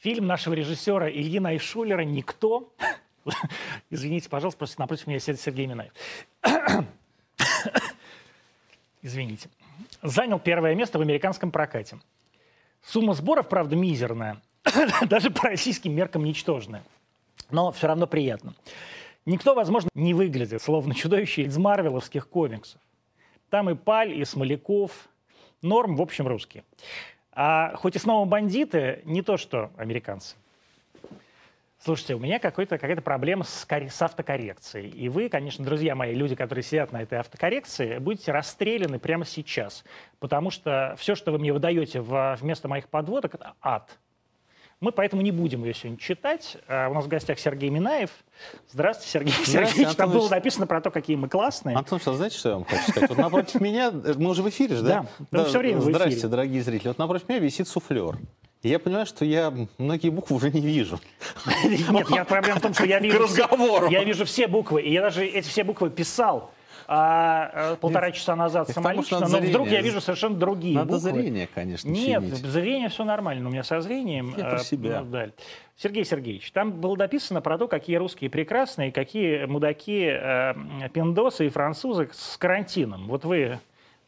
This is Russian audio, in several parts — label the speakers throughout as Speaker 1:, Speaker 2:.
Speaker 1: Фильм нашего режиссера Ильи Найшулера «Никто». Извините, пожалуйста, просто напротив меня сидит Сергей Минаев. Извините. Занял первое место в американском прокате. Сумма сборов, правда, мизерная. Даже по российским меркам ничтожная. Но все равно приятно. Никто, возможно, не выглядит, словно чудовище из марвеловских комиксов. Там и Паль, и Смоляков. Норм, в общем, русские. А хоть и снова бандиты, не то что американцы. Слушайте, у меня какой-то, какая-то проблема с, кор- с автокоррекцией. И вы, конечно, друзья мои, люди, которые сидят на этой автокоррекции, будете расстреляны прямо сейчас. Потому что все, что вы мне выдаете в- вместо моих подводок, это ад. Мы поэтому не будем ее сегодня читать. А у нас в гостях Сергей Минаев. Здравствуйте, Сергей Сергеевич. Там
Speaker 2: Антон
Speaker 1: было
Speaker 2: Ильич.
Speaker 1: написано про то, какие мы классные.
Speaker 2: Антон, что знаете, что я вам хочу сказать? Вот напротив меня, э, мы уже в эфире же, да?
Speaker 1: Да, мы всё время в эфире.
Speaker 2: Здрасте, дорогие зрители. Вот напротив меня висит суфлер. И я понимаю, что я многие буквы уже не вижу.
Speaker 1: Нет, я проблема в том, что я вижу...
Speaker 2: ну, К
Speaker 1: все-
Speaker 2: разговору.
Speaker 1: Я вижу все буквы, и я даже эти все буквы писал а, э, полтора часа назад
Speaker 2: потому
Speaker 1: самолично,
Speaker 2: что
Speaker 1: но
Speaker 2: надо зрение.
Speaker 1: вдруг я вижу совершенно другие
Speaker 2: Надо
Speaker 1: буквы.
Speaker 2: зрение, конечно,
Speaker 1: Нет, ну,
Speaker 2: чинить.
Speaker 1: зрение все нормально, у меня со зрением.
Speaker 2: Я про
Speaker 1: э,
Speaker 2: себя.
Speaker 1: ну, далее. Сергей Сергеевич, там было написано про то, какие русские прекрасные, какие мудаки э, пиндосы и французы с карантином. Вот вы,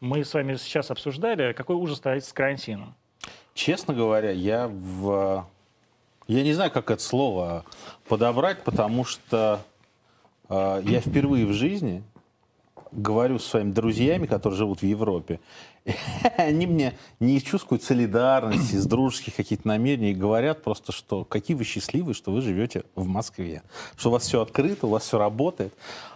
Speaker 1: мы с вами сейчас обсуждали, какой ужас стоит с карантином.
Speaker 2: Честно говоря, я в... Я не знаю, как это слово подобрать, потому что э, я впервые в жизни говорю со своими друзьями, которые живут в Европе. Они мне не чувствуют солидарности, с дружеских каких-то намерений, и говорят просто, что какие вы счастливые, что вы живете в Москве, что у вас все открыто, у вас все работает.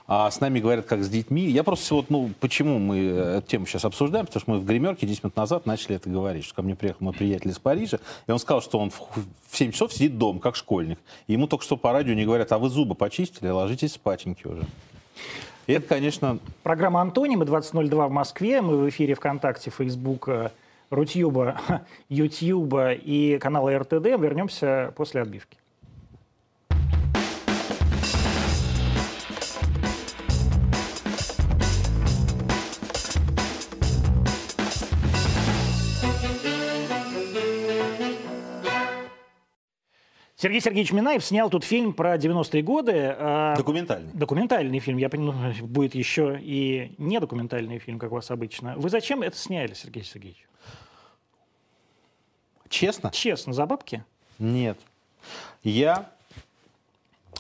Speaker 2: А с нами говорят, как с детьми. Я просто вот, ну, почему мы э, эту тему сейчас обсуждаем, потому что мы в гримерке 10 минут назад начали это говорить, что ко мне приехал мой приятель из Парижа, и он сказал, что он в, в 7 часов сидит дома, как школьник. И ему только что по радио не говорят, а вы зубы почистили, ложитесь спатеньки уже. И это, конечно,
Speaker 1: Программа «Антонимы» 20.02 в Москве. Мы в эфире ВКонтакте, Фейсбука, Рутьюба, Ютьюба и канала РТД. Вернемся после отбивки. Сергей Сергеевич Минаев снял тут фильм про 90-е годы. э,
Speaker 2: документальный.
Speaker 1: Документальный фильм, я понимаю, будет еще и не документальный фильм, как у вас обычно. Вы зачем это сняли, Сергей Сергеевич?
Speaker 2: Честно?
Speaker 1: Честно, за бабки?
Speaker 2: Нет. Я...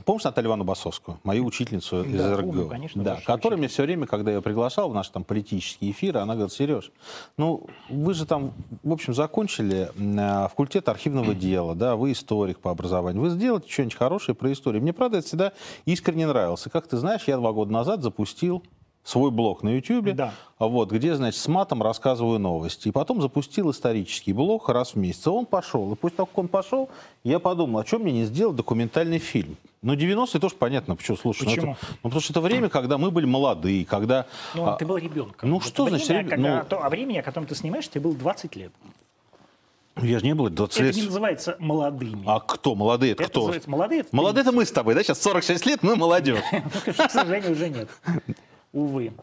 Speaker 2: Помнишь Наталью Ивановну Басовскую, мою учительницу из
Speaker 1: Да,
Speaker 2: РГО?
Speaker 1: помню, конечно,
Speaker 2: да,
Speaker 1: ваша
Speaker 2: которая мне все время, когда я ее приглашал в наши там политические эфиры, она говорит, Сереж, ну вы же там, в общем, закончили э, факультет архивного дела, да, вы историк по образованию, вы сделаете что-нибудь хорошее про историю. Мне, правда, это всегда искренне нравилось. И как ты знаешь, я два года назад запустил свой блог на YouTube,
Speaker 1: Да.
Speaker 2: А вот, где, значит, с матом рассказываю новости. И потом запустил исторический блог раз в месяц. И он пошел. И после того, как он пошел, я подумал, а чем мне не сделать документальный фильм? Ну, 90-е тоже понятно, почему, слушай. ну, это-
Speaker 1: Почему?
Speaker 2: Ну, потому что это время, когда мы были молодые, когда...
Speaker 1: Ну,
Speaker 2: а,
Speaker 1: ты был ребенком.
Speaker 2: ну,
Speaker 1: Вот
Speaker 2: что
Speaker 1: время,
Speaker 2: значит ребё-
Speaker 1: когда-
Speaker 2: ну-
Speaker 1: то, а время, о котором ты снимаешь, тебе было 20 лет.
Speaker 2: Я же не был 20
Speaker 1: Это не
Speaker 2: лет.
Speaker 1: называется молодыми.
Speaker 2: А кто? Молодые это
Speaker 1: это
Speaker 2: кто?
Speaker 1: называется молодые. это
Speaker 2: Молодые это мы с тобой, да? Сейчас 46 лет, мы молодежь.
Speaker 1: ты, К сожалению, уже нет. Увы.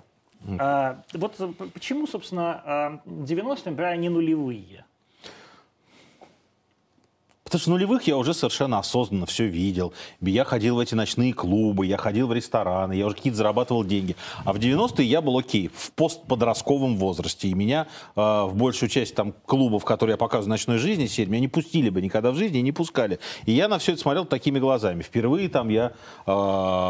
Speaker 1: А, вот э, п- почему, собственно, а, 90-е, например, они нулевые?
Speaker 2: Потому что нулевых я уже совершенно осознанно все видел. Я ходил в эти ночные клубы, я ходил в рестораны, я уже какие-то зарабатывал деньги. А в 90-е я был окей, в постподростковом возрасте. И меня э, в большую часть там клубов, которые я показываю в ночной жизни, серии, меня не пустили бы никогда в жизни, и не пускали. И я на все это смотрел такими глазами. Впервые там я э,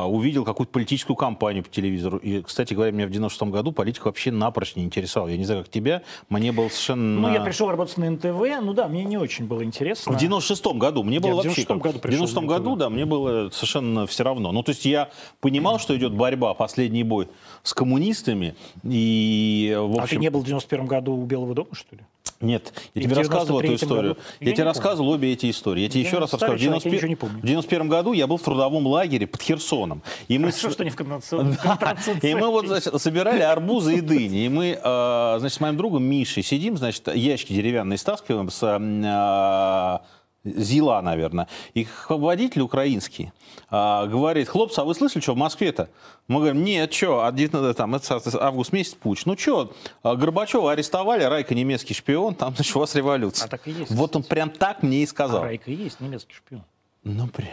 Speaker 2: увидел какую-то политическую кампанию по телевизору. И, кстати говоря, меня в 96-м году политика вообще напрочь не интересовала. Я не знаю, как тебя, мне было совершенно...
Speaker 1: Ну, я пришел работать на НТВ, ну да, мне не очень было интересно.
Speaker 2: В 96-м году. Мне было
Speaker 1: А. в
Speaker 2: вообще...
Speaker 1: 96-м
Speaker 2: как-
Speaker 1: году пришел
Speaker 2: В 96-м
Speaker 1: на
Speaker 2: году,
Speaker 1: ТВ.
Speaker 2: да, мне было совершенно все равно. Ну, то есть я понимал, что идет борьба, последний бой с коммунистами, и,
Speaker 1: А
Speaker 2: в
Speaker 1: ты
Speaker 2: общем...
Speaker 1: не был в 91 году у Белого дома, что ли?
Speaker 2: Нет, я
Speaker 1: И
Speaker 2: тебе
Speaker 1: в
Speaker 2: рассказывал эту
Speaker 1: 93-м
Speaker 2: историю.
Speaker 1: году? Я
Speaker 2: Я,
Speaker 1: не
Speaker 2: тебе
Speaker 1: помню.
Speaker 2: рассказывал обе эти истории. Я тебе
Speaker 1: Я
Speaker 2: еще раз
Speaker 1: старый
Speaker 2: расскажу. В
Speaker 1: человек, я ничего не
Speaker 2: 91
Speaker 1: помню.
Speaker 2: в 91-м году я был в трудовом лагере под Херсоном. И мы... с-
Speaker 1: Хорошо, Ну, что не в контрацепции.
Speaker 2: И мы вот значит, собирали арбузы и дыни. И мы, а, э, значит, с моим другом Мишей сидим, значит, ящики деревянные стаскиваем с э, м, э, Зила, наверное. Их водитель украинский а, говорит, хлопцы, а вы слышали, что в Москве-то? Мы говорим, нет, что, а где надо там, это август месяц путь. Ну что, Горбачева арестовали, Райка немецкий шпион, там, значит, у вас революция.
Speaker 1: А так и есть, А,
Speaker 2: Вот он прям так мне и сказал.
Speaker 1: Райка и есть немецкий шпион.
Speaker 2: Ну прям.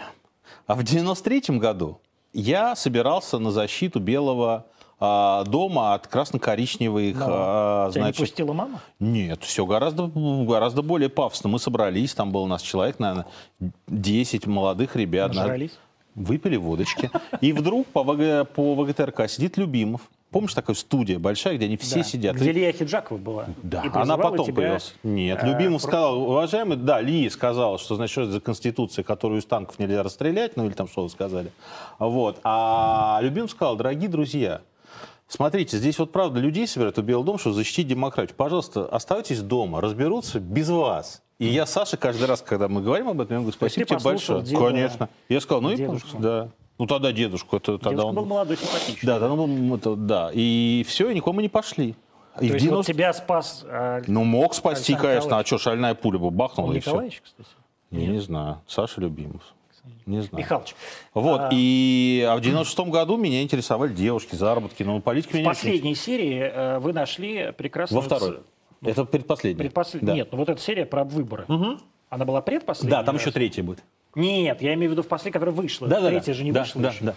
Speaker 2: А в 93-м году я собирался на защиту белого а, дома от красно-коричневых,
Speaker 1: Да.
Speaker 2: а,
Speaker 1: Тебя не
Speaker 2: значит...
Speaker 1: пустила мама?
Speaker 2: Нет, все гораздо, гораздо более пафосно. Мы собрались, там было у нас человек, наверное, 10 молодых ребят. на-
Speaker 1: Нажрались?
Speaker 2: Выпили водочки. И вдруг по, ВГ по ВГТРК сидит Любимов. Помнишь, такая студия большая, где они все
Speaker 1: Да.
Speaker 2: сидят?
Speaker 1: Где Лия Хиджакова была.
Speaker 2: Да,
Speaker 1: И
Speaker 2: она
Speaker 1: призывала
Speaker 2: потом
Speaker 1: тебя-
Speaker 2: появилась. Нет,
Speaker 1: э,
Speaker 2: Любимов
Speaker 1: про-
Speaker 2: сказал, уважаемый, да, Ли сказала, что значит, что это за конституция, которую из танков нельзя расстрелять, ну или там что-то сказали. Вот. А Любимов сказал, дорогие друзья, смотрите, здесь вот правда людей собирают у Белого дома, чтобы защитить демократию. Пожалуйста, оставайтесь дома, разберутся без вас. И я, Саша, каждый раз, когда мы говорим об этом, я говорю,
Speaker 1: есть ты
Speaker 2: спасибо тебе
Speaker 1: послушал
Speaker 2: большое.
Speaker 1: деда-
Speaker 2: Конечно. Я сказал, ну и
Speaker 1: дедушку.
Speaker 2: пусть, да. Ну тогда дедушку, это тогда
Speaker 1: Девушка
Speaker 2: он...
Speaker 1: был молодой, симпатичный.
Speaker 2: Да, тогда он был, это, да. И все, и никому не пошли.
Speaker 1: То
Speaker 2: И в
Speaker 1: есть вот
Speaker 2: 90
Speaker 1: тебя спас э,
Speaker 2: ну, мог спасти,
Speaker 1: Александр
Speaker 2: конечно. А что, шальная пуля бы бахнула, и все.
Speaker 1: Николаевич, кстати.
Speaker 2: Не, не знаю. Саша Любимов. Не знаю.
Speaker 1: Михалыч.
Speaker 2: Вот, и а в 96-м году меня интересовали девушки, заработки, но политики
Speaker 1: В
Speaker 2: меня не очень-
Speaker 1: последней серии э, вы нашли прекрасную...
Speaker 2: Во второй. Это предпоследний.
Speaker 1: Предпослед...
Speaker 2: Да.
Speaker 1: Нет, ну вот эта серия про выборы. Она была предпоследней?
Speaker 2: Да, там еще третий будет.
Speaker 1: Нет, я имею в виду в последней, которая вышла.
Speaker 2: Да, да,
Speaker 1: Третья
Speaker 2: да.
Speaker 1: же не
Speaker 2: да,
Speaker 1: вышла
Speaker 2: да,
Speaker 1: еще.
Speaker 2: да.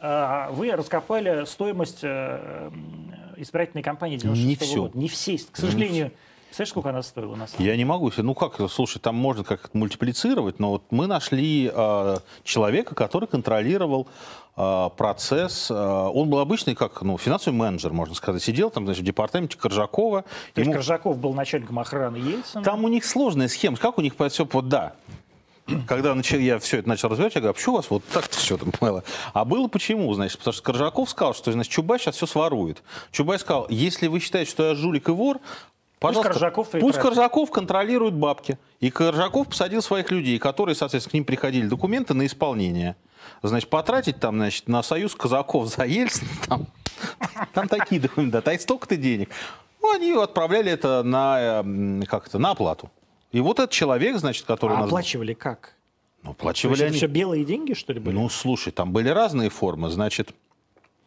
Speaker 1: А, Вы раскопали стоимость э, м, избирательной кампании 96
Speaker 2: Не всю.
Speaker 1: года. Не все, к сожалению. Представляешь, сколько она стоила на самом
Speaker 2: Я не могу. себе- Ну как, это, слушай, там можно как-то мультиплицировать, но вот мы нашли э, человека, который контролировал э, процесс. э, он был обычный, как ну, финансовый менеджер, можно сказать. Сидел там, значит, в департаменте Коржакова.
Speaker 1: То есть
Speaker 2: Ему-
Speaker 1: Коржаков был начальником охраны Ельцина.
Speaker 2: Там у них сложная схема. Как у них все вот да. Когда начал, я все это начал разбирать, я говорю, а почему у вас вот так все там было? А было почему, значит, потому что Коржаков сказал, что, значит, Чубай сейчас все сворует. Чубай сказал, если вы считаете, что я жулик и вор, пожалуйста,
Speaker 1: Коржаков и
Speaker 2: пусть
Speaker 1: тратит.
Speaker 2: Коржаков контролирует бабки. И Коржаков посадил своих людей, которые, соответственно, к ним приходили документы на исполнение. Значит, потратить там, значит, на союз казаков за Ельцин, там, там такие документы, да, там столько-то денег. Ну, они отправляли это на, э, м, как это, на оплату. И вот этот человек, значит, который...
Speaker 1: А
Speaker 2: нас-
Speaker 1: оплачивали как? То
Speaker 2: Ну,
Speaker 1: есть
Speaker 2: оплачивали
Speaker 1: это
Speaker 2: они.
Speaker 1: все белые деньги, что ли, были?
Speaker 2: Ну, слушай, там были разные формы, значит,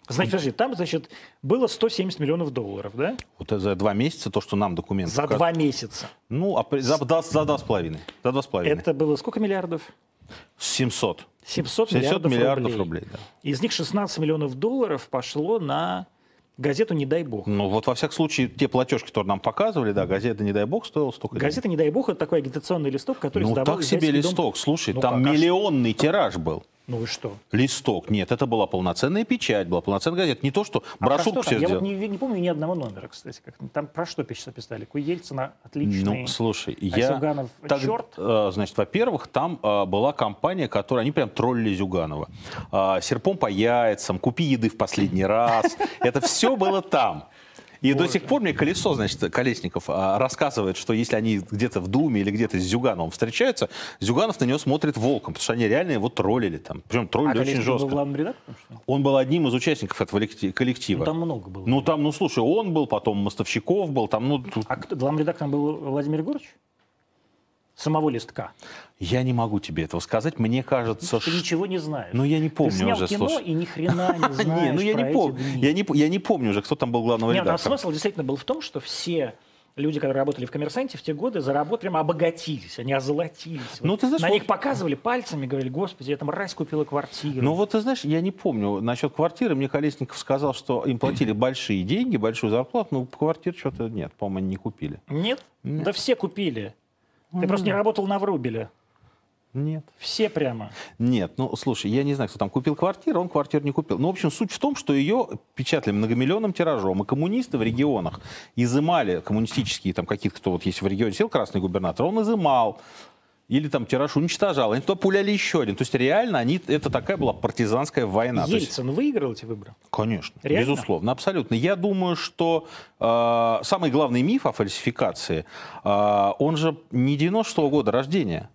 Speaker 1: Значит, подожди, там, значит, было 170 миллионов долларов, да?
Speaker 2: вот за два месяца то, что нам документы...
Speaker 1: За
Speaker 2: показ-
Speaker 1: два месяца.
Speaker 2: Ну, а при- за, два- за два с половиной. За два с половиной.
Speaker 1: Это было сколько миллиардов?
Speaker 2: 700.
Speaker 1: 700,
Speaker 2: 700
Speaker 1: миллиардов,
Speaker 2: миллиардов
Speaker 1: рублей.
Speaker 2: рублей, да.
Speaker 1: Из них 16 миллионов долларов пошло на газету «Не дай бог».
Speaker 2: Ну, вот во всяком случае, те платежки, которые нам показывали, да, газета, не дай бог, стоила столько денег.
Speaker 1: Газета «Не дай бог» — это такой агитационный листок, который
Speaker 2: Ну,
Speaker 1: сдавал
Speaker 2: так себе
Speaker 1: издательский дом.
Speaker 2: листок. Слушай,
Speaker 1: Ну,
Speaker 2: там
Speaker 1: как, а
Speaker 2: миллионный тираж был.
Speaker 1: Ну и что?
Speaker 2: Листок. Нет, это была полноценная печать, была полноценная газета. Не то, что
Speaker 1: А про
Speaker 2: брошюрку
Speaker 1: что
Speaker 2: все
Speaker 1: там? Я вот
Speaker 2: сделали.
Speaker 1: не, не помню ни одного номера, кстати. Как, там про что пишется писали? У Ельцина отличный.
Speaker 2: Ну, слушай,
Speaker 1: А
Speaker 2: я...
Speaker 1: Зюганов черт?
Speaker 2: э, Значит, во-первых, там э, была компания, которая... Они прям троллили Зюганова. А, Серпом по яйцам, купи еды в последний раз. Это все было там. И до сих пор мне колесо, значит, Колесников а, рассказывает, что если они где-то в Думе или где-то с Зюгановым встречаются, Зюганов на него смотрит волком, потому что они реально его троллили там. Причем
Speaker 1: а
Speaker 2: троллили очень
Speaker 1: Колесников был
Speaker 2: жестко.
Speaker 1: главным редактором, что ли?
Speaker 2: Он был одним из участников этого лекти- коллектива.
Speaker 1: Ну, там много было.
Speaker 2: Ну, там, ну, слушай, он был, потом Мостовщиков был, там, ну, тут-
Speaker 1: А кто, главным редактором был Владимир Егорович? Самого листка.
Speaker 2: я не могу тебе этого сказать, мне кажется,
Speaker 1: Ну, Ты
Speaker 2: ш-
Speaker 1: ничего не знаешь.
Speaker 2: ну, я не помню
Speaker 1: Ты снял
Speaker 2: уже,
Speaker 1: кино
Speaker 2: слушай.
Speaker 1: и ни хрена не
Speaker 2: Не,
Speaker 1: знаешь
Speaker 2: ну, я
Speaker 1: про
Speaker 2: не
Speaker 1: эти
Speaker 2: помню,
Speaker 1: дни.
Speaker 2: я не, п- я не помню уже, кто там был главного
Speaker 1: Нет, а
Speaker 2: редактора.
Speaker 1: смысл действительно был в том, что все люди, которые работали в «Коммерсанте» в те годы, заработали, прям обогатились, они озолотились.
Speaker 2: Ну, ты знаешь,
Speaker 1: на
Speaker 2: вот-
Speaker 1: них показывали пальцами, говорили, господи, я там раз купила квартиру.
Speaker 2: Ну вот ты знаешь, я не помню насчет квартиры. Мне Колесников сказал, что им платили большие деньги, большую зарплату, но квартир что-то нет, по-моему, они не купили.
Speaker 1: Нет? Да все купили. Ты просто не работал на Врубеле.
Speaker 2: Нет.
Speaker 1: Все прямо.
Speaker 2: Нет, ну слушай, я не знаю, кто там купил квартиру, он квартиру не купил. Ну, в общем, суть в том, что ее печатали многомиллионным тиражом, и коммунисты в регионах изымали коммунистические там какие-то, кто вот есть в регионе, сел красный губернатор, он изымал. Или там тираж уничтожал. Они туда пуляли еще один. То есть реально они, это такая была партизанская война. А, ну, То есть-
Speaker 1: Ельцин выиграл эти выборы?
Speaker 2: Конечно,
Speaker 1: Реально?
Speaker 2: безусловно, абсолютно. Я думаю, что э, самый главный миф о фальсификации, э, он же не 96 года рождения.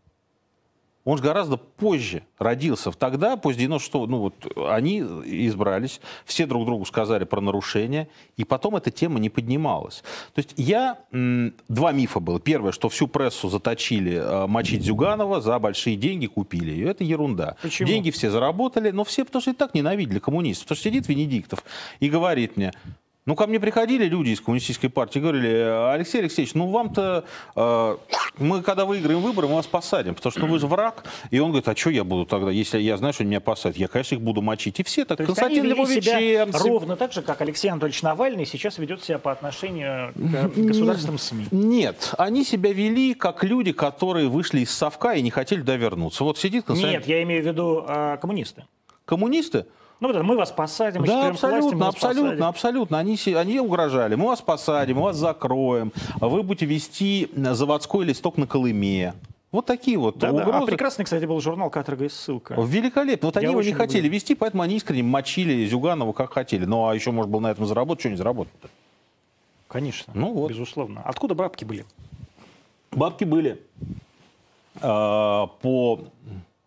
Speaker 2: Он же гораздо позже родился. Тогда, после 96 ну вот они избрались, все друг другу сказали про нарушение, и потом эта тема не поднималась. То есть я... м, Два мифа было. Первое, что всю прессу заточили э, мочить Зюганова, за большие деньги купили ее. Это ерунда.
Speaker 1: Почему?
Speaker 2: Деньги все заработали, но все потому что и так ненавидели коммунистов. Потому что сидит Венедиктов и говорит мне, ну, ко мне приходили люди из коммунистической партии, говорили, «Э, Алексей Алексеевич, ну вам-то, э, мы когда выиграем выборы, мы вас посадим, потому что вы же враг. И он говорит, а что я буду тогда, если я знаю, что они меня посадят? Я, конечно, их буду мочить. И все так,
Speaker 1: То есть они
Speaker 2: Константин
Speaker 1: вели себя
Speaker 2: Львовиченко,
Speaker 1: ровно так же, как Алексей Анатольевич Навальный сейчас ведет себя по отношению к государственным СМИ.
Speaker 2: Нет, они себя вели как люди, которые вышли из совка и не хотели туда вернуться. Вот сидит Константин...
Speaker 1: Нет, я имею в виду а, коммунисты.
Speaker 2: Коммунисты?
Speaker 1: Ну вот это, мы вас посадим,
Speaker 2: Да,
Speaker 1: четверым к власти, мы
Speaker 2: абсолютно,
Speaker 1: вас
Speaker 2: абсолютно,
Speaker 1: посадим.
Speaker 2: абсолютно. Они, се- они угрожали. Мы вас посадим, мы вас закроем. а Вы будете вести заводской листок на Колыме. Вот такие вот
Speaker 1: Да-да, а
Speaker 2: угрозы.
Speaker 1: прекрасный, кстати, был журнал «Каторга и ссылка».
Speaker 2: Великолепно. Вот
Speaker 1: Я
Speaker 2: они его не
Speaker 1: очень
Speaker 2: хотели
Speaker 1: люблю.
Speaker 2: вести, поэтому они искренне мочили Зюганова как хотели. Ну, а еще можно было на этом заработать, что не заработать.
Speaker 1: Конечно,
Speaker 2: Ну вот.
Speaker 1: безусловно. Откуда бабки были?
Speaker 2: Бабки были А, по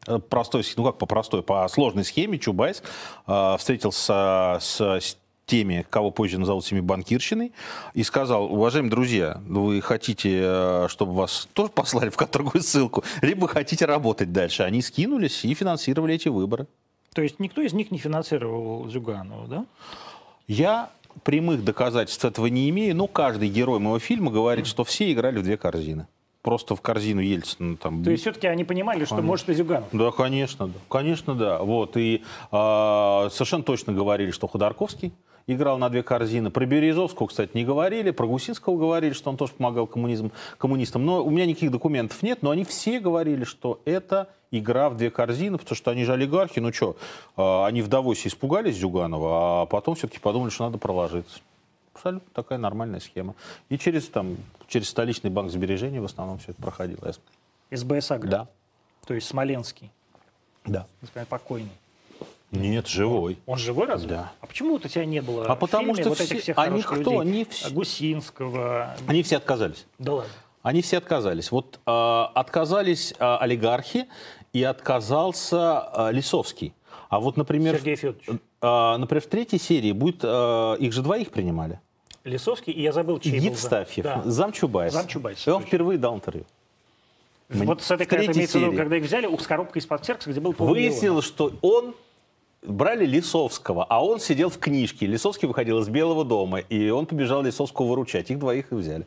Speaker 2: э, простой, сх- ну как по простой, по сложной схеме Чубайс а, встретился с, с теми, кого позже назовут семи банкирщиной, и сказал, уважаемые друзья, вы хотите, э, чтобы вас тоже послали в каторгу и ссылку, либо хотите работать дальше. Они скинулись и финансировали эти выборы.
Speaker 1: То есть никто из них не финансировал Зюганова, да?
Speaker 2: Я прямых доказательств этого не имею, но каждый герой моего фильма говорит, что все играли в две корзины. Просто в корзину Ельцина там.
Speaker 1: То есть все-таки они понимали, что
Speaker 2: Понятно.
Speaker 1: может и Зюганов.
Speaker 2: Да, конечно, да. конечно, да. Вот и а, совершенно точно говорили, что Ходорковский играл на две корзины. Про Березовского, кстати, не говорили, про Гусинского говорили, что он тоже помогал коммунизм, коммунистам. Но у меня никаких документов нет, но они все говорили, что это игра в две корзины, потому что они же олигархи. Ну что, они в Давосе испугались Зюганова, а потом все-таки подумали, что надо проложиться. Абсолютно такая нормальная схема. И через, там, через столичный банк сбережений в основном все это проходило. Я с-
Speaker 1: СБС Агра.
Speaker 2: Да.
Speaker 1: То есть Смоленский,
Speaker 2: Да.
Speaker 1: например, покойный.
Speaker 2: Нет, живой.
Speaker 1: Он живой разве?
Speaker 2: Да.
Speaker 1: А почему вот у тебя не было
Speaker 2: А потому
Speaker 1: в фильме
Speaker 2: что
Speaker 1: вот
Speaker 2: все-
Speaker 1: этих всех
Speaker 2: они
Speaker 1: хороших
Speaker 2: кто?
Speaker 1: людей?
Speaker 2: Они все-
Speaker 1: Гусинского.
Speaker 2: Они все отказались.
Speaker 1: Да ладно.
Speaker 2: Они все отказались. Вот э, отказались э, олигархи и отказался э, Лисовский. А вот, например,
Speaker 1: Сергей Федорович.
Speaker 2: э, например, в третьей серии будет э, их же двоих принимали.
Speaker 1: Лисовский, и я забыл, чей был зам.
Speaker 2: Евстафьев,
Speaker 1: Да.
Speaker 2: зам Чубайс.
Speaker 1: Зам Чубайса,
Speaker 2: И он
Speaker 1: точно.
Speaker 2: впервые дал интервью.
Speaker 1: Вот с этой
Speaker 2: В
Speaker 1: карты
Speaker 2: третьей
Speaker 1: имеется в виду,
Speaker 2: серии.
Speaker 1: когда их взяли у- с коробкой из-под сердца, где был полмиллиона.
Speaker 2: Выяснилось, что он брали Лисовского, а он сидел в книжке. Лисовский выходил из Белого дома, и он побежал Лисовского выручать. Их двоих и взяли.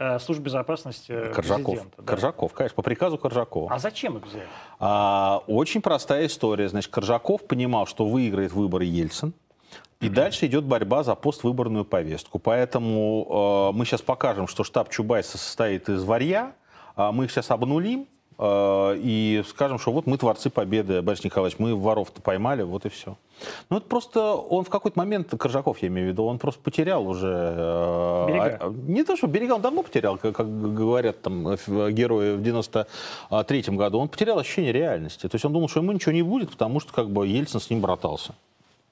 Speaker 1: Э, Служба безопасности э,
Speaker 2: Коржаков.
Speaker 1: президента. да.
Speaker 2: Коржаков, конечно, по приказу Коржакова.
Speaker 1: А зачем их взяли?
Speaker 2: А, очень простая история. Значит, Коржаков понимал, что выиграет выборы Ельцин. И дальше идет борьба за поствыборную повестку. Поэтому э, мы сейчас покажем, что штаб Чубайса состоит из варья. А мы их сейчас обнулим э, и скажем, что вот мы творцы победы, Борис Николаевич, мы воров-то поймали, вот и все. Ну это просто он в какой-то момент, Коржаков я имею в виду, он просто потерял уже... э,
Speaker 1: Берега.
Speaker 2: а- не то, что берега, он давно потерял, как, как говорят там э, ф- э, герои в 93-м году, он потерял ощущение реальности. То есть он думал, что ему ничего не будет, потому что как бы Ельцин с ним братался.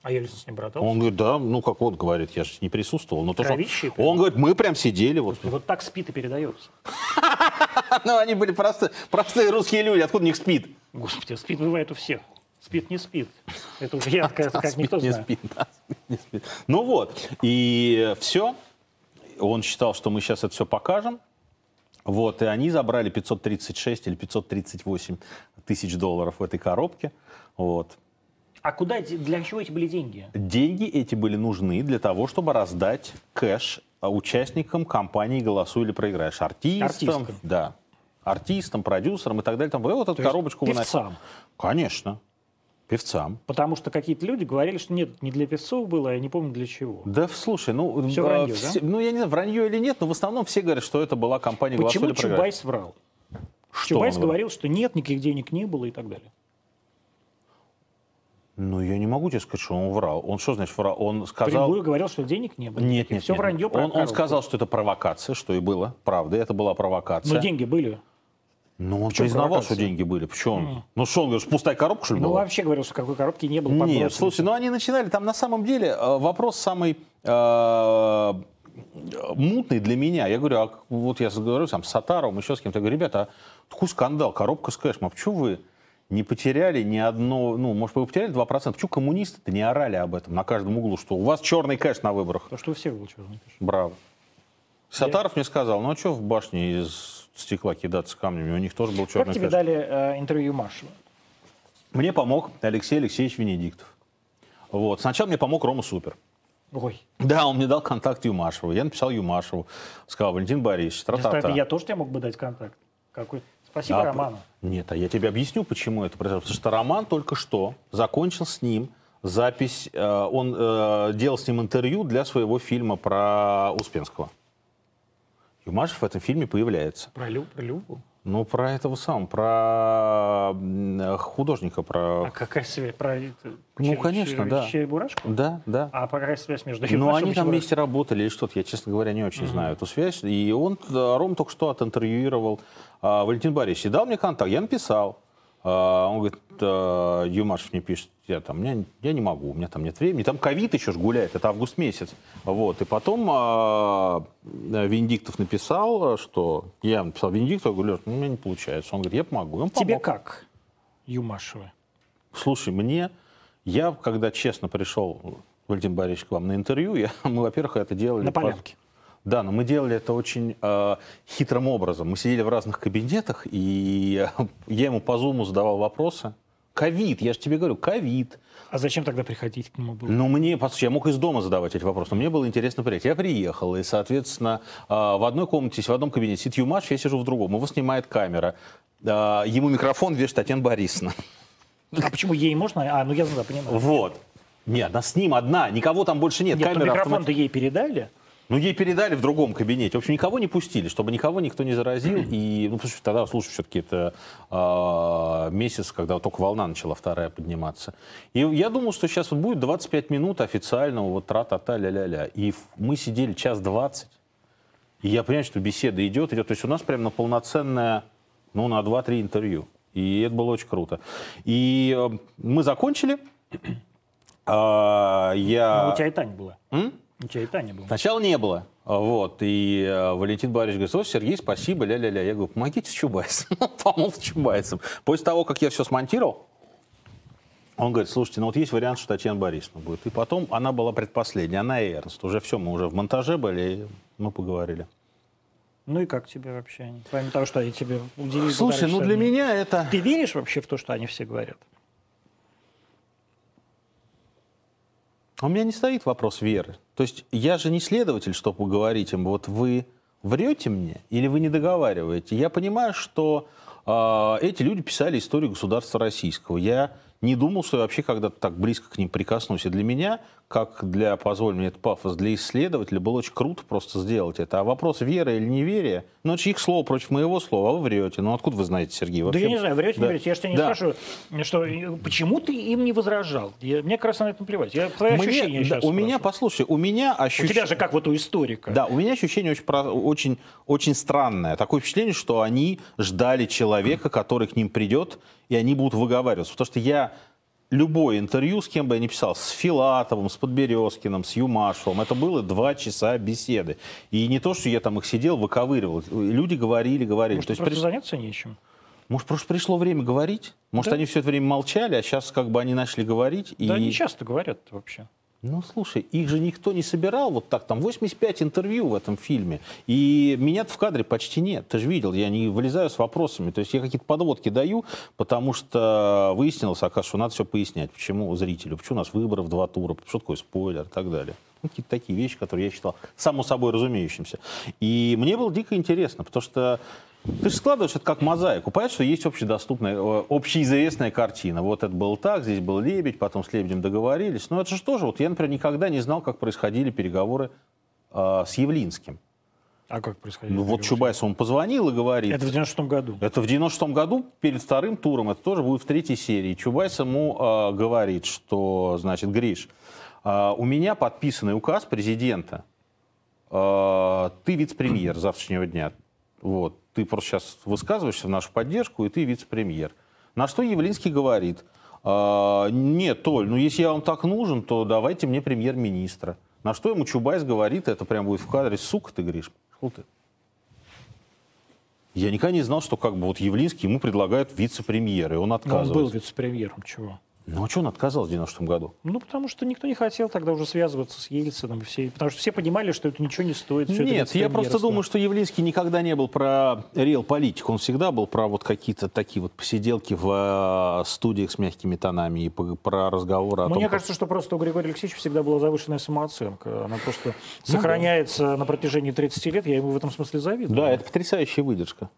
Speaker 1: А Ельцин с ним братался?
Speaker 2: Он говорит, да, ну как вот, говорит, я же не присутствовал. Но то, что он-
Speaker 1: Кровище,
Speaker 2: он, говорит, мы прям сидели. Вот.
Speaker 1: Вот так спит и передается.
Speaker 2: Ну они были просто, простые русские люди, откуда у них спит?
Speaker 1: Господи, спит бывает у всех. Спит не спит. Это уже я как, как никто
Speaker 2: не
Speaker 1: знает.
Speaker 2: спит, да, спит, не спит. Ну вот, и все. Он считал, что мы сейчас это все покажем. Вот, и они забрали 536 или 538 тысяч долларов в этой коробке. Вот.
Speaker 1: А куда, эти- для чего эти были деньги?
Speaker 2: Деньги эти были нужны для того, чтобы раздать кэш а, участникам компании «Голосуй или проиграешь». Артистам,
Speaker 1: Артистам.
Speaker 2: да. Артистам, продюсерам и так далее. Там, э, вот эту
Speaker 1: То есть
Speaker 2: коробочку выносили.
Speaker 1: певцам.
Speaker 2: Конечно. Певцам.
Speaker 1: Потому что какие-то люди говорили, что нет, не для певцов было, а я не помню для чего.
Speaker 2: Да, слушай, ну,
Speaker 1: Всё
Speaker 2: э,
Speaker 1: враньё,
Speaker 2: все- ну я не знаю, вранье или нет, но в основном все говорят, что это была компания «Голосуй
Speaker 1: Почему
Speaker 2: или проиграй».
Speaker 1: Чубайс врал?
Speaker 2: Что
Speaker 1: Чубайс
Speaker 2: он говорит?
Speaker 1: говорил, что нет, никаких денег не было и так далее.
Speaker 2: Ну, я не могу тебе сказать, что он врал. Он что значит врал? Он сказал...
Speaker 1: Прибой говорил, что денег не было.
Speaker 2: Нет, нет,
Speaker 1: Все
Speaker 2: нет,
Speaker 1: вранье
Speaker 2: нет.
Speaker 1: про
Speaker 2: он, он
Speaker 1: коровку.
Speaker 2: сказал, что это провокация, что и было. Правда, это была провокация.
Speaker 1: Но деньги были.
Speaker 2: Ну, он
Speaker 1: чем
Speaker 2: признавал,
Speaker 1: провокация?
Speaker 2: что деньги были. Почему? Ну, что он говорит, что пустая коробка, что ли,
Speaker 1: Ну,
Speaker 2: была?
Speaker 1: вообще говорил, что какой коробки не было.
Speaker 2: Нет,
Speaker 1: подбросили.
Speaker 2: слушай, ну они начинали, там на самом деле э, вопрос самый э, мутный для меня. Я говорю, а вот я говорю сам с Сатаровым, еще с кем-то. Я говорю, ребята, а такой скандал, коробка с кэшем. А почему вы не потеряли ни одно, ну, может, вы потеряли 2%? Почему коммунисты-то не орали об этом на каждом углу, что у вас черный кэш на выборах?
Speaker 1: То, что у всех был черный кэш.
Speaker 2: Браво. Сатаров мне сказал, ну а что в башне из стекла кидаться камнями? У них тоже был черный
Speaker 1: Как тебе
Speaker 2: кэш.
Speaker 1: дали э, интервью Машева?
Speaker 2: Мне помог Алексей Алексеевич Венедиктов. Вот. Сначала мне помог Рома Супер.
Speaker 1: Ой,
Speaker 2: Да, он мне дал контакт Юмашева. Я написал Юмашеву. Сказал, Валентин Борисович, тра-та-та.
Speaker 1: представь, я тоже тебе мог бы дать контакт. Какой? Спасибо
Speaker 2: А,
Speaker 1: Роману.
Speaker 2: Нет, а я тебе объясню, почему это произошло. Потому что Роман только что закончил с ним запись, э, он э, делал с ним интервью для своего фильма про Успенского. Юмашев в этом фильме появляется.
Speaker 1: Про, Лю, про Любу?
Speaker 2: Ну, про этого сам, про м, э, художника,
Speaker 1: А
Speaker 2: про...
Speaker 1: какая связь? Про, это,
Speaker 2: Ну, конечно, да.
Speaker 1: Черебурашку?
Speaker 2: Да, да.
Speaker 1: А про какая связь между
Speaker 2: Ну,
Speaker 1: Юрмашем
Speaker 2: они
Speaker 1: и
Speaker 2: там
Speaker 1: Чебурашкой?
Speaker 2: вместе работали или что-то, я, честно говоря, не очень знаю эту связь. И он, э, Ром только что отинтервьюировал а, Валентин Борисович и дал мне контакт, я написал. А, он говорит, э, Юмашев мне пишет, я там, я, я не могу, у меня там нет времени. Там ковид еще ж гуляет, это август месяц. Вот, и потом а, Венедиктов написал, что я написал Венедиктову, я говорю, «Лёш, ну, у меня не получается. Он говорит, я помогу. И он
Speaker 1: Тебе
Speaker 2: помог.
Speaker 1: как, Юмашева?
Speaker 2: Слушай, мне, я когда честно пришел, Валентин Борисович, к вам на интервью, я, мы, во-первых, это делали...
Speaker 1: На
Speaker 2: по-
Speaker 1: полянке.
Speaker 2: Да, но мы делали это очень э, хитрым образом. Мы сидели в разных кабинетах, и э, я ему по зуму задавал вопросы. Ковид, я же тебе говорю, ковид.
Speaker 1: А зачем тогда приходить к нему было?
Speaker 2: Ну, мне, послушай, я мог из дома задавать эти вопросы, но мне было интересно приехать. Я приехал, и, соответственно, э, в одной комнате, в одном кабинете сидит Юмаш, я сижу в другом, его снимает камера. Э, Ему микрофон вешает Татьяна Борисовна. Ну.
Speaker 1: А почему ей можно? А, ну я знаю, понимаю.
Speaker 2: Вот. Нет, она с ним одна, никого там больше нет.
Speaker 1: Нет, ну
Speaker 2: Камера автомат-
Speaker 1: микрофон-то ей передали.
Speaker 2: Ну, ей передали в другом кабинете. В общем, никого не пустили, чтобы никого никто не заразил. И, ну, потому что тогда, слушай, все-таки это а, месяц, когда вот только волна начала вторая подниматься. И я думал, что сейчас вот будет 25 минут официального вот тра-та-та, ля-ля-ля. И ф- мы сидели час 20. И я понимаю, что беседа идет, идет. То есть у нас прям на полноценное, ну, на 2-3 интервью. И это было очень круто. И э, мы закончили. А, я...
Speaker 1: Но Ну, у тебя и Таня была. У тебя и Таня была.
Speaker 2: Сначала не было. А, Вот, и э, Валентин Борисович говорит, ой, Сергей, спасибо, ля-ля-ля. Я говорю, помогите с Чубайсом. Он Помог с Чубайсом. После того, как я все смонтировал, он говорит, слушайте, ну вот есть вариант, что Татьяна Борисовна будет. И потом она была предпоследняя, она и Эрнст. Уже все, мы уже в монтаже были, и мы поговорили.
Speaker 1: Ну и как тебе вообще? они? Помимо того, что они тебе уделили
Speaker 2: Слушай,
Speaker 1: полтора
Speaker 2: ну
Speaker 1: часа
Speaker 2: для
Speaker 1: дня.
Speaker 2: меня это...
Speaker 1: Ты веришь вообще в то, что они все говорят?
Speaker 2: А У меня не стоит вопрос веры. То есть я же не следователь, чтобы говорить им, вот вы врете мне или вы не договариваете. Я понимаю, что э, эти люди писали историю государства российского. Я не думал, что я вообще когда-то так близко к ним прикоснусь. И для меня, как для, позволь мне этот пафос, для исследователя было очень круто просто сделать это. А вопрос веры или неверия, ну это же их слово против моего слова, а вы врете. Ну откуда вы знаете, Сергей?
Speaker 1: Да
Speaker 2: вообще?
Speaker 1: я не знаю, врете, не
Speaker 2: Да.
Speaker 1: врете. Я же тебя не
Speaker 2: Да.
Speaker 1: спрашиваю, что, э, почему ты им не возражал? Я- мне как раз на это наплевать. Я твои
Speaker 2: Мне-
Speaker 1: ощущения
Speaker 2: да,
Speaker 1: сейчас
Speaker 2: у меня,
Speaker 1: спрашиваю.
Speaker 2: послушай, у меня
Speaker 1: У
Speaker 2: ощущение...
Speaker 1: тебя же как вот у историка.
Speaker 2: Да, у меня ощущение очень, про- очень, очень странное. Такое впечатление, что они ждали человека, который к ним придет, и они будут выговариваться. Потому что я любое интервью, с кем бы я ни писал, с Филатовым, с Подберезкиным, с Юмашевым, это было два часа беседы. И не то, что я там их сидел, выковыривал. Люди говорили, говорили.
Speaker 1: Может,
Speaker 2: то есть
Speaker 1: просто
Speaker 2: приш-
Speaker 1: заняться нечем?
Speaker 2: Может, просто пришло время говорить? Может, они все это время молчали, а сейчас как бы они начали говорить? и...
Speaker 1: Да они часто говорят вообще.
Speaker 2: Ну, слушай, их же никто не собирал вот так. Там 85 интервью в этом фильме. И меня в кадре почти нет. Ты же видел, я не вылезаю с вопросами. То есть я какие-то подводки даю, потому что выяснилось, оказывается, что надо все пояснять. Почему зрителю, почему у нас выборов два тура, что такое спойлер и так далее. Ну, какие-то такие вещи, которые я считал само собой разумеющимся. И мне было дико интересно, потому что ты же складываешь это как мозаику. Понятно, что есть общедоступная, э, общеизвестная картина. Вот это был так, здесь был лебедь, потом с лебедем договорились. Но это же тоже, вот я, например, никогда не знал, как происходили переговоры э, с Явлинским.
Speaker 1: А как происходило?
Speaker 2: Ну, вот Чубайс он позвонил и говорит.
Speaker 1: Это в 96-м году.
Speaker 2: Это в 96 году, перед вторым туром, это тоже будет в третьей серии. Чубайс ему э, говорит, что, значит, Гриш, э, у меня подписанный указ президента. Э, ты вице-премьер завтрашнего дня. Вот. Ты просто сейчас высказываешься в нашу поддержку, и ты вице-премьер. На что Явлинский говорит, «А, нет, Толь, ну если я вам так нужен, то давайте мне премьер-министра. На что ему Чубайс говорит, это прям будет в кадре, сука ты, Гриш, пошел ты. Я никогда не знал, что как бы вот Явлинский ему предлагают вице-премьер,
Speaker 1: Ну,
Speaker 2: и он
Speaker 3: Но он
Speaker 2: отказывается.
Speaker 3: был вице-премьером, чего?
Speaker 2: Ну а что он отказался в 90 году?
Speaker 1: Ну, потому что никто не хотел тогда уже связываться с Ельцином. и Все, потому что все понимали, что это ничего не стоит. всё это
Speaker 2: Нет, я просто
Speaker 1: вице-премьерство.
Speaker 2: думаю, что Явлинский никогда не был про реал политик. Он всегда был про вот какие-то такие вот посиделки в э, студиях с мягкими тонами и по- про разговоры о том,
Speaker 1: Мне
Speaker 2: как-
Speaker 1: кажется, что просто у Григория Алексеевича всегда была завышенная самооценка. Она
Speaker 2: Ну
Speaker 1: просто сохраняется на протяжении 30 лет. Я ему в этом смысле завидую.
Speaker 2: Да, это потрясающая выдержка.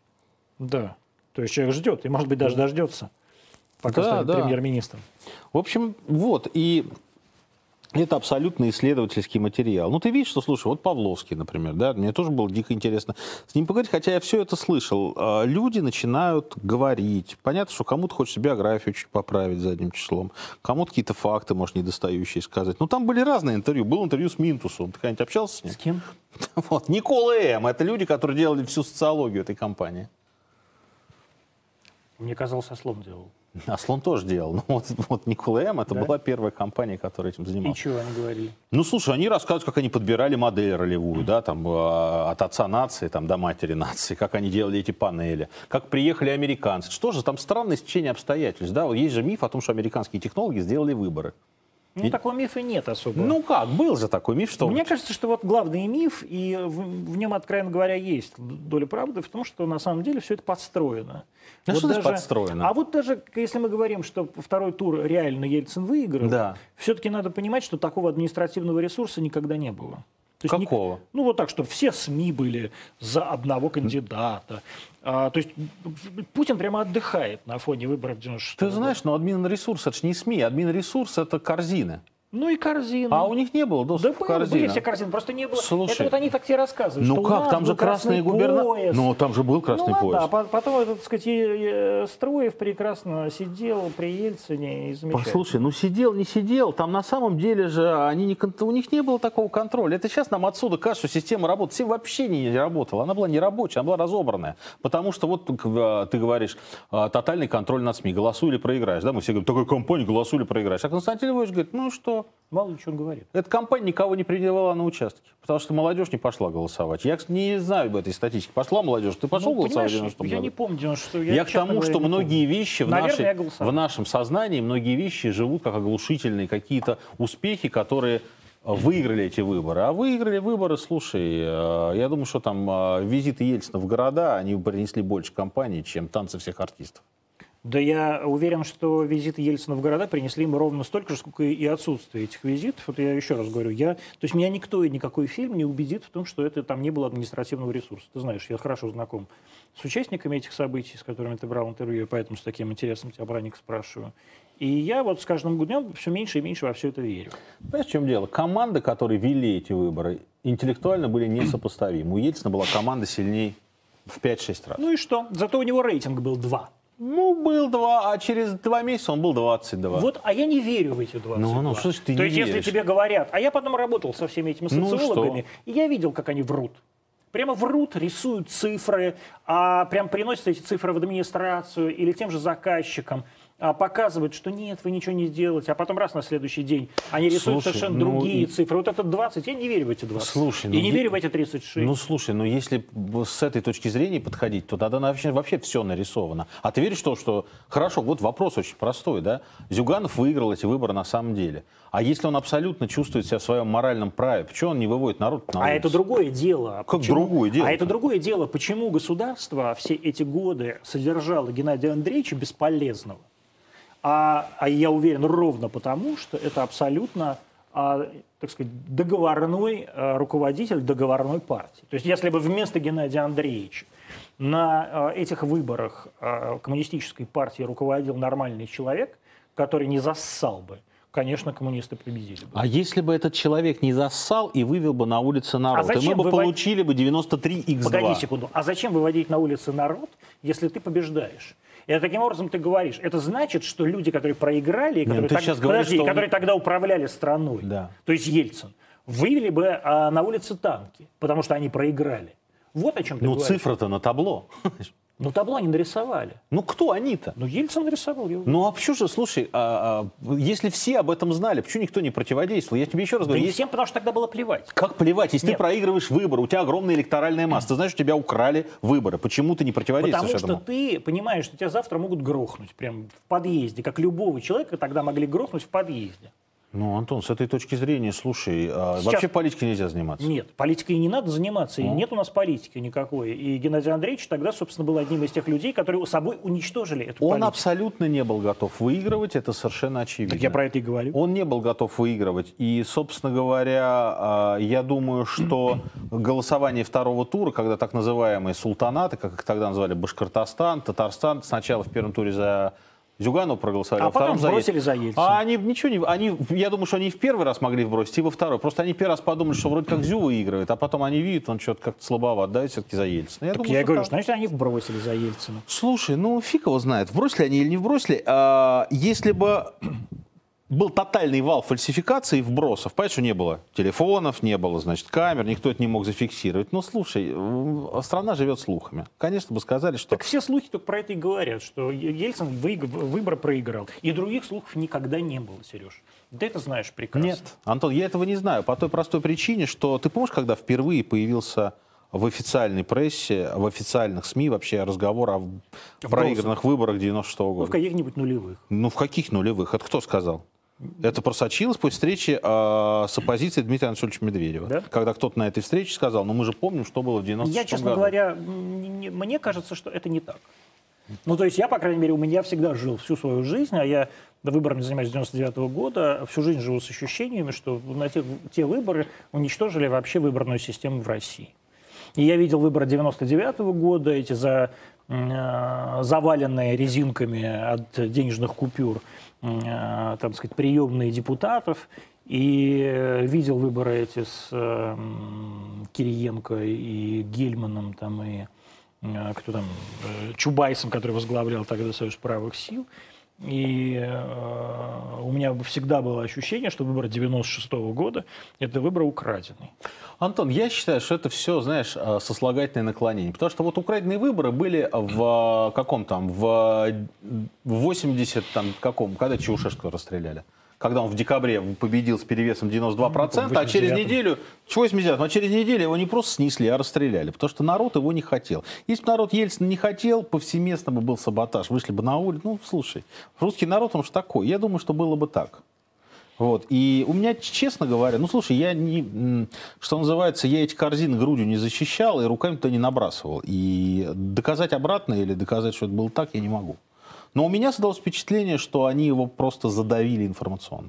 Speaker 1: Да. То есть человек ждет, и, может быть, даже дождется, пока
Speaker 2: Да,
Speaker 1: станет
Speaker 2: да.
Speaker 1: премьер-министром.
Speaker 2: В общем, вот, и это абсолютно исследовательский материал. Ну, ты видишь, что, слушай, вот Павловский, например, да, мне тоже было дико интересно с ним поговорить, хотя я все это слышал. А, Люди начинают говорить. Понятно, что кому-то хочется биографию чуть поправить задним числом, кому-то какие-то факты, может, недостающие сказать. Ну, там были разные интервью. Было интервью с Минтусом. Ты когда-нибудь общался с ним?
Speaker 1: кем?
Speaker 2: Вот, Никола М. Это люди, которые делали всю социологию этой компании.
Speaker 1: Мне казалось, слом делал.
Speaker 2: А Слон тоже делал. Ну, вот, вот Никола М. Это
Speaker 1: Да?
Speaker 2: была первая компания, которая этим занималась.
Speaker 1: И чего они говорили?
Speaker 2: Ну, слушай, они рассказывают, как они подбирали модель ролевую, да, там, э, от отца нации там, до матери нации, как они делали эти панели, как приехали американцы. Что же, там странное стечение обстоятельств, да, вот есть же миф о том, что американские технологи сделали выборы.
Speaker 1: Ну, такого мифа и нет особо.
Speaker 2: Ну как, был же такой миф, что...
Speaker 1: Мне кажется, что вот главный миф, и в, в нем, откровенно говоря, есть доля правды в том, что на самом деле все это подстроено.
Speaker 2: Да что значит подстроено?
Speaker 1: А вот даже если мы говорим, что второй тур реально Ельцин выиграл,
Speaker 2: Да.
Speaker 1: все-таки надо понимать, что такого административного ресурса никогда не было. То есть ник-
Speaker 2: Какого?
Speaker 1: ну вот так, чтобы все СМИ были за одного кандидата. А, то есть м, Путин прямо отдыхает на фоне выборов 96
Speaker 2: Ты знаешь, но админ ресурс это же не СМИ, админ ресурс это корзины.
Speaker 1: Ну и корзины.
Speaker 2: А у них не было
Speaker 1: Да
Speaker 2: доступа к
Speaker 1: были,
Speaker 2: корзинам.
Speaker 1: были все корзины, просто не было.
Speaker 2: Слушай,
Speaker 1: это вот они так тебе рассказывают.
Speaker 2: Ну
Speaker 1: что у
Speaker 2: как,
Speaker 1: нас
Speaker 2: там
Speaker 1: был
Speaker 2: же красные губернаторы.
Speaker 1: пояс.
Speaker 2: Ну, там же был
Speaker 1: Ну
Speaker 2: красный
Speaker 1: ладно,
Speaker 2: пояс.
Speaker 1: а по- потом этот, так сказать, э, э, Строев прекрасно сидел при Ельцине и замечательно.
Speaker 2: Послушай, ну сидел, не сидел, там на самом деле же они не, кон- у них не было такого контроля. Это сейчас нам отсюда кажется, что система работы Система вообще не работала. Она была не рабочая, она была разобранная. Потому что вот к- э, ты говоришь, э, тотальный контроль над СМИ, голосуй или проиграешь. Да, мы все говорим, такой компания, голосуй или проиграешь. А Константин Львович говорит, ну и что,
Speaker 1: Мало ли что он говорит.
Speaker 2: эта компания никого не приняла на участке, потому что молодежь не пошла голосовать. Я кстати, не знаю об этой статистике. Пошла молодежь, ты пошел
Speaker 1: Ну,
Speaker 2: голосовать? в
Speaker 1: понимаешь,
Speaker 2: 90-м
Speaker 1: Я
Speaker 2: году?
Speaker 1: не помню, что
Speaker 2: Я, к
Speaker 1: честно
Speaker 2: тому,
Speaker 1: говоря,
Speaker 2: что
Speaker 1: не помню.
Speaker 2: многие вещи в,
Speaker 1: Наверное, я
Speaker 2: нашей-
Speaker 1: голосовал.
Speaker 2: в нашем сознании, многие вещи живут как оглушительные какие-то успехи, которые э, выиграли эти выборы. А выиграли выборы, слушай, э, я думаю, что там э, визиты Ельцина в города, они принесли больше компаний, чем танцы всех артистов.
Speaker 1: Да я уверен, что визиты Ельцина в города принесли им ровно столько же, сколько и отсутствие этих визитов. Вот я еще раз говорю, я, то есть меня никто и никакой фильм не убедит в том, что это там не было административного ресурса. Ты знаешь, я хорошо знаком с участниками этих событий, с которыми ты брал интервью, и поэтому с таким интересом тебя браник спрашиваю. И я вот с каждым днем все меньше и меньше во все это верю.
Speaker 2: Понимаешь, в чем дело? Команды, которые вели эти выборы, интеллектуально были несопоставимы. У Ельцина была команда сильнее в 5-6 раз.
Speaker 1: Ну и что? Зато у него рейтинг был 2.
Speaker 2: Ну, был два, а через два месяца он был 22.
Speaker 1: Вот, а я не верю в эти 22.
Speaker 2: Ну, ну, что значит ты
Speaker 1: То
Speaker 2: не
Speaker 1: есть,
Speaker 2: веришь?
Speaker 1: если тебе говорят, а я потом работал со всеми этими
Speaker 2: Ну и
Speaker 1: социологами,
Speaker 2: что?
Speaker 1: и я видел, как они врут. Прямо врут, рисуют цифры, а прям приносят эти цифры в администрацию или тем же заказчикам, а показывают, что нет, вы ничего не сделаете, а потом раз на следующий день они рисуют
Speaker 2: Слушай,
Speaker 1: совершенно
Speaker 2: ну
Speaker 1: другие
Speaker 2: и-
Speaker 1: цифры. Вот это 20, я не верю в эти 20.
Speaker 2: Слушай,
Speaker 1: и
Speaker 2: ну
Speaker 1: не
Speaker 2: е-
Speaker 1: верю в эти 36.
Speaker 2: Ну слушай, ну если б с этой точки зрения подходить, то тогда на- вообще, вообще все нарисовано. А ты веришь в то, что хорошо, вот вопрос очень простой, да? Зюганов выиграл эти выборы на самом деле. А если он абсолютно чувствует себя в своем моральном праве, почему он не выводит народ на
Speaker 1: А это
Speaker 2: другое.
Speaker 1: другое дело.
Speaker 2: Как другое дело-то?
Speaker 1: А это другое дело. Почему государство все эти годы содержало Геннадия Андреевича бесполезного? А, а я уверен, ровно потому, что это абсолютно, а, так сказать, договорной а, руководитель договорной партии. То есть если бы вместо Геннадия Андреевича на а, этих выборах а, коммунистической партии руководил нормальный человек, который не зассал бы, конечно, коммунисты победили бы.
Speaker 2: А если бы этот человек не зассал и вывел бы на улицы народ, и мы
Speaker 1: А зачем
Speaker 2: бы
Speaker 1: выводить-
Speaker 2: получили бы 93 x 2
Speaker 1: Погоди секунду. А зачем выводить на улицы народ, если ты побеждаешь? Это таким образом ты говоришь. Это значит, что люди, которые проиграли, и
Speaker 2: ну
Speaker 1: которые,
Speaker 2: ты
Speaker 1: так-
Speaker 2: сейчас говоришь,
Speaker 1: подожди,
Speaker 2: что он-
Speaker 1: которые тогда управляли страной,
Speaker 2: Да.
Speaker 1: то есть Ельцин, вывели бы а, на улицы танки, потому что они проиграли. Вот о чем ты
Speaker 2: Ну
Speaker 1: говоришь.
Speaker 2: цифра-то на табло.
Speaker 1: Ну, табло они нарисовали.
Speaker 2: Ну кто они-то?
Speaker 1: Ну, Ельцин нарисовал его.
Speaker 2: Ну а почему же, слушай, а, а, если все об этом знали, почему никто не противодействовал? Я тебе еще раз
Speaker 1: Да
Speaker 2: говорю,
Speaker 1: и
Speaker 2: если-
Speaker 1: всем, потому что тогда было плевать.
Speaker 2: как плевать, если
Speaker 1: Нет.
Speaker 2: ты проигрываешь выборы, у тебя огромная электоральная масса, ты знаешь, у тебя украли выборы, почему ты не
Speaker 1: Потому
Speaker 2: противодействуешь
Speaker 1: что
Speaker 2: этому?
Speaker 1: ты понимаешь, что тебя завтра могут грохнуть прям в подъезде, как любого человека тогда могли грохнуть в подъезде.
Speaker 2: Ну, Антон, с этой точки зрения, слушай, а,
Speaker 1: Сейчас-
Speaker 2: вообще политикой нельзя заниматься.
Speaker 1: Нет, политикой и не надо заниматься, и
Speaker 2: Ну.
Speaker 1: нет у нас политики никакой. И Геннадий Андреевич тогда, собственно, был одним из тех людей, которые собой уничтожили эту
Speaker 2: Он
Speaker 1: политику.
Speaker 2: абсолютно не был готов выигрывать, это совершенно очевидно.
Speaker 1: Так я про это и говорю.
Speaker 2: Он не был готов выигрывать. И, собственно говоря, а, я думаю, что голосование второго тура, когда так называемые султанаты, как их тогда называли, Башкортостан, Татарстан, сначала в первом туре за Зюганова проголосовали,
Speaker 1: А
Speaker 2: во втором
Speaker 1: потом бросили за Ельцина.
Speaker 2: А они ничего не... Они, я думаю, что они и в первый раз могли вбросить, и во второй. Просто они первый раз подумали, что вроде как Зю выигрывает, а потом они видят, он что-то как-то слабоват, да, и все-таки за Ельцина.
Speaker 1: Так
Speaker 2: думаю,
Speaker 1: я и
Speaker 2: что
Speaker 1: говорю,
Speaker 2: так.
Speaker 1: что значит, они вбросили за Ельцина.
Speaker 2: Слушай, ну фиг его знает, вбросили они или не вбросили. А, если бы был тотальный вал фальсификации и вбросов, понимаешь, что не было телефонов, не было, значит, камер, никто это не мог зафиксировать. Но слушай, м, страна живет слухами. Конечно бы сказали, что...
Speaker 1: Так все слухи только про это и говорят, что Е- Ельцин выиг- выборы проиграл. И других слухов никогда не было, Сереж. Ты это знаешь прекрасно.
Speaker 2: Нет, Антон, я этого не знаю. По той простой причине, что ты помнишь, когда впервые появился в официальной прессе, в официальных СМИ вообще разговор о в-
Speaker 1: Вбросах.
Speaker 2: проигранных выборах 96
Speaker 1: Ну, в
Speaker 2: года?
Speaker 1: каких-нибудь нулевых.
Speaker 2: Ну, в каких нулевых? Это кто сказал? Это просочилось после встречи э, с оппозицией Дмитрия Анатольевича Медведева.
Speaker 1: Да?
Speaker 2: Когда кто-то на этой встрече сказал, ну мы же помним, что было в 96
Speaker 1: Я, честно
Speaker 2: году.
Speaker 1: говоря, м, не- мне кажется, что это не так. Ну, то есть я, по крайней мере, у меня всегда жил всю свою жизнь, а я выборами занимаюсь с 99 года, всю жизнь живу с ощущениями, что на те, те выборы уничтожили вообще выборную систему в России. И я видел выборы 99 года, эти за, м, э, заваленные резинками от денежных купюр, м, э, там сказать, приемные депутатов, и э, видел выборы эти с э, м, Кириенко и Гельманом, там, и э, кто там, э, Чубайсом, который возглавлял тогда Союз правых сил. И э, у меня всегда было ощущение, что выборы 96 года – это выборы украденные.
Speaker 2: Антон, я считаю, что это все, знаешь, э, сослагательное наклонение. Потому что вот украденные выборы были в э, каком там, в э, в 80 там каком, когда Чаушешку расстреляли. Когда он в декабре победил с перевесом 92%, а через
Speaker 1: 89-м.
Speaker 2: неделю, чего 80, а через неделю его не просто снесли, а расстреляли, потому что народ его не хотел. Если бы народ Ельцина не хотел, повсеместно бы был саботаж, вышли бы на улицу. Ну, слушай, русский народ, он же такой. Я думаю, что было бы так. Вот. И у меня, честно говоря, ну слушай, я не, м, что называется, я эти корзины грудью не защищал и руками-то не набрасывал. И доказать обратно или доказать, что это было так, я не могу. Но у меня создалось впечатление, что они его просто задавили информационно.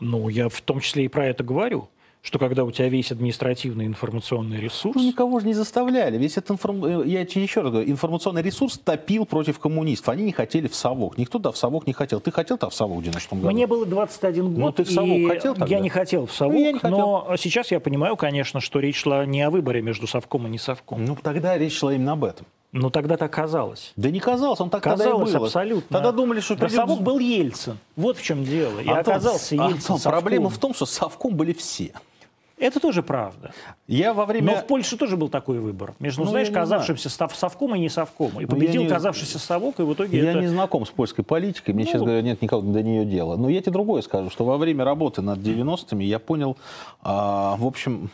Speaker 1: Ну, я в том числе и про это говорю, что когда у тебя весь административный информационный ресурс,
Speaker 2: Ну, никого же не заставляли. Весь этот информ- э, я тебе еще раз говорю, информационный ресурс топил против коммунистов. Они не хотели в совок. Никто да в совок не хотел. Ты хотел да в совок в 96 году?
Speaker 1: Мне было 21 год,
Speaker 2: Ну, ты в совок
Speaker 1: и
Speaker 2: хотел тогда?
Speaker 1: я не хотел в совок,
Speaker 2: Ну, я не хотел.
Speaker 1: но сейчас я понимаю, конечно, что речь шла не о выборе между совком и не совком.
Speaker 2: Ну, тогда речь шла именно об этом.
Speaker 1: Но тогда так казалось.
Speaker 2: Да не казалось, он так тогда
Speaker 1: Казалось
Speaker 2: и было.
Speaker 1: абсолютно.
Speaker 2: Тогда думали, что
Speaker 1: Да
Speaker 2: придет
Speaker 1: совок был Ельцин. Вот в чем дело. И
Speaker 2: Антон,
Speaker 1: оказался
Speaker 2: Антон,
Speaker 1: Ельцин совком.
Speaker 2: а проблема в том, что совком были все.
Speaker 1: Это тоже правда.
Speaker 2: Я во
Speaker 1: Но
Speaker 2: время...
Speaker 1: в Польше тоже был такой выбор. Между,
Speaker 2: Ну,
Speaker 1: знаешь,
Speaker 2: я не знаю.
Speaker 1: казавшимся сов- совком и не совком. И
Speaker 2: Ну, я
Speaker 1: победил
Speaker 2: не-
Speaker 1: казавшийся совок, и в итоге
Speaker 2: Я
Speaker 1: это...
Speaker 2: не знаком с польской политикой, мне
Speaker 1: Ну.
Speaker 2: сейчас говорят, нет никакого до нее дела. Но я тебе другое скажу, что во время работы над 90-ми я понял, а, в общем,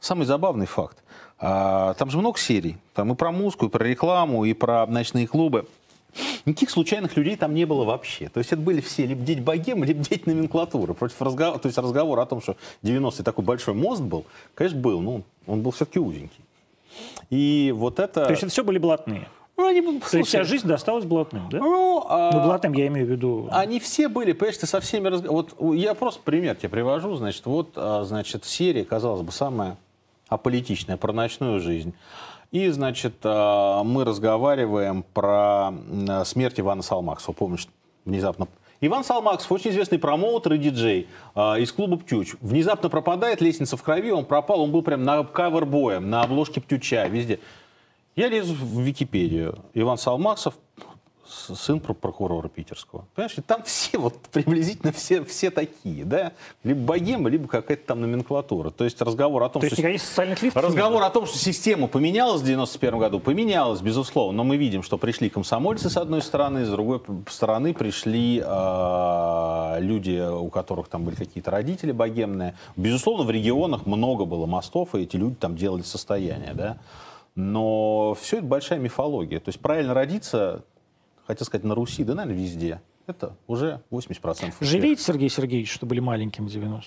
Speaker 2: самый забавный факт. А, там же много серий, там и про музыку, и про рекламу, и про ночные клубы. Никаких случайных людей там не было вообще. То есть это были все либо дети богемы, либо дети номенклатуры. Против разговора, то есть разговор о том, что 90-й такой большой мост был, конечно, был, но он был все-таки узенький. И вот это...
Speaker 1: То есть это все были блатные.
Speaker 2: Ну, они,
Speaker 1: То есть вся
Speaker 2: слушай,
Speaker 1: а жизнь досталась блатным, да?
Speaker 2: ну, а-
Speaker 1: Ну, блатным я имею в виду...
Speaker 2: они все были, понимаешь, ты со всеми разг- Вот у- я просто пример тебе привожу. Значит, вот, а, значит, серия, казалось бы, самая аполитичная, про ночную жизнь. И, значит, а, мы разговариваем про м, а, смерть Ивана Салмаксова. Помнишь, внезапно... Иван Салмаксов, очень известный промоутер и диджей а, из клуба «Птюч». Внезапно пропадает, лестница в крови, он пропал, он был прям на кавер-боем, на обложке «Птюча», везде. Я лезу в Википедию. Иван Салмаксов, с- сын про- прокурора питерского. Понимаешь, и там все, вот приблизительно все, все такие, да? Либо богема, либо какая-то там номенклатура. То есть разговор о том,
Speaker 1: То есть
Speaker 2: что...
Speaker 1: никаких социальных лифтов
Speaker 2: Разговор о том, что система поменялась в 91 году, поменялась, безусловно, но мы видим, что пришли комсомольцы с одной стороны, с другой п- стороны пришли э, люди, у которых там были какие-то родители богемные. Безусловно, в регионах много было мостов, и эти люди там делали состояние, да. Но все это большая мифология. То есть правильно родиться, хотел сказать, на Руси, да, наверное, везде. Это уже 80%. успеха.
Speaker 1: Жалеете, Сергей Сергеевич, что были маленьким в 90-е?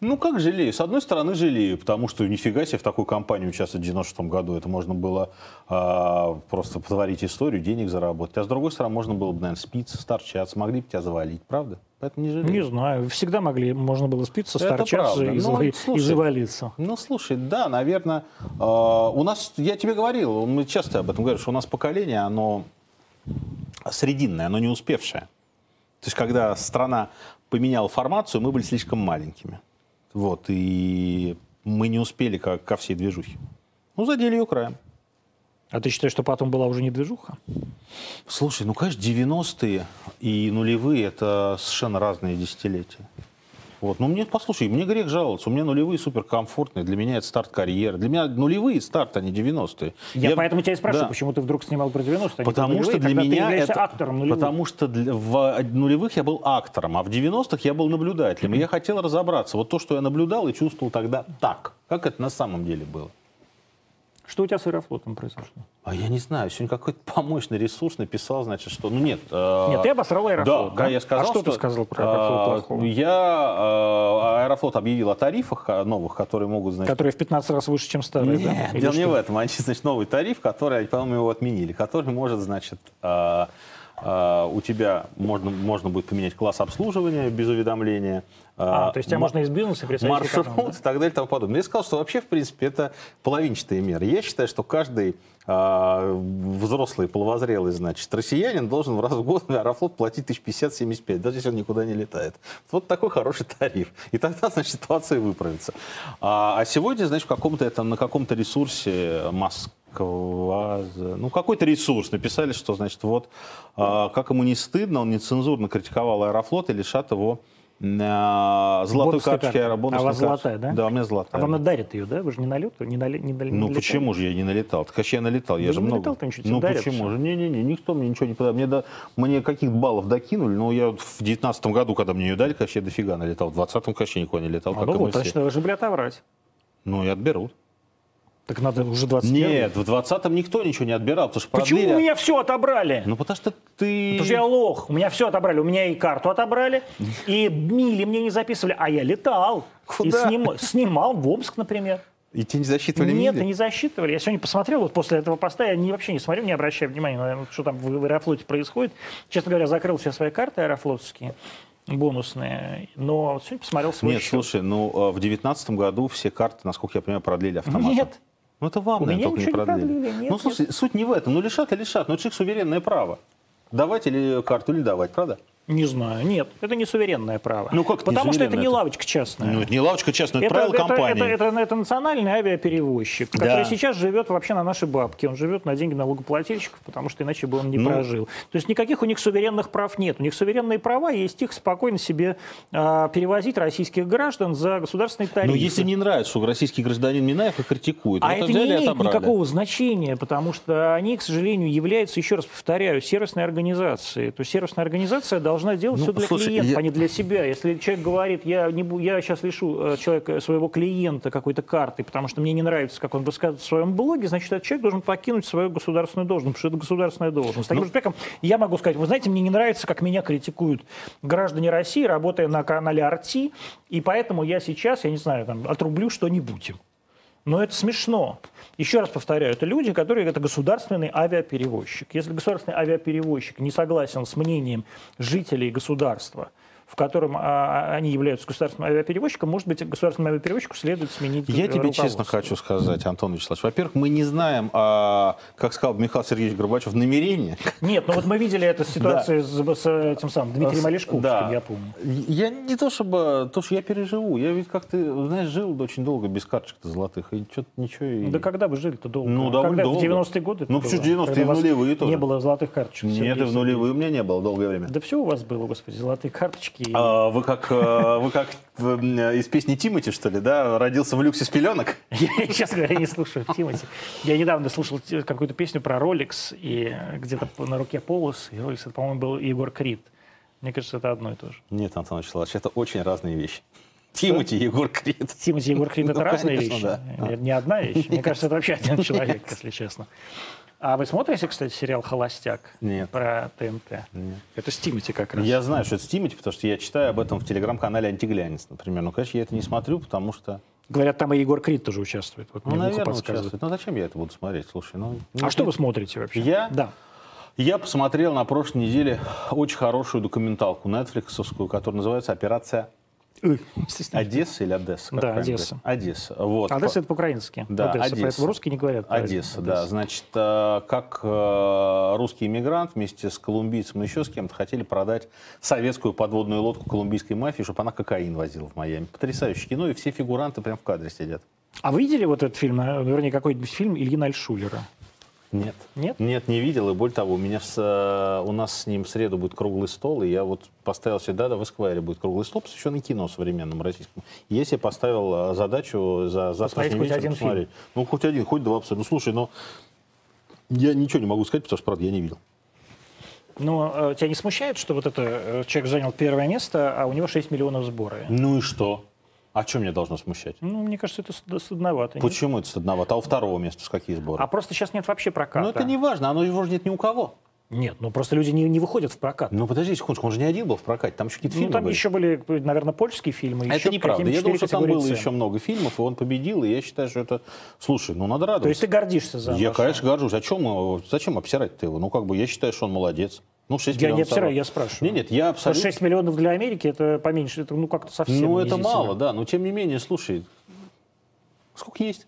Speaker 2: Ну, как жалею? С одной стороны, жалею, потому что нифига себе в такой компании участвовать в 96 году. Это можно было а, просто потворить историю, денег заработать. А с другой стороны, можно было бы, наверное, спиться, старчаться, могли бы тебя завалить, правда? Поэтому не жалею.
Speaker 1: Не знаю. Всегда могли, можно было спиться,
Speaker 2: Это
Speaker 1: сторчаться
Speaker 2: правда.
Speaker 1: и,
Speaker 2: Ну,
Speaker 1: зава-
Speaker 2: слушай.
Speaker 1: и завалиться.
Speaker 2: Ну, слушай, да, наверное, э, у нас, я тебе говорил, мы часто об этом говорим, что у нас поколение, оно срединное, оно не успевшее. То есть, когда страна поменяла формацию, мы были слишком маленькими. Вот, и мы не успели ко, ко всей движухе. Ну, задели ее краем.
Speaker 1: А ты считаешь, что потом была уже не движуха?
Speaker 2: Слушай, ну, конечно, 90-е и нулевые – это совершенно разные десятилетия. Вот. Ну, мне, послушай, мне грех жаловаться. У меня нулевые суперкомфортные. Для меня это старт карьеры. Для меня нулевые старт, а не 90-е.
Speaker 1: Я, поэтому тебя и спрашиваю,
Speaker 2: Да.
Speaker 1: почему ты вдруг снимал про 90 а не
Speaker 2: Потому
Speaker 1: про
Speaker 2: что
Speaker 1: нулевые,
Speaker 2: для
Speaker 1: когда ты
Speaker 2: меня
Speaker 1: являешься
Speaker 2: это...
Speaker 1: актором ну, нулевых?
Speaker 2: Потому что для- в э, нулевых я был актором, а в 90-х я был наблюдателем. И я хотел разобраться. Вот то, что я наблюдал и чувствовал тогда так. Как это на самом деле было?
Speaker 1: Что у тебя с аэрофлотом произошло?
Speaker 2: А я не знаю, сегодня какой-то помощный ресурс написал, значит, что... Ну нет. э,
Speaker 1: Нет, ты обосрал
Speaker 2: Да,
Speaker 1: аэрофлот.
Speaker 2: да, я сказал,
Speaker 1: а что, ты сказал про аэрофлот
Speaker 2: а,
Speaker 1: плохого?
Speaker 2: Я, э, Аэрофлот объявил о тарифах а, новых, которые могут, значит...
Speaker 1: Который в 15 раз выше, чем старый, да?
Speaker 2: Нет,
Speaker 1: Или
Speaker 2: дело не
Speaker 1: что?
Speaker 2: в этом. Они, значит, новый тариф, который, по-моему, его отменили, который может, значит, а, а, у тебя можно, можно будет поменять класс обслуживания без уведомления.
Speaker 1: А, то есть тебя
Speaker 2: м-
Speaker 1: можно из бизнеса пересадить в
Speaker 2: маршрут
Speaker 1: эконом, да?
Speaker 2: и так далее и тому подобное. Я сказал, что вообще, в принципе, это половинчатые меры. Я считаю, что каждый а, взрослый, половозрелый, значит, россиянин должен в раз в год на Аэрофлот платить 1050-75, даже если он никуда не летает. Вот такой хороший тариф. И тогда, значит, ситуация выправится. А, а сегодня, значит, в каком-то этом, на каком-то ресурсе Москва, за- ну, какой-то ресурс написали, что, значит, вот, а, как ему не стыдно, он нецензурно критиковал Аэрофлот и лишат его а, золотой
Speaker 1: Бонусной
Speaker 2: карточки
Speaker 1: карты.
Speaker 2: аэробонусной
Speaker 1: А у вас
Speaker 2: карточки.
Speaker 1: золотая, да?
Speaker 2: Да, у меня золотая.
Speaker 1: А вам она дарит ее, да? Вы же не на лету, не на ле- не на- не
Speaker 2: Ну
Speaker 1: летали?
Speaker 2: почему же я не налетал? Так вообще я налетал, я
Speaker 1: Да
Speaker 2: же
Speaker 1: не
Speaker 2: много.
Speaker 1: налетал-то ничего, тебе
Speaker 2: ну
Speaker 1: дарят
Speaker 2: почему
Speaker 1: всё.
Speaker 2: же? Не-не-не, никто мне ничего не подарил. Мне, да- мне каких баллов докинули, но я вот в девятнадцатом году, когда мне ее дали, конечно, я дофига налетал. В двадцатом, конечно, никуда не летал,
Speaker 1: А,
Speaker 2: как
Speaker 1: ну
Speaker 2: и мы
Speaker 1: вот,
Speaker 2: все.
Speaker 1: значит, вы же были отобрать.
Speaker 2: Ну и отберут.
Speaker 1: Так надо уже 20
Speaker 2: Нет, в двадцатом никто ничего не отбирал, потому что
Speaker 1: Почему
Speaker 2: продлили-
Speaker 1: у меня все отобрали?
Speaker 2: Ну потому что ты...
Speaker 1: Потому что я лох, у меня все отобрали, у меня и карту отобрали, и мили мне не записывали, а я летал. И
Speaker 2: Куда?
Speaker 1: сним- снимал в Омск, например.
Speaker 2: И тебя не засчитывали
Speaker 1: Нет,
Speaker 2: мили?
Speaker 1: и не засчитывали. Я сегодня посмотрел, вот после этого поста я не, вообще не смотрю, не обращаю внимания, на, что там в в Аэрофлоте происходит. Честно говоря, закрыл все свои карты аэрофлотские, бонусные, но вот сегодня посмотрел свой
Speaker 2: Нет,
Speaker 1: счет.
Speaker 2: слушай, ну э, в девятнадцатом году все карты, насколько я понимаю, продлили автоматом.
Speaker 1: Нет.
Speaker 2: Ну это вам,
Speaker 1: У
Speaker 2: наверное,
Speaker 1: меня
Speaker 2: только не
Speaker 1: ничего не
Speaker 2: продлили.
Speaker 1: продлили, нет,
Speaker 2: ну слушай, суть не в этом. Ну лишат и лишат. Ну это же их суверенное право. Давать или карту не давать, правда?
Speaker 1: Не знаю, нет, это не суверенное право.
Speaker 2: Ну как это не
Speaker 1: Потому что это не
Speaker 2: суверенное?
Speaker 1: лавочка частная.
Speaker 2: Ну это не лавочка, честно, это,
Speaker 1: Это,
Speaker 2: правило
Speaker 1: это-
Speaker 2: компании.
Speaker 1: это- это- это национальный авиаперевозчик, который
Speaker 2: Да.
Speaker 1: сейчас живет вообще на нашей бабке. Он живет на деньги налогоплательщиков, потому что иначе бы он не
Speaker 2: Ну.
Speaker 1: прожил. То есть никаких у них суверенных прав нет. У них суверенные права, есть их спокойно себе а, перевозить российских граждан за государственные тарифы.
Speaker 2: Ну если не нравится, что российский гражданин Минаев и критикует.
Speaker 1: А
Speaker 2: Вот
Speaker 1: это не
Speaker 2: взяли и
Speaker 1: имеет
Speaker 2: отобрали.
Speaker 1: никакого значения, потому что они, к сожалению, являются, еще раз повторяю, сервисной организацией. То есть сервисная организация должна делать
Speaker 2: Ну,
Speaker 1: все для
Speaker 2: слушай,
Speaker 1: клиентов,
Speaker 2: я-
Speaker 1: а не для себя. Если человек говорит, я, не, бу- я сейчас лишу э, человека, своего клиента какой-то карты, потому что мне не нравится, как он высказывает в своем блоге, значит, этот человек должен покинуть свою государственную должность, потому что это государственная должность.
Speaker 2: Ну,
Speaker 1: Таким же человеком я могу сказать, вы знаете, мне не нравится, как меня критикуют граждане России, работая на канале «Арти», и поэтому я сейчас, я не знаю, там, отрублю что-нибудь. им. Но это смешно. Еще раз повторяю, это люди, которые это государственный авиаперевозчик. Если государственный авиаперевозчик не согласен с мнением жителей государства в котором а, они являются государственным авиаперевозчиком, может быть, государственному авиаперевозчику следует сменить
Speaker 2: Я
Speaker 1: ру-
Speaker 2: тебе
Speaker 1: руководство.
Speaker 2: честно хочу сказать, Антон Вячеславович, во-первых, мы не знаем, а, как сказал Михаил Сергеевич Горбачев, намерения.
Speaker 1: Нет, ну вот мы видели это с ситуацией с, с этим самым Дмитрием Олешковским,
Speaker 2: Да.
Speaker 1: я помню.
Speaker 2: Я не то чтобы, то, что я переживу, я ведь как-то, знаешь, жил очень долго без карточек-то золотых, и что-то ничего... и-
Speaker 1: Да когда вы жили-то долго?
Speaker 2: Ну,
Speaker 1: когда
Speaker 2: довольно долго.
Speaker 1: в 90-е годы это
Speaker 2: Ну, почему
Speaker 1: было?
Speaker 2: 90-е
Speaker 1: Когда
Speaker 2: и
Speaker 1: у вас
Speaker 2: нулевые тоже.
Speaker 1: Не было золотых карточек.
Speaker 2: Нет, и
Speaker 1: Сергей
Speaker 2: в нулевые у меня не было долгое время.
Speaker 1: Да все у вас было, господи, золотые карточки. и-
Speaker 2: А, вы как, э, вы как э, из песни Тимати, что ли, да? Родился в люксе с пеленок?
Speaker 1: Я, честно говоря, не слушаю Тимати. Я недавно слушал те- какую-то песню про Rolex и э, где-то п- на руке полос. И Rolex, это, по-моему, был Егор Крид. Мне кажется, это одно и то же.
Speaker 2: Нет, Антон Вячеславович, это очень разные вещи. Тимати, Егор Крид.
Speaker 1: Тимати и Егор Крид — это
Speaker 2: Ну,
Speaker 1: разные
Speaker 2: конечно,
Speaker 1: вещи.
Speaker 2: да.
Speaker 1: Это Не одна вещь. Мне кажется, это вообще один человек, если честно. А вы смотрите, кстати, сериал «Холостяк»
Speaker 2: Нет.
Speaker 1: про ТНТ? Это с Тимати как раз.
Speaker 2: Я знаю, что это с Тимати, потому что я читаю об этом в телеграм-канале «Антиглянец», например. Ну, конечно, я это не смотрю, потому что...
Speaker 1: Говорят, там и Егор Крид тоже участвует. Вот
Speaker 2: Ну,
Speaker 1: мне Муха
Speaker 2: наверное,
Speaker 1: подсказывает.
Speaker 2: участвует. Ну, зачем я это буду смотреть? Слушай, ну...
Speaker 1: А что вы смотрите вообще?
Speaker 2: Я?
Speaker 1: Да.
Speaker 2: Я посмотрел на прошлой неделе очень хорошую документалку нетфликсовскую, которая называется «Операция
Speaker 1: Ой, стесняюсь.
Speaker 2: Одесса» или «Одесса». как
Speaker 1: Да,
Speaker 2: правильно
Speaker 1: Одесса.
Speaker 2: говорить? Одесса. Вот.
Speaker 1: Одесса — это по-украински.
Speaker 2: Да,
Speaker 1: Одесса.
Speaker 2: Одесса.
Speaker 1: Поэтому русские не говорят. про
Speaker 2: Одесса, да.
Speaker 1: Одессу.
Speaker 2: Значит, э, как э, русский иммигрант вместе с колумбийцем и еще с кем-то хотели продать советскую подводную лодку колумбийской мафии, чтобы она кокаин возила в Майами. Потрясающе кино, и все фигуранты прям в кадре сидят.
Speaker 1: А вы видели вот этот фильм, э, вернее, какой-нибудь фильм Ильина Альшулера?
Speaker 2: Нет.
Speaker 1: Нет?
Speaker 2: Нет, не видел, и более того, у, меня в с- э, у нас с ним в среду будет круглый стол, и я вот поставил себе, да, да, в Эсквайре будет круглый стол, посвященный кино современному российскому. И Я себе поставил э, задачу за завтрашний
Speaker 1: хоть
Speaker 2: вечер
Speaker 1: один фильм.
Speaker 2: посмотреть. Ну, хоть один, хоть два абсолютно. Ну, слушай, но я ничего не могу сказать, потому что, правда, я не видел.
Speaker 1: Но э, тебя не смущает, что вот это э, человек занял первое место, а у него 6 миллионов сбора?
Speaker 2: Ну и что? А чем меня должно смущать?
Speaker 1: Ну, мне кажется, это стыд- стыдновато. нет?
Speaker 2: Почему это с одного? А у второго места с какие сборы?
Speaker 1: А просто сейчас нет вообще проката.
Speaker 2: ну это не важно, оно его же нет ни у кого.
Speaker 1: Нет, ну просто люди не, не выходят в прокат.
Speaker 2: Ну подожди секундочку, он же не один был в прокате, там еще какие-то
Speaker 1: Ну,
Speaker 2: фильмы
Speaker 1: там
Speaker 2: были. А
Speaker 1: еще были, наверное, польские фильмы.
Speaker 2: Это
Speaker 1: еще
Speaker 2: неправда.
Speaker 1: какие-нибудь
Speaker 2: Я думаю, что
Speaker 1: четыре
Speaker 2: там было
Speaker 1: категории цен.
Speaker 2: еще много фильмов, и он победил, и я считаю, что это... Слушай, ну надо
Speaker 1: То есть
Speaker 2: радоваться.
Speaker 1: ты гордишься за
Speaker 2: я,
Speaker 1: нас.
Speaker 2: конечно, горжусь. О чем, э, зачем обсирать-то его? Ну как бы я считаю, что он молодец. Ну, 6
Speaker 1: Я не
Speaker 2: миллионов
Speaker 1: обсираю,
Speaker 2: собрал.
Speaker 1: я спрашиваю.
Speaker 2: Нет, нет, я
Speaker 1: Потому что
Speaker 2: абсолютно...
Speaker 1: 6 миллионов для Америки это поменьше, это ну как-то совсем
Speaker 2: Ну, это
Speaker 1: унизительно.
Speaker 2: мало, да. Но тем не менее, слушай, сколько есть?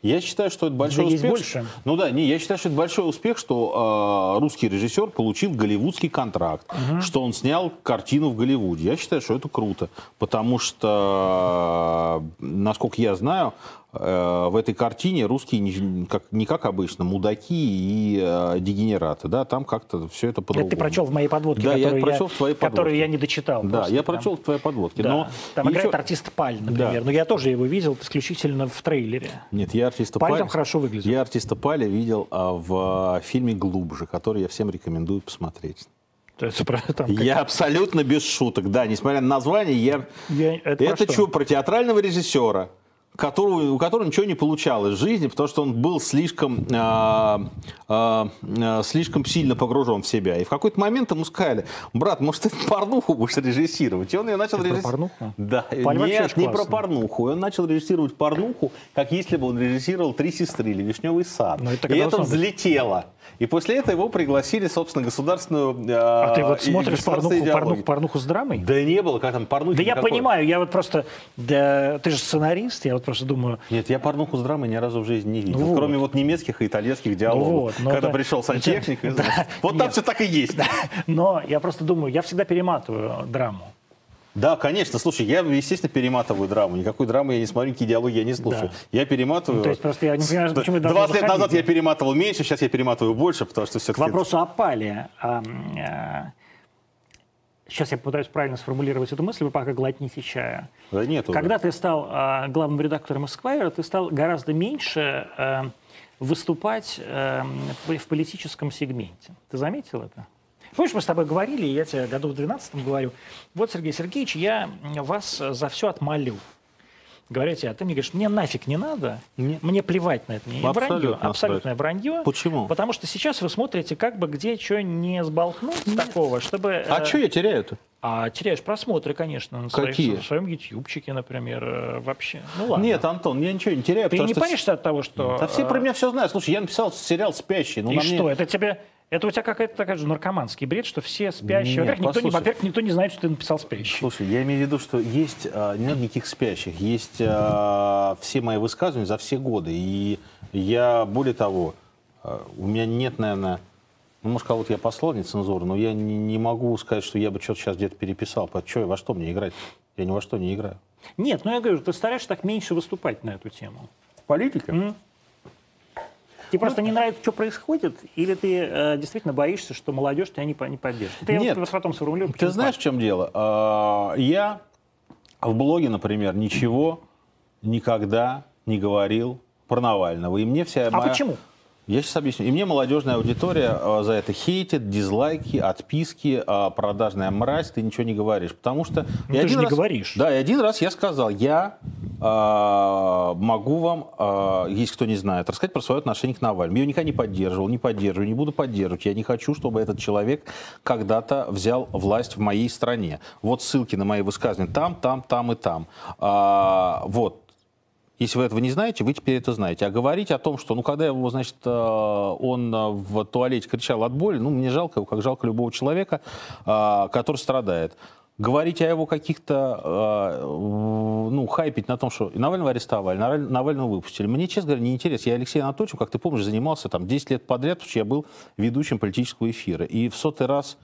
Speaker 2: Я считаю, что это большой
Speaker 1: есть
Speaker 2: успех.
Speaker 1: больше.
Speaker 2: Ну да, не, я считаю, что это большой успех, что э, русский режиссер получил голливудский контракт, что он снял картину в Голливуде. Я считаю, что это круто, потому что, э, насколько я знаю, э, в этой картине русские не как, не как обычно мудаки и э, дегенераты, да, там как-то все это
Speaker 1: Это
Speaker 2: по-другому.
Speaker 1: ты прочел в моей подводке,
Speaker 2: Да, я
Speaker 1: которую,
Speaker 2: прочел в твоей
Speaker 1: которую
Speaker 2: подводке.
Speaker 1: я не дочитал.
Speaker 2: Да,
Speaker 1: просто
Speaker 2: я
Speaker 1: там.
Speaker 2: прочел в твоей подводке.
Speaker 1: Да.
Speaker 2: но
Speaker 1: Там
Speaker 2: еще-
Speaker 1: играет артист Паль, например. Но я тоже его видел исключительно в трейлере.
Speaker 2: Нет, я артиста
Speaker 1: Паль
Speaker 2: Паля,
Speaker 1: там хорошо выглядит.
Speaker 2: Я артиста Паля видел а, в а, фильме «Глубже», который я всем рекомендую посмотреть.
Speaker 1: То есть, про- там как-
Speaker 2: Я абсолютно без шуток, да, несмотря на название, я...
Speaker 1: Я- это про
Speaker 2: Это,
Speaker 1: что?
Speaker 2: чё, про театрального режиссера, которого, у которого ничего не получалось в жизни, потому что он был слишком, а, а, а, слишком сильно погружен в себя. И в какой-то момент ему сказали, брат, может, ты порнуху будешь режиссировать? И он ее начал
Speaker 1: Это про
Speaker 2: режиссировать.
Speaker 1: порнуху?
Speaker 2: Да,
Speaker 1: Паль вообще
Speaker 2: нет,
Speaker 1: очень
Speaker 2: не про
Speaker 1: классный.
Speaker 2: порнуху. И он начал режиссировать порнуху, как если бы он режиссировал «Три сестры» или «Вишневый сад».
Speaker 1: Но Ну, это так
Speaker 2: и
Speaker 1: и
Speaker 2: это
Speaker 1: должно быть.
Speaker 2: взлетело. И после этого его пригласили, собственно, государственную...
Speaker 1: А ты вот смотришь порнуху, порнуху, порнуху с драмой? Да,
Speaker 2: Да не было, как там порнухи
Speaker 1: я
Speaker 2: никакой.
Speaker 1: понимаю, я вот просто... Да, ты же сценарист, я вот просто думаю...
Speaker 2: Нет, я порнуху с драмой ни разу в жизни не видел.
Speaker 1: Ну вот. Ну
Speaker 2: Кроме вот немецких и итальянских диалогов.
Speaker 1: вот, но
Speaker 2: когда
Speaker 1: да.
Speaker 2: пришел сантехник. и- Вот там
Speaker 1: нет.
Speaker 2: все так и есть.
Speaker 1: Но я просто думаю, я всегда перематываю драму.
Speaker 2: Да, конечно. Слушай, я, естественно, перематываю драму. Никакой драмы я не смотрю, никакие диалоги я не слушаю. Я перематываю.
Speaker 1: Ну, то есть просто я не понимаю, почему я должен
Speaker 2: 20 лет
Speaker 1: заходить.
Speaker 2: назад я перематывал меньше, сейчас я перематываю больше, потому что
Speaker 1: К
Speaker 2: все-таки...
Speaker 1: вопросу о Пале. а, м, а, Сейчас я попытаюсь правильно сформулировать эту мысль, вы пока глотните чая.
Speaker 2: Да нет уже.
Speaker 1: Когда ты стал а, главным редактором Esquire, ты стал гораздо меньше э, выступать э, в политическом сегменте. Ты заметил это? Помнишь, мы с тобой говорили, и я тебе году в 12 говорю, вот, Сергей Сергеевич, я вас за все отмолю. Говорю тебе, а ты мне говоришь, мне нафиг не надо,
Speaker 2: Нет.
Speaker 1: мне плевать на это. Мне
Speaker 2: Абсолютно
Speaker 1: вранье,
Speaker 2: абсолютно.
Speaker 1: абсолютное вранье.
Speaker 2: Почему?
Speaker 1: Потому что сейчас вы смотрите, как бы где что не сболтнуть такого, чтобы...
Speaker 2: А
Speaker 1: э,
Speaker 2: что я теряю-то?
Speaker 1: а теряешь просмотры, конечно, на своих-
Speaker 2: Какие?
Speaker 1: в своем ютубчике, например, э, вообще. Ну ладно.
Speaker 2: Нет, Антон, я ничего не теряю,
Speaker 1: ты
Speaker 2: потому
Speaker 1: не
Speaker 2: что...
Speaker 1: паришься от того, что...
Speaker 2: Да все
Speaker 1: э,
Speaker 2: про меня все знают. Слушай, я написал сериал «Спящий». Ну,
Speaker 1: И
Speaker 2: на мне-
Speaker 1: что, это тебе... Это у тебя какая-то такая же наркоманский бред, что все спящие.
Speaker 2: Нет,
Speaker 1: Во-первых, никто, не,
Speaker 2: послушай.
Speaker 1: во-первых, никто не знает, что ты написал спящий.
Speaker 2: Слушай, я имею в виду, что есть а, нет никаких спящих, есть а, все мои высказывания за все годы, и я более того, а, у меня нет, наверное, ну может кого-то я послал нецензуру, но я не, не могу сказать, что я бы что-то сейчас где-то переписал, По- чё я- во что мне играть? Я ни во что не играю.
Speaker 1: Нет, ну я говорю, ты стараешься так меньше выступать на эту тему.
Speaker 2: Политика?
Speaker 1: М?
Speaker 2: Ну,
Speaker 1: Тебе просто не нравится, что происходит, или ты э, действительно боишься, что молодежь тебя не, по- не поддержит? Это я
Speaker 2: Нет.
Speaker 1: вот с ротом сформулирую,
Speaker 2: Ты
Speaker 1: почему
Speaker 2: знаешь, в чем дело? А, Я в блоге, например, ничего никогда не говорил про Навального. И мне вся
Speaker 1: так. А
Speaker 2: моя-
Speaker 1: почему?
Speaker 2: Я сейчас объясню. И мне молодежная аудитория э, за это хейтит, дизлайки, отписки, э, продажная мразь, ты ничего не говоришь. Потому что...
Speaker 1: Ну, ты же не говоришь.
Speaker 2: Да, и один раз я сказал, я э, могу вам, э, если кто не знает, рассказать про свое отношение к Навальному. Я его никогда не поддерживал, не поддерживаю, не буду поддерживать. Я не хочу, чтобы этот человек когда-то взял власть в моей стране. Вот ссылки на мои высказывания там, там, там и там. А, вот. Если вы этого не знаете, вы теперь это знаете. А говорить о том, что, ну, когда его, значит, э, он э, в туалете кричал от боли, ну, мне жалко его, как жалко любого человека, э, который страдает. Говорить о его каких-то, э, ну, хайпить на том, что и Навального арестовали, Наваль- Навального выпустили. Мне, честно говоря, неинтересно. Я Алексей Анатольевичем, как ты помнишь, занимался там 10 лет подряд, потому что я был ведущим политического эфира. И в сотый раз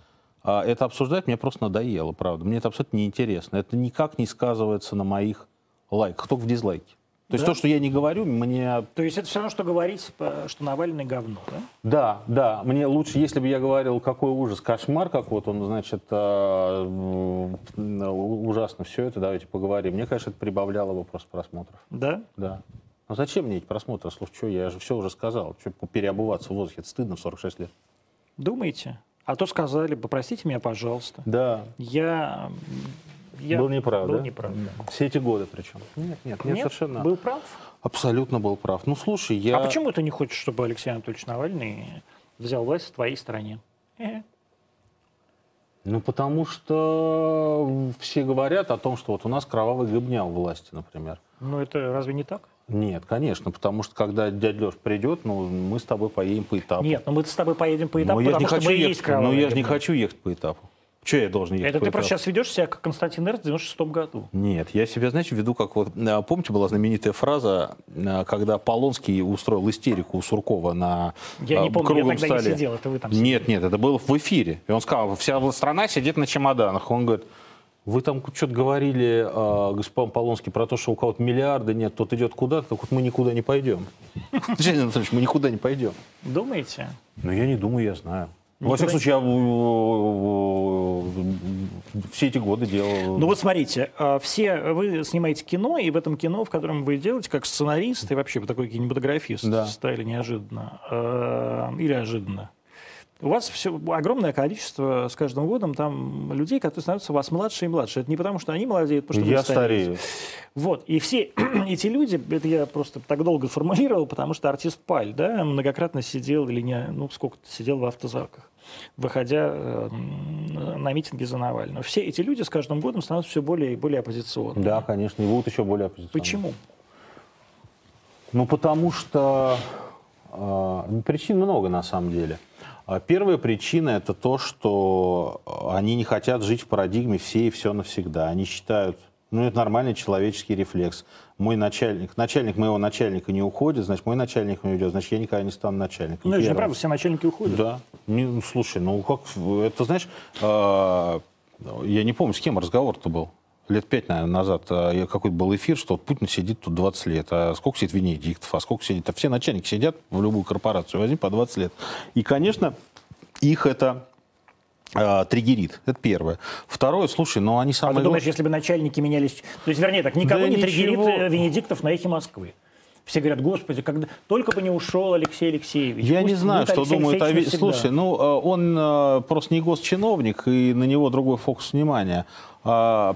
Speaker 2: э, это обсуждать мне просто надоело, правда. Мне это абсолютно неинтересно. Это никак не сказывается на моих лайках, только в дизлайке. То есть
Speaker 1: Да?
Speaker 2: то, что я не говорю, мне...
Speaker 1: То есть это все равно, что говорить, э, что Навальный говно, да?
Speaker 2: Да, да, мне лучше, если бы я говорил, какой ужас, кошмар, как вот он, значит, а, м, ужасно все это, давайте поговорим. Мне, конечно, это прибавляло бы просто просмотров.
Speaker 1: Да?
Speaker 2: Да. Ну зачем мне эти просмотры? Слушай, что, я же все уже сказал. Что переобуваться в воздухе? Это стыдно в 46 лет.
Speaker 1: Думаете? А то сказали, попросите меня, пожалуйста.
Speaker 2: Да.
Speaker 1: Я... я
Speaker 2: Был неправ,
Speaker 1: был
Speaker 2: да?
Speaker 1: неправ, да.
Speaker 2: Все эти годы причем. Нет, нет, нет,
Speaker 1: Нет?
Speaker 2: совершенно.
Speaker 1: Был прав?
Speaker 2: Абсолютно был прав. Ну слушай, я...
Speaker 1: А почему ты не хочешь, чтобы Алексей Анатольевич Навальный взял власть в твоей стране? Э,
Speaker 2: Ну, потому что все говорят о том, что вот у нас кровавый гыбнял власти, например.
Speaker 1: Ну это разве не так?
Speaker 2: Нет, конечно, потому что когда дядя Леш придет, ну, мы с тобой поедем по этапу.
Speaker 1: Нет, ну мы с тобой поедем по этапу,
Speaker 2: А ну, я
Speaker 1: потому
Speaker 2: же не
Speaker 1: что
Speaker 2: хочу
Speaker 1: мы и
Speaker 2: ехать,
Speaker 1: есть
Speaker 2: ну,
Speaker 1: кровавые.
Speaker 2: я же не
Speaker 1: гибры.
Speaker 2: хочу ехать по этапу. Че я должен ехать
Speaker 1: Это
Speaker 2: по
Speaker 1: ты просто
Speaker 2: этапу?
Speaker 1: сейчас ведешь себя как Константин Эрц в 96 году.
Speaker 2: Нет, я себя, знаете, веду как вот... э, Помните, была знаменитая фраза, э, когда Полонский устроил истерику у Суркова на
Speaker 1: Я
Speaker 2: э,
Speaker 1: не помню, я
Speaker 2: круглом
Speaker 1: тогда не
Speaker 2: столе?
Speaker 1: сидел, это вы там сидели.
Speaker 2: Нет, нет, это было в эфире. И он сказал, вся вот страна сидит на чемоданах. Он говорит, вы там что-то говорили, э, господин Полонский, про то, что у кого-то миллиарды нет, тот идет куда-то, так вот мы никуда не пойдем. Женя Анатольевич, мы никуда не пойдем.
Speaker 1: Думаете?
Speaker 2: Но я не думаю, я знаю. Во всяком случае, я э, э, все эти годы делал.
Speaker 1: Ну вот смотрите, э, все вы снимаете кино, и в этом кино, в котором вы делаете, как сценарист и вообще вы такой кинематографист,
Speaker 2: Да.
Speaker 1: стали неожиданно э, или ожиданно. У вас все огромное количество с каждым годом там людей, которые становятся у вас младше и младше. Это не потому, что они молодеют, потому что
Speaker 2: я
Speaker 1: вы стареете.
Speaker 2: старею.
Speaker 1: Вот, и все эти люди, это я просто так долго формулировал, потому что артист Паль, да, многократно сидел или не, ну, сколько-то сидел в автозаках, выходя э, м, на митинги за Навального. Все эти люди с каждым годом становятся все более и более оппозиционными.
Speaker 2: Да, конечно, и будут еще более оппозиционные.
Speaker 1: Почему?
Speaker 2: Ну, потому что э, причин много на самом деле. А Первая причина это то, что э, они не хотят жить в парадигме все и все навсегда. Они считают, ну это нормальный человеческий рефлекс. Мой начальник, начальник моего начальника не уходит, значит мой начальник не уйдет, значит я никогда не стану начальником.
Speaker 1: Ну, это же
Speaker 2: Первое.
Speaker 1: правда, все начальники уходят.
Speaker 2: Да. Не, ну, слушай, ну как, в- это знаешь, э, я не помню, с кем разговор-то был. Лет пять, наверное, назад э, я- какой-то был эфир, что вот Путин сидит тут 20 лет, а сколько сидит Венедиктов, а сколько сидит... А все начальники сидят в любую корпорацию, возьми по 20 лет. И, конечно, их это э, триггерит. Это первое. Второе, слушай, ну они
Speaker 1: А
Speaker 2: самые...
Speaker 1: ты думаешь,
Speaker 2: главные-
Speaker 1: если бы начальники менялись... То есть, вернее так, никого
Speaker 2: Да
Speaker 1: не триггерит
Speaker 2: ничего.
Speaker 1: э, Венедиктов на эхе Москвы. Все говорят, господи, когда... только бы не ушел Алексей Алексеевич.
Speaker 2: Я
Speaker 1: Пусть
Speaker 2: не знаю,
Speaker 1: будет
Speaker 2: что
Speaker 1: Алексей
Speaker 2: думают о...
Speaker 1: Алексеевич
Speaker 2: Ве- Слушай,
Speaker 1: навсегда».
Speaker 2: ну, э, он э, просто не госчиновник, и на него другой фокус внимания. А,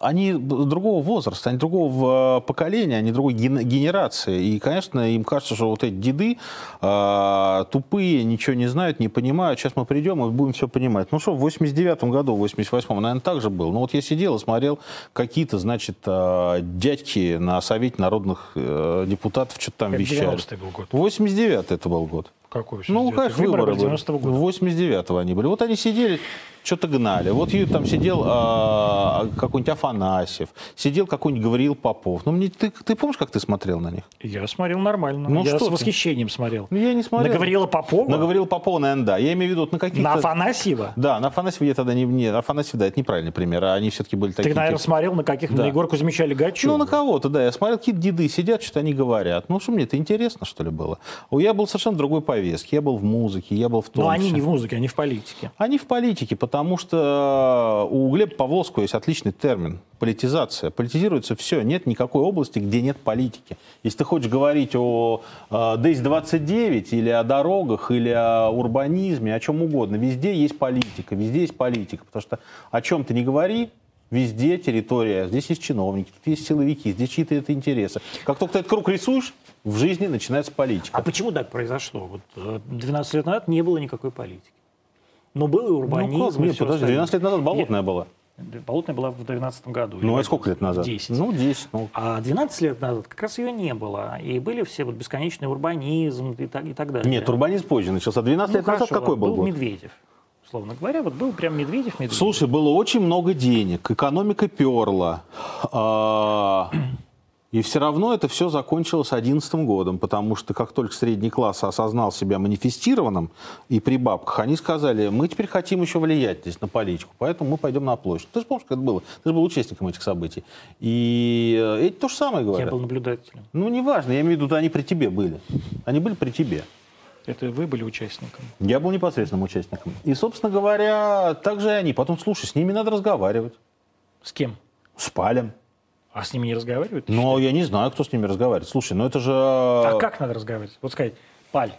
Speaker 2: Они б- другого возраста, они другого э, поколения, они другой ген- генерации. И, конечно, им кажется, что вот эти деды э, тупые, ничего не знают, не понимают. Сейчас мы придем и будем все понимать. Ну что, в 89-м году, в 88-м, наверное, так же был. Ну вот я сидел и смотрел какие-то, значит, э, дядьки на Совете народных э, депутатов что-то там
Speaker 1: Это
Speaker 2: вещали.
Speaker 1: 90-й был год.
Speaker 2: 89 это был год.
Speaker 1: какой сейчас
Speaker 2: Ну,
Speaker 1: идет?
Speaker 2: конечно,
Speaker 1: Их
Speaker 2: выборы
Speaker 1: были
Speaker 2: были.
Speaker 1: 90-го года.
Speaker 2: 89-го они были. Вот они сидели, что-то гнали. Вот Ю- там сидел а, какой-нибудь Афанасьев, сидел какой-нибудь Гавриил Попов. Ну, мне, ты, ты помнишь, как ты смотрел на них?
Speaker 1: Я смотрел нормально.
Speaker 2: Ну,
Speaker 1: я
Speaker 2: что
Speaker 1: с
Speaker 2: ты?
Speaker 1: восхищением смотрел.
Speaker 2: Ну, я не смотрел.
Speaker 1: На Гавриила Попова?
Speaker 2: На Гавриила Попова, наверное, да. Я имею в виду вот на каких-то...
Speaker 1: На Афанасьева?
Speaker 2: Да, на Афанасьева я тогда не... не Афанасьев, да, это неправильный пример. а Они все-таки были такие...
Speaker 1: Ты, наверное,
Speaker 2: типа,
Speaker 1: смотрел на каких?
Speaker 2: Да.
Speaker 1: На Егора Кузьмича Легачева?
Speaker 2: Ну, на кого-то, да. Я смотрел, какие-то деды сидят, что-то они говорят. Ну, что мне это интересно, что ли, было? У я был совершенно другой повестке. Я был в музыке, я был в том
Speaker 1: Но Ну, они
Speaker 2: числе.
Speaker 1: не в музыке, они в политике.
Speaker 2: Они в политике, потому что э, у Глеба Павловского есть отличный термин – политизация. Политизируется все, нет никакой области, где нет политики. Если ты хочешь говорить о э, ДЭС-29 или о дорогах, или о урбанизме, о чем угодно, везде есть политика, везде есть политика, потому что о чем ты не говори, Везде территория, здесь есть чиновники, тут есть силовики, здесь чьи-то это интересы. Как только ты этот круг рисуешь, в жизни начинается политика.
Speaker 1: А почему так произошло? Вот э, 12 лет назад не было никакой политики. Но был и урбанизм.
Speaker 2: ну как?
Speaker 1: и
Speaker 2: Нет,
Speaker 1: всё
Speaker 2: подожди,
Speaker 1: остальное.
Speaker 2: 12 лет назад болотная была.
Speaker 1: Да, Болотная была в 2012 году.
Speaker 2: Ну,
Speaker 1: Или
Speaker 2: а сколько лет назад?
Speaker 1: 10.
Speaker 2: Ну, 10. Ну,
Speaker 1: А 12 лет назад как раз ее не было. И были все вот бесконечный урбанизм и так, и так далее.
Speaker 2: Нет, урбанизм позже начался. 12
Speaker 1: Ну,
Speaker 2: А лет назад
Speaker 1: хорошо,
Speaker 2: какой
Speaker 1: вот
Speaker 2: был, год?
Speaker 1: Медведев, словно говоря. Вот был прям Медведев, Медведев.
Speaker 2: Слушай, было очень много денег, экономика перла. А, И все равно это все закончилось 2011 годом, потому что как только средний класс осознал себя манифестированным и при бабках, они сказали, мы теперь хотим еще влиять здесь на политику, поэтому мы пойдем на площадь. Ты же помнишь, как это было? Ты же был участником этих событий. И э, эти то же самое
Speaker 1: я
Speaker 2: говорят.
Speaker 1: был наблюдателем.
Speaker 2: Ну, неважно, я имею в виду, они при тебе были. Они были при тебе.
Speaker 1: Это вы были участником.
Speaker 2: Я был непосредственным участником. И, собственно говоря, так же и они. Потом, слушай, с ними надо разговаривать.
Speaker 1: С кем?
Speaker 2: С Палем.
Speaker 1: А с ними не разговаривают?
Speaker 2: Но я не знаю, кто с ними разговаривает. Слушай, ну это же...
Speaker 1: А как надо разговаривать? Вот сказать, Паль,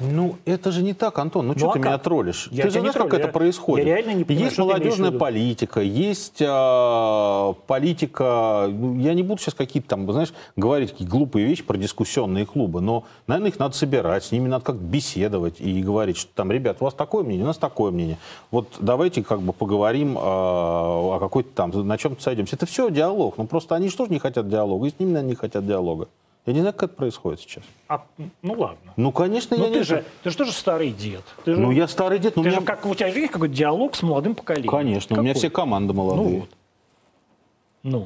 Speaker 2: Ну, это же не так, Антон. Ну,
Speaker 1: Ну,
Speaker 2: что
Speaker 1: а
Speaker 2: ты
Speaker 1: как?
Speaker 2: меня троллишь?
Speaker 1: Я
Speaker 2: ты же
Speaker 1: тебя не
Speaker 2: знаешь, как
Speaker 1: троллю.
Speaker 2: это
Speaker 1: Я-
Speaker 2: происходит.
Speaker 1: я реально Ну, не понимаю,
Speaker 2: есть
Speaker 1: что ты имеешь в
Speaker 2: молодежная
Speaker 1: виду.
Speaker 2: политика, есть а, политика... ну, Я не буду сейчас какие-то там, знаешь, говорить какие глупые вещи про дискуссионные клубы, но, наверное, их надо собирать, с ними надо как-то беседовать и говорить, что там, ребят, у вас такое мнение, у нас такое мнение. Вот давайте как бы поговорим а, о какой-то там, на чем-то сойдемся. Это все диалог, но просто они же тоже не хотят диалога, и с ними, наверное, не хотят диалога. Я не знаю, как это происходит сейчас.
Speaker 1: а, ну ладно.
Speaker 2: Ну, конечно,
Speaker 1: Ну
Speaker 2: я
Speaker 1: ты
Speaker 2: не...
Speaker 1: же, ты же тоже старый дед. Ты же,
Speaker 2: Ну, я старый дед, но у
Speaker 1: ты
Speaker 2: меня...
Speaker 1: же как, у тебя же есть какой-то диалог с молодым поколением?
Speaker 2: Конечно, у меня
Speaker 1: Какой?
Speaker 2: все команды
Speaker 1: Ну
Speaker 2: молодые.
Speaker 1: вот. Ну.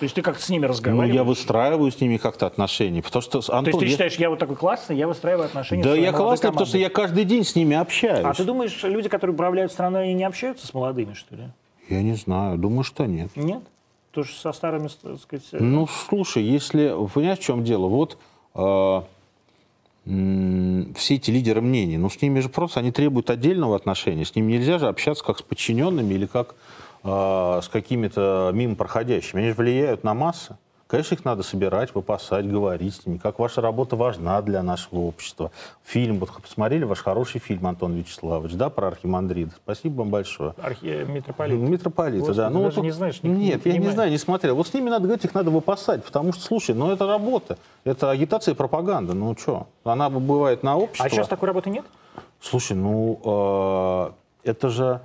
Speaker 1: То есть ты как-то с ними
Speaker 2: Ну,
Speaker 1: разговариваешь?
Speaker 2: я выстраиваю с ними как-то отношения, потому что, с- Антон,
Speaker 1: То есть ты
Speaker 2: я-
Speaker 1: считаешь, я вот такой классный, я выстраиваю отношения с
Speaker 2: да
Speaker 1: своей
Speaker 2: я
Speaker 1: молодой
Speaker 2: классный, потому что я
Speaker 1: командой.
Speaker 2: каждый день с ними общаюсь.
Speaker 1: А ты думаешь, люди, которые управляют страной, они не общаются с молодыми, что ли?
Speaker 2: Я не знаю, думаю, что нет.
Speaker 1: Нет? Тоже со старыми, так сказать... э,
Speaker 2: Ну, слушай, если... Понимаешь, в чем дело? Вот э, м, все эти лидеры мнений, ну, с ними же просто они требуют отдельного отношения. С ними нельзя же общаться как с подчиненными или как э, с какими-то мимо проходящими. Они же влияют на массы. Конечно, их надо собирать, выпасать, говорить с ними, как ваша работа важна для нашего общества. Фильм, вот посмотрели ваш хороший фильм, Антон Вячеславович, да, про Архимандрида. Спасибо вам большое.
Speaker 1: архи- митрополит.
Speaker 2: Митрополита,
Speaker 1: Господи,
Speaker 2: Ну, да.
Speaker 1: даже
Speaker 2: вот-
Speaker 1: не знаешь, не-
Speaker 2: Нет,
Speaker 1: не
Speaker 2: я не
Speaker 1: понимаешь.
Speaker 2: знаю, не смотрел. Вот с ними надо говорить, их надо выпасать, потому что, слушай, ну это работа. Это агитация и пропаганда, ну что? Она б- бывает на общество.
Speaker 1: А сейчас такой работы нет?
Speaker 2: Слушай, ну э, это же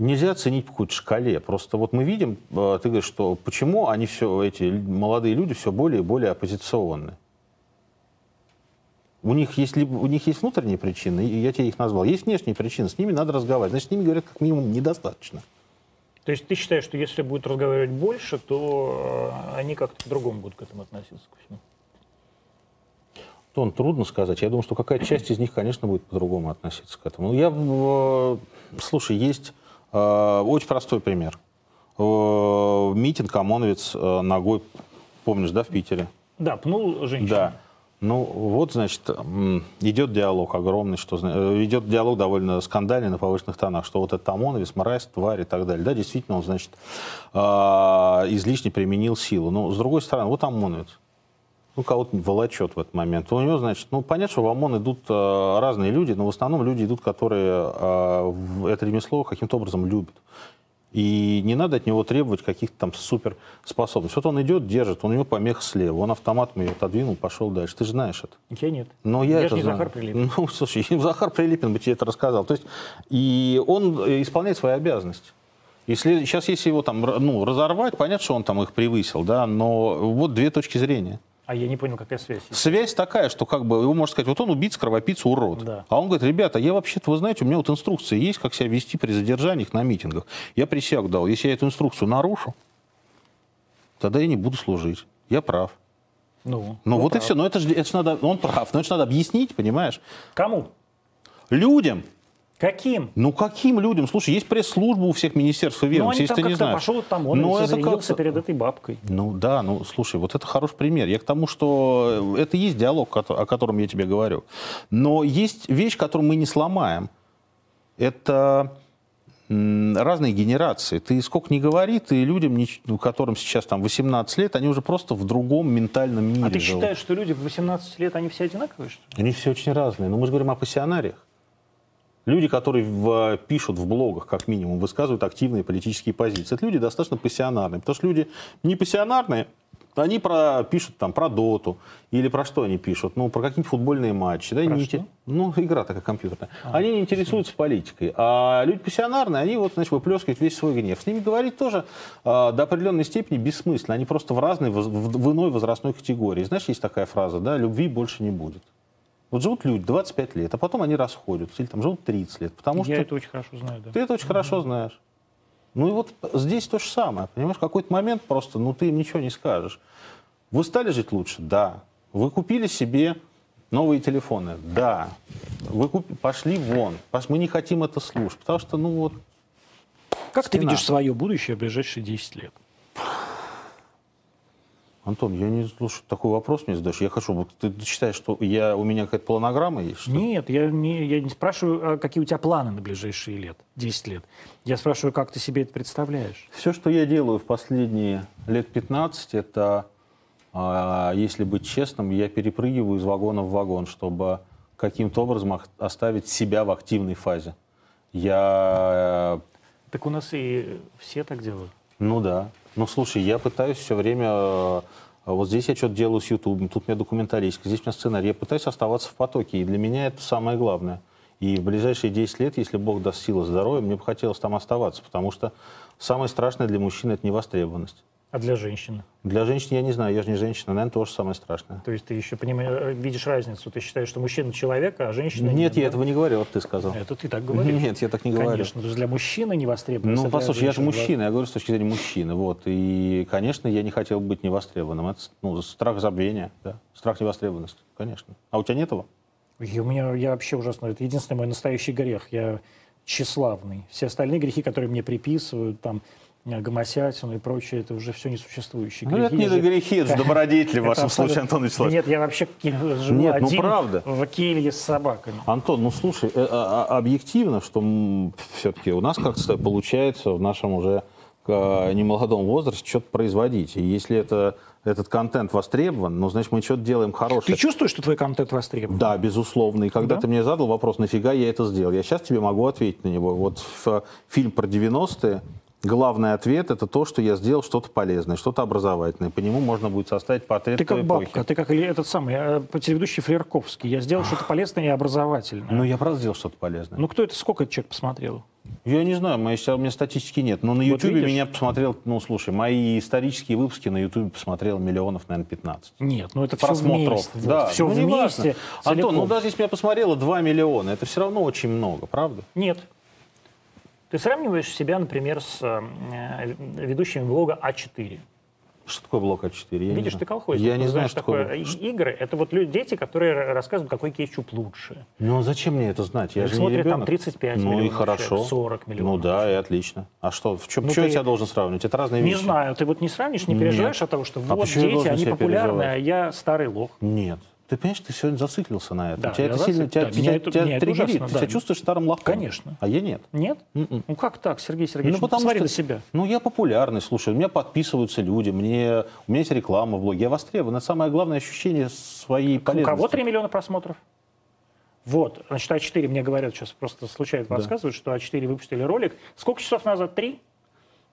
Speaker 2: нельзя оценить по какой-то шкале. Просто вот мы видим, э, ты говоришь, что почему они все, эти лю- молодые люди все более и более оппозиционны. У них есть либо у них есть внутренние причины, и я тебе их назвал. Есть внешние причины, с ними надо разговаривать. Значит, с ними говорят как минимум недостаточно.
Speaker 1: То есть ты считаешь, что если будут разговаривать больше, то э, они как-то по-другому будут к этому относиться? ко всему?
Speaker 2: Тон трудно сказать. Я думаю, что какая часть из них, конечно, будет по-другому относиться к этому. Ну, Я, в- слушай, есть э, очень простой пример. Э, Митинг ОМОНовец э, ногой, помнишь, да, в Питере?
Speaker 1: Да, пнул женщину.
Speaker 2: Да. Ну, вот, значит, м, идет диалог огромный, что зна- э, идет диалог довольно скандальный на повышенных тонах, что вот это ОМОНовец, мразь, тварь и так далее. Да, действительно, он, значит, а, излишне применил силу. Но, с другой стороны, вот ОМОНовец. Ну, кого-то волочет в этот момент. У него, значит, ну, понятно, что в ОМОН идут э, разные люди, но в основном люди идут, которые э, в- это ремесло каким-то образом любят. И не надо от него требовать каких-то там суперспособностей. Вот он идет, держит, у него помеха слева, он автоматом ее отодвинул, пошел дальше. Ты же знаешь это.
Speaker 1: Я нет.
Speaker 2: Но я,
Speaker 1: Я
Speaker 2: это
Speaker 1: же не
Speaker 2: знаю.
Speaker 1: Захар Прилепин.
Speaker 2: Ну, слушай, Захар Прилепин бы тебе это рассказал. То есть, и он э, исполняет свои обязанности. Если, сейчас, если его там р- ну, разорвать, понятно, что он там их превысил, да, но вот две точки зрения.
Speaker 1: А я не понял, какая связь есть.
Speaker 2: Связь такая, что как бы его можно сказать, вот он убийца, кровопийца, урод.
Speaker 1: Да.
Speaker 2: А он говорит, ребята, я вообще-то, вы знаете, у меня вот инструкции есть, как себя вести при задержаниях на митингах. Я присягу дал. Если я эту инструкцию нарушу, тогда я не буду служить. Я прав.
Speaker 1: Ну,
Speaker 2: Ну вот и все. Но это же, это ж надо, он прав. Но это же надо объяснить, понимаешь?
Speaker 1: кому?
Speaker 2: Людям.
Speaker 1: Каким?
Speaker 2: Ну каким людям? Слушай, есть пресс-служба у всех министерств и
Speaker 1: Ну,
Speaker 2: ведомств,
Speaker 1: они там
Speaker 2: если ты не
Speaker 1: как-то
Speaker 2: знаешь.
Speaker 1: пошел там, он
Speaker 2: Ну,
Speaker 1: ну,
Speaker 2: это как-то-
Speaker 1: перед этой бабкой.
Speaker 2: Ну да, ну слушай, вот это хороший пример. Я к тому, что э, это и есть диалог, кото- о котором я тебе говорю. Но есть вещь, которую мы не сломаем. Это м, разные генерации. Ты сколько не говори, ты людям, не ч- ну, которым сейчас там 18 лет, они уже просто в другом ментальном мире
Speaker 1: А ты
Speaker 2: живут.
Speaker 1: считаешь, что люди в 18 лет, они все одинаковые, что ли?
Speaker 2: Они все очень разные. Но мы же говорим о пассионариях. Люди, которые в- пишут в блогах, как минимум, высказывают активные политические позиции. Это люди достаточно пассионарные. Потому что люди не пассионарные, они про, пишут там про доту или про что они пишут? Ну, про какие-нибудь футбольные матчи. Да, и
Speaker 1: Про
Speaker 2: не
Speaker 1: что? А,
Speaker 2: те- Ну, игра такая компьютерная. они не интересуются политикой. А люди пассионарные, они вот, значит, выплескивают весь свой гнев. С ними говорить тоже а, до определенной степени бессмысленно. Они просто в разной, воз- в в иной возрастной категории. Знаешь, есть такая фраза, да, любви больше не будет. Вот живут люди 25 лет, а потом они расходятся, или там живут 30 лет, потому
Speaker 1: Я
Speaker 2: что
Speaker 1: это очень хорошо знаю, да.
Speaker 2: ты это очень хорошо знаешь. Ну и вот здесь то же самое, понимаешь, в какой-то момент просто, ну ты им ничего не скажешь. Вы стали жить лучше? Да. Вы купили себе новые телефоны? Да. Вы куп- пошли вон, Пош- мы не хотим это слушать, потому что, ну вот,
Speaker 3: Как ты
Speaker 2: Стена.
Speaker 3: видишь свое будущее в ближайшие 10 лет?
Speaker 2: Антон, я не слушаю, такой вопрос мне задаешь, я хочу, вот ты считаешь, что я, у меня какая-то планограмма есть? что ли?
Speaker 1: Нет, я не, я не спрашиваю, а какие у тебя планы на
Speaker 3: Ближайшие лет, 10 лет. Я спрашиваю, как ты себе это представляешь?
Speaker 2: Все, что я делаю в последние лет 15, это, а, если быть честным, я перепрыгиваю из вагона в вагон, чтобы каким-то образом ах- оставить себя в активной фазе. Я,
Speaker 1: Так у нас и все так делают.
Speaker 2: э, ну да, ну слушай, я пытаюсь все время, э, вот здесь я что-то делаю с Ютубом, тут у меня документалистика, здесь у меня сценарий, я пытаюсь оставаться в потоке, и для меня это самое главное. И в ближайшие 10 лет, если Бог даст силы здоровья, мне бы хотелось там оставаться, потому что самое страшное для мужчины – это невостребованность.
Speaker 1: А для женщины?
Speaker 2: Для женщин я не знаю, я же не женщина, наверное, тоже самое страшное.
Speaker 1: То есть ты еще понимаешь, э, видишь разницу. Ты считаешь, что мужчина человек, а женщина
Speaker 2: Нет, я
Speaker 1: да? А
Speaker 2: этого не говорил, вот ты сказал.
Speaker 1: Это ты так говоришь.
Speaker 2: Нет, я так не говорю.
Speaker 1: Конечно, то есть для мужчины не востребовано.
Speaker 2: Ну, послушай, я же мужчина, я говорю с точки зрения мужчины, вот. И, конечно, я не хотел быть невостребованным. Это ну, страх забвения, да? страх невостребованности, конечно. А у тебя нет его?
Speaker 1: у меня, я вообще ужасно. Это единственный мой настоящий грех. Я тщеславный. Все остальные грехи, которые мне приписывают, там, э, гомосятину и прочее, это уже все несуществующие
Speaker 2: Ну,
Speaker 1: грехи.
Speaker 2: это не
Speaker 1: Я же-
Speaker 2: грехи, это же добродетели в
Speaker 1: Это
Speaker 2: вашем
Speaker 1: абсолютно-
Speaker 2: случае, Антон Вячеславович.
Speaker 1: Нет, я вообще к- живу
Speaker 2: Нет, ну,
Speaker 1: один
Speaker 2: правда.
Speaker 1: в келье с собаками.
Speaker 2: Антон, ну слушай, э, а- а- объективно, что все-таки у нас как-то получается в нашем уже э, немолодом возрасте что-то производить. И если это, этот контент востребован, ну, значит, мы что-то делаем
Speaker 3: Ты
Speaker 2: хорошее.
Speaker 3: чувствуешь, что твой контент востребован?
Speaker 2: Да, безусловно. И когда ты мне задал вопрос, нафига я это сделал, я сейчас тебе могу ответить на него. Вот ф- э, фильм про 90-е, главный ответ это то, что я сделал что-то полезное, что-то образовательное. По нему можно будет составить портрет
Speaker 3: Ты
Speaker 2: той
Speaker 3: как
Speaker 2: эпохи.
Speaker 3: бабка, ты как или этот самый э, телеведущий Флерковский. Я сделал что-то полезное и образовательное.
Speaker 2: Ну, я правда сделал что-то полезное.
Speaker 3: Ну, кто это, сколько это человек посмотрел?
Speaker 2: Я не знаю, моя, у меня статистики нет, но на
Speaker 3: Вот
Speaker 2: Ютубе
Speaker 3: видишь?
Speaker 2: меня посмотрел, ну, слушай, мои исторические выпуски на Ютубе посмотрел миллионов, наверное, 15.
Speaker 3: Нет, ну это все
Speaker 2: просмотров.
Speaker 3: вместе.
Speaker 2: да,
Speaker 3: все
Speaker 2: ну, неважно.
Speaker 3: вместе.
Speaker 2: Антон, ну
Speaker 3: целиком.
Speaker 2: даже если меня посмотрело 2 миллиона, это все равно очень много, правда?
Speaker 1: Нет. Ты сравниваешь себя, например, с э, ведущими блога А4.
Speaker 2: Что такое блок А4? Я не
Speaker 1: Видишь,
Speaker 2: знаю.
Speaker 1: ты колхозник.
Speaker 2: Я
Speaker 1: ты
Speaker 2: не знаю,
Speaker 1: знаешь,
Speaker 2: что такое.
Speaker 1: и- Игры — это вот люди, дети, которые ра- рассказывают, какой кетчуп лучше.
Speaker 2: Ну, а зачем мне это знать? Я
Speaker 1: Их
Speaker 2: же не
Speaker 1: смотрит там
Speaker 2: ребенок.
Speaker 1: 35
Speaker 2: Ну и
Speaker 1: миллионов человек,
Speaker 2: хорошо.
Speaker 1: 40
Speaker 2: Ну
Speaker 1: миллионов
Speaker 2: да, и отлично. А что, в чем,
Speaker 1: Ну,
Speaker 2: чё я
Speaker 1: ты-
Speaker 2: тебя должен сравнивать? Это разные
Speaker 1: Не
Speaker 2: вещи.
Speaker 1: знаю, ты вот не сравнишь, не
Speaker 2: Нет.
Speaker 1: переживаешь от того, что
Speaker 2: А
Speaker 1: вот
Speaker 2: почему я
Speaker 1: дети,
Speaker 2: должен
Speaker 1: они
Speaker 2: себя
Speaker 1: популярные,
Speaker 2: переживать?
Speaker 1: а я старый лох.
Speaker 2: Нет. Ты понимаешь, ты сегодня зациклился на этом.
Speaker 1: Да,
Speaker 2: тебя
Speaker 1: я
Speaker 2: это сильно
Speaker 1: зацик-
Speaker 2: тебя,
Speaker 1: да,
Speaker 2: тебя,
Speaker 1: меня это-
Speaker 2: тебя
Speaker 1: меня это
Speaker 2: триггерит.
Speaker 1: ужасно,
Speaker 2: ты
Speaker 1: да.
Speaker 2: себя чувствуешь старым лохом.
Speaker 1: Конечно.
Speaker 2: А я нет.
Speaker 1: Нет?
Speaker 2: М-м.
Speaker 1: Ну как так, Сергей Сергеевич? посмотри на себя.
Speaker 2: Ну, я популярный, слушай, у меня подписываются люди, мне, у меня есть реклама в блоге, я востребован. Это самое главное ощущение своей
Speaker 1: У
Speaker 2: полезности.
Speaker 1: кого 3 миллиона просмотров? Вот, значит, А4 мне говорят, сейчас просто случайно подсказывают, что А4 выпустили ролик. Сколько часов назад? Три?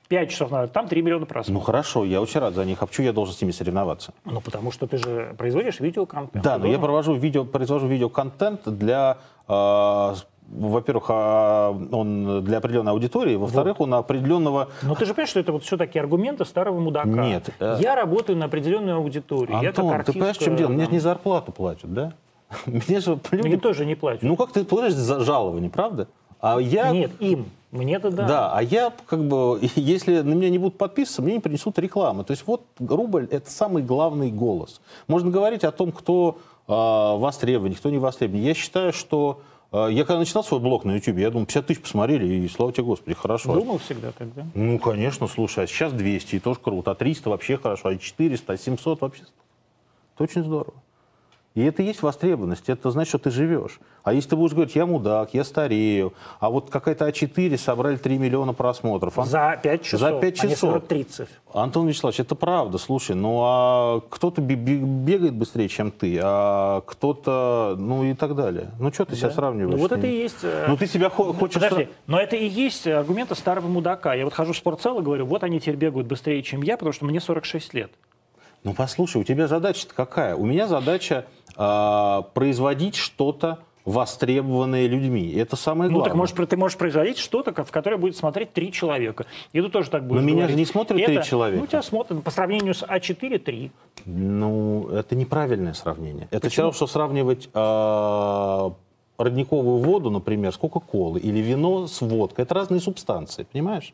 Speaker 1: Пять часов назад. Там 3 миллиона
Speaker 2: Ну,
Speaker 1: просмотров.
Speaker 2: хорошо, я очень рад за них. А почему я должен с ними соревноваться?
Speaker 1: Ну, потому что ты же производишь видеоконтент.
Speaker 2: Да,
Speaker 1: Ты
Speaker 2: но я
Speaker 1: должен-
Speaker 2: провожу видео, произвожу видеоконтент для э, во-первых, а, он для определенной аудитории, во-вторых, он определенного...
Speaker 1: Но Ну, ты же понимаешь, что это вот все-таки аргументы старого мудака.
Speaker 2: Нет, э,
Speaker 1: Я работаю на определенную аудиторию. я как
Speaker 2: Антон, ты
Speaker 1: артист,
Speaker 2: понимаешь, в чем дело?
Speaker 1: э,
Speaker 2: Мне же
Speaker 1: там,
Speaker 2: не зарплату платят, да? Мне же люди-
Speaker 1: Мне тоже не платят.
Speaker 2: Ну как ты платишь за жалование, правда? А я...
Speaker 1: Нет, им. Мне-то да.
Speaker 2: Да. а я как бы, если на меня не будут подписываться, мне не принесут рекламы. То есть вот рубль – это самый главный голос. Можно говорить о том, кто э, востребован, кто не востребован. Я считаю, что э, я когда начинал свой блог на YouTube, я думал, 50 тысяч посмотрели, и слава тебе Господи, хорошо.
Speaker 1: Думал всегда тогда.
Speaker 2: Ну, конечно, слушай, а сейчас 200, и тоже круто, а 300 вообще хорошо, а 400, а 700 вообще... Это очень здорово. И это и есть востребованность, это значит, что ты живешь. А если ты будешь говорить, я мудак, я старею, а вот какая-то А4 собрали 3 миллиона просмотров. Ан-
Speaker 1: За 5 часов.
Speaker 2: За пять
Speaker 1: а не
Speaker 2: часов.
Speaker 1: 40-30.
Speaker 2: Антон Вячеславович, это правда, слушай, ну а кто-то бе- бе- бегает быстрее, чем ты, а кто-то, ну и так далее. Ну что ты себя сравниваешь?
Speaker 1: Ну, вот
Speaker 2: с
Speaker 1: это
Speaker 2: ними?
Speaker 1: и есть... э,
Speaker 2: Ну ты себя хо- хочешь...
Speaker 1: Подожди,
Speaker 2: сра-
Speaker 1: но это и есть аргументы старого мудака. Я вот хожу в спортзал и говорю, вот они теперь бегают быстрее, чем я, потому что мне 46 лет.
Speaker 2: Ну послушай, у тебя задача-то какая? У меня задача а, производить что-то востребованное людьми. Это самое
Speaker 1: Ну,
Speaker 2: главное.
Speaker 1: так может, ты можешь производить что-то, ко- в которое будет смотреть три человека. И ты тоже так будешь
Speaker 2: меня
Speaker 1: говорить.
Speaker 2: же не смотрят три
Speaker 1: Это-
Speaker 2: человека.
Speaker 1: Ну, тебя смотрят. По сравнению с А А4 — 3.
Speaker 2: Ну, это неправильное сравнение. Это все равно, что сравнивать а, родниковую воду, например, с Кока-Колой или вино с водкой. Это разные субстанции, понимаешь?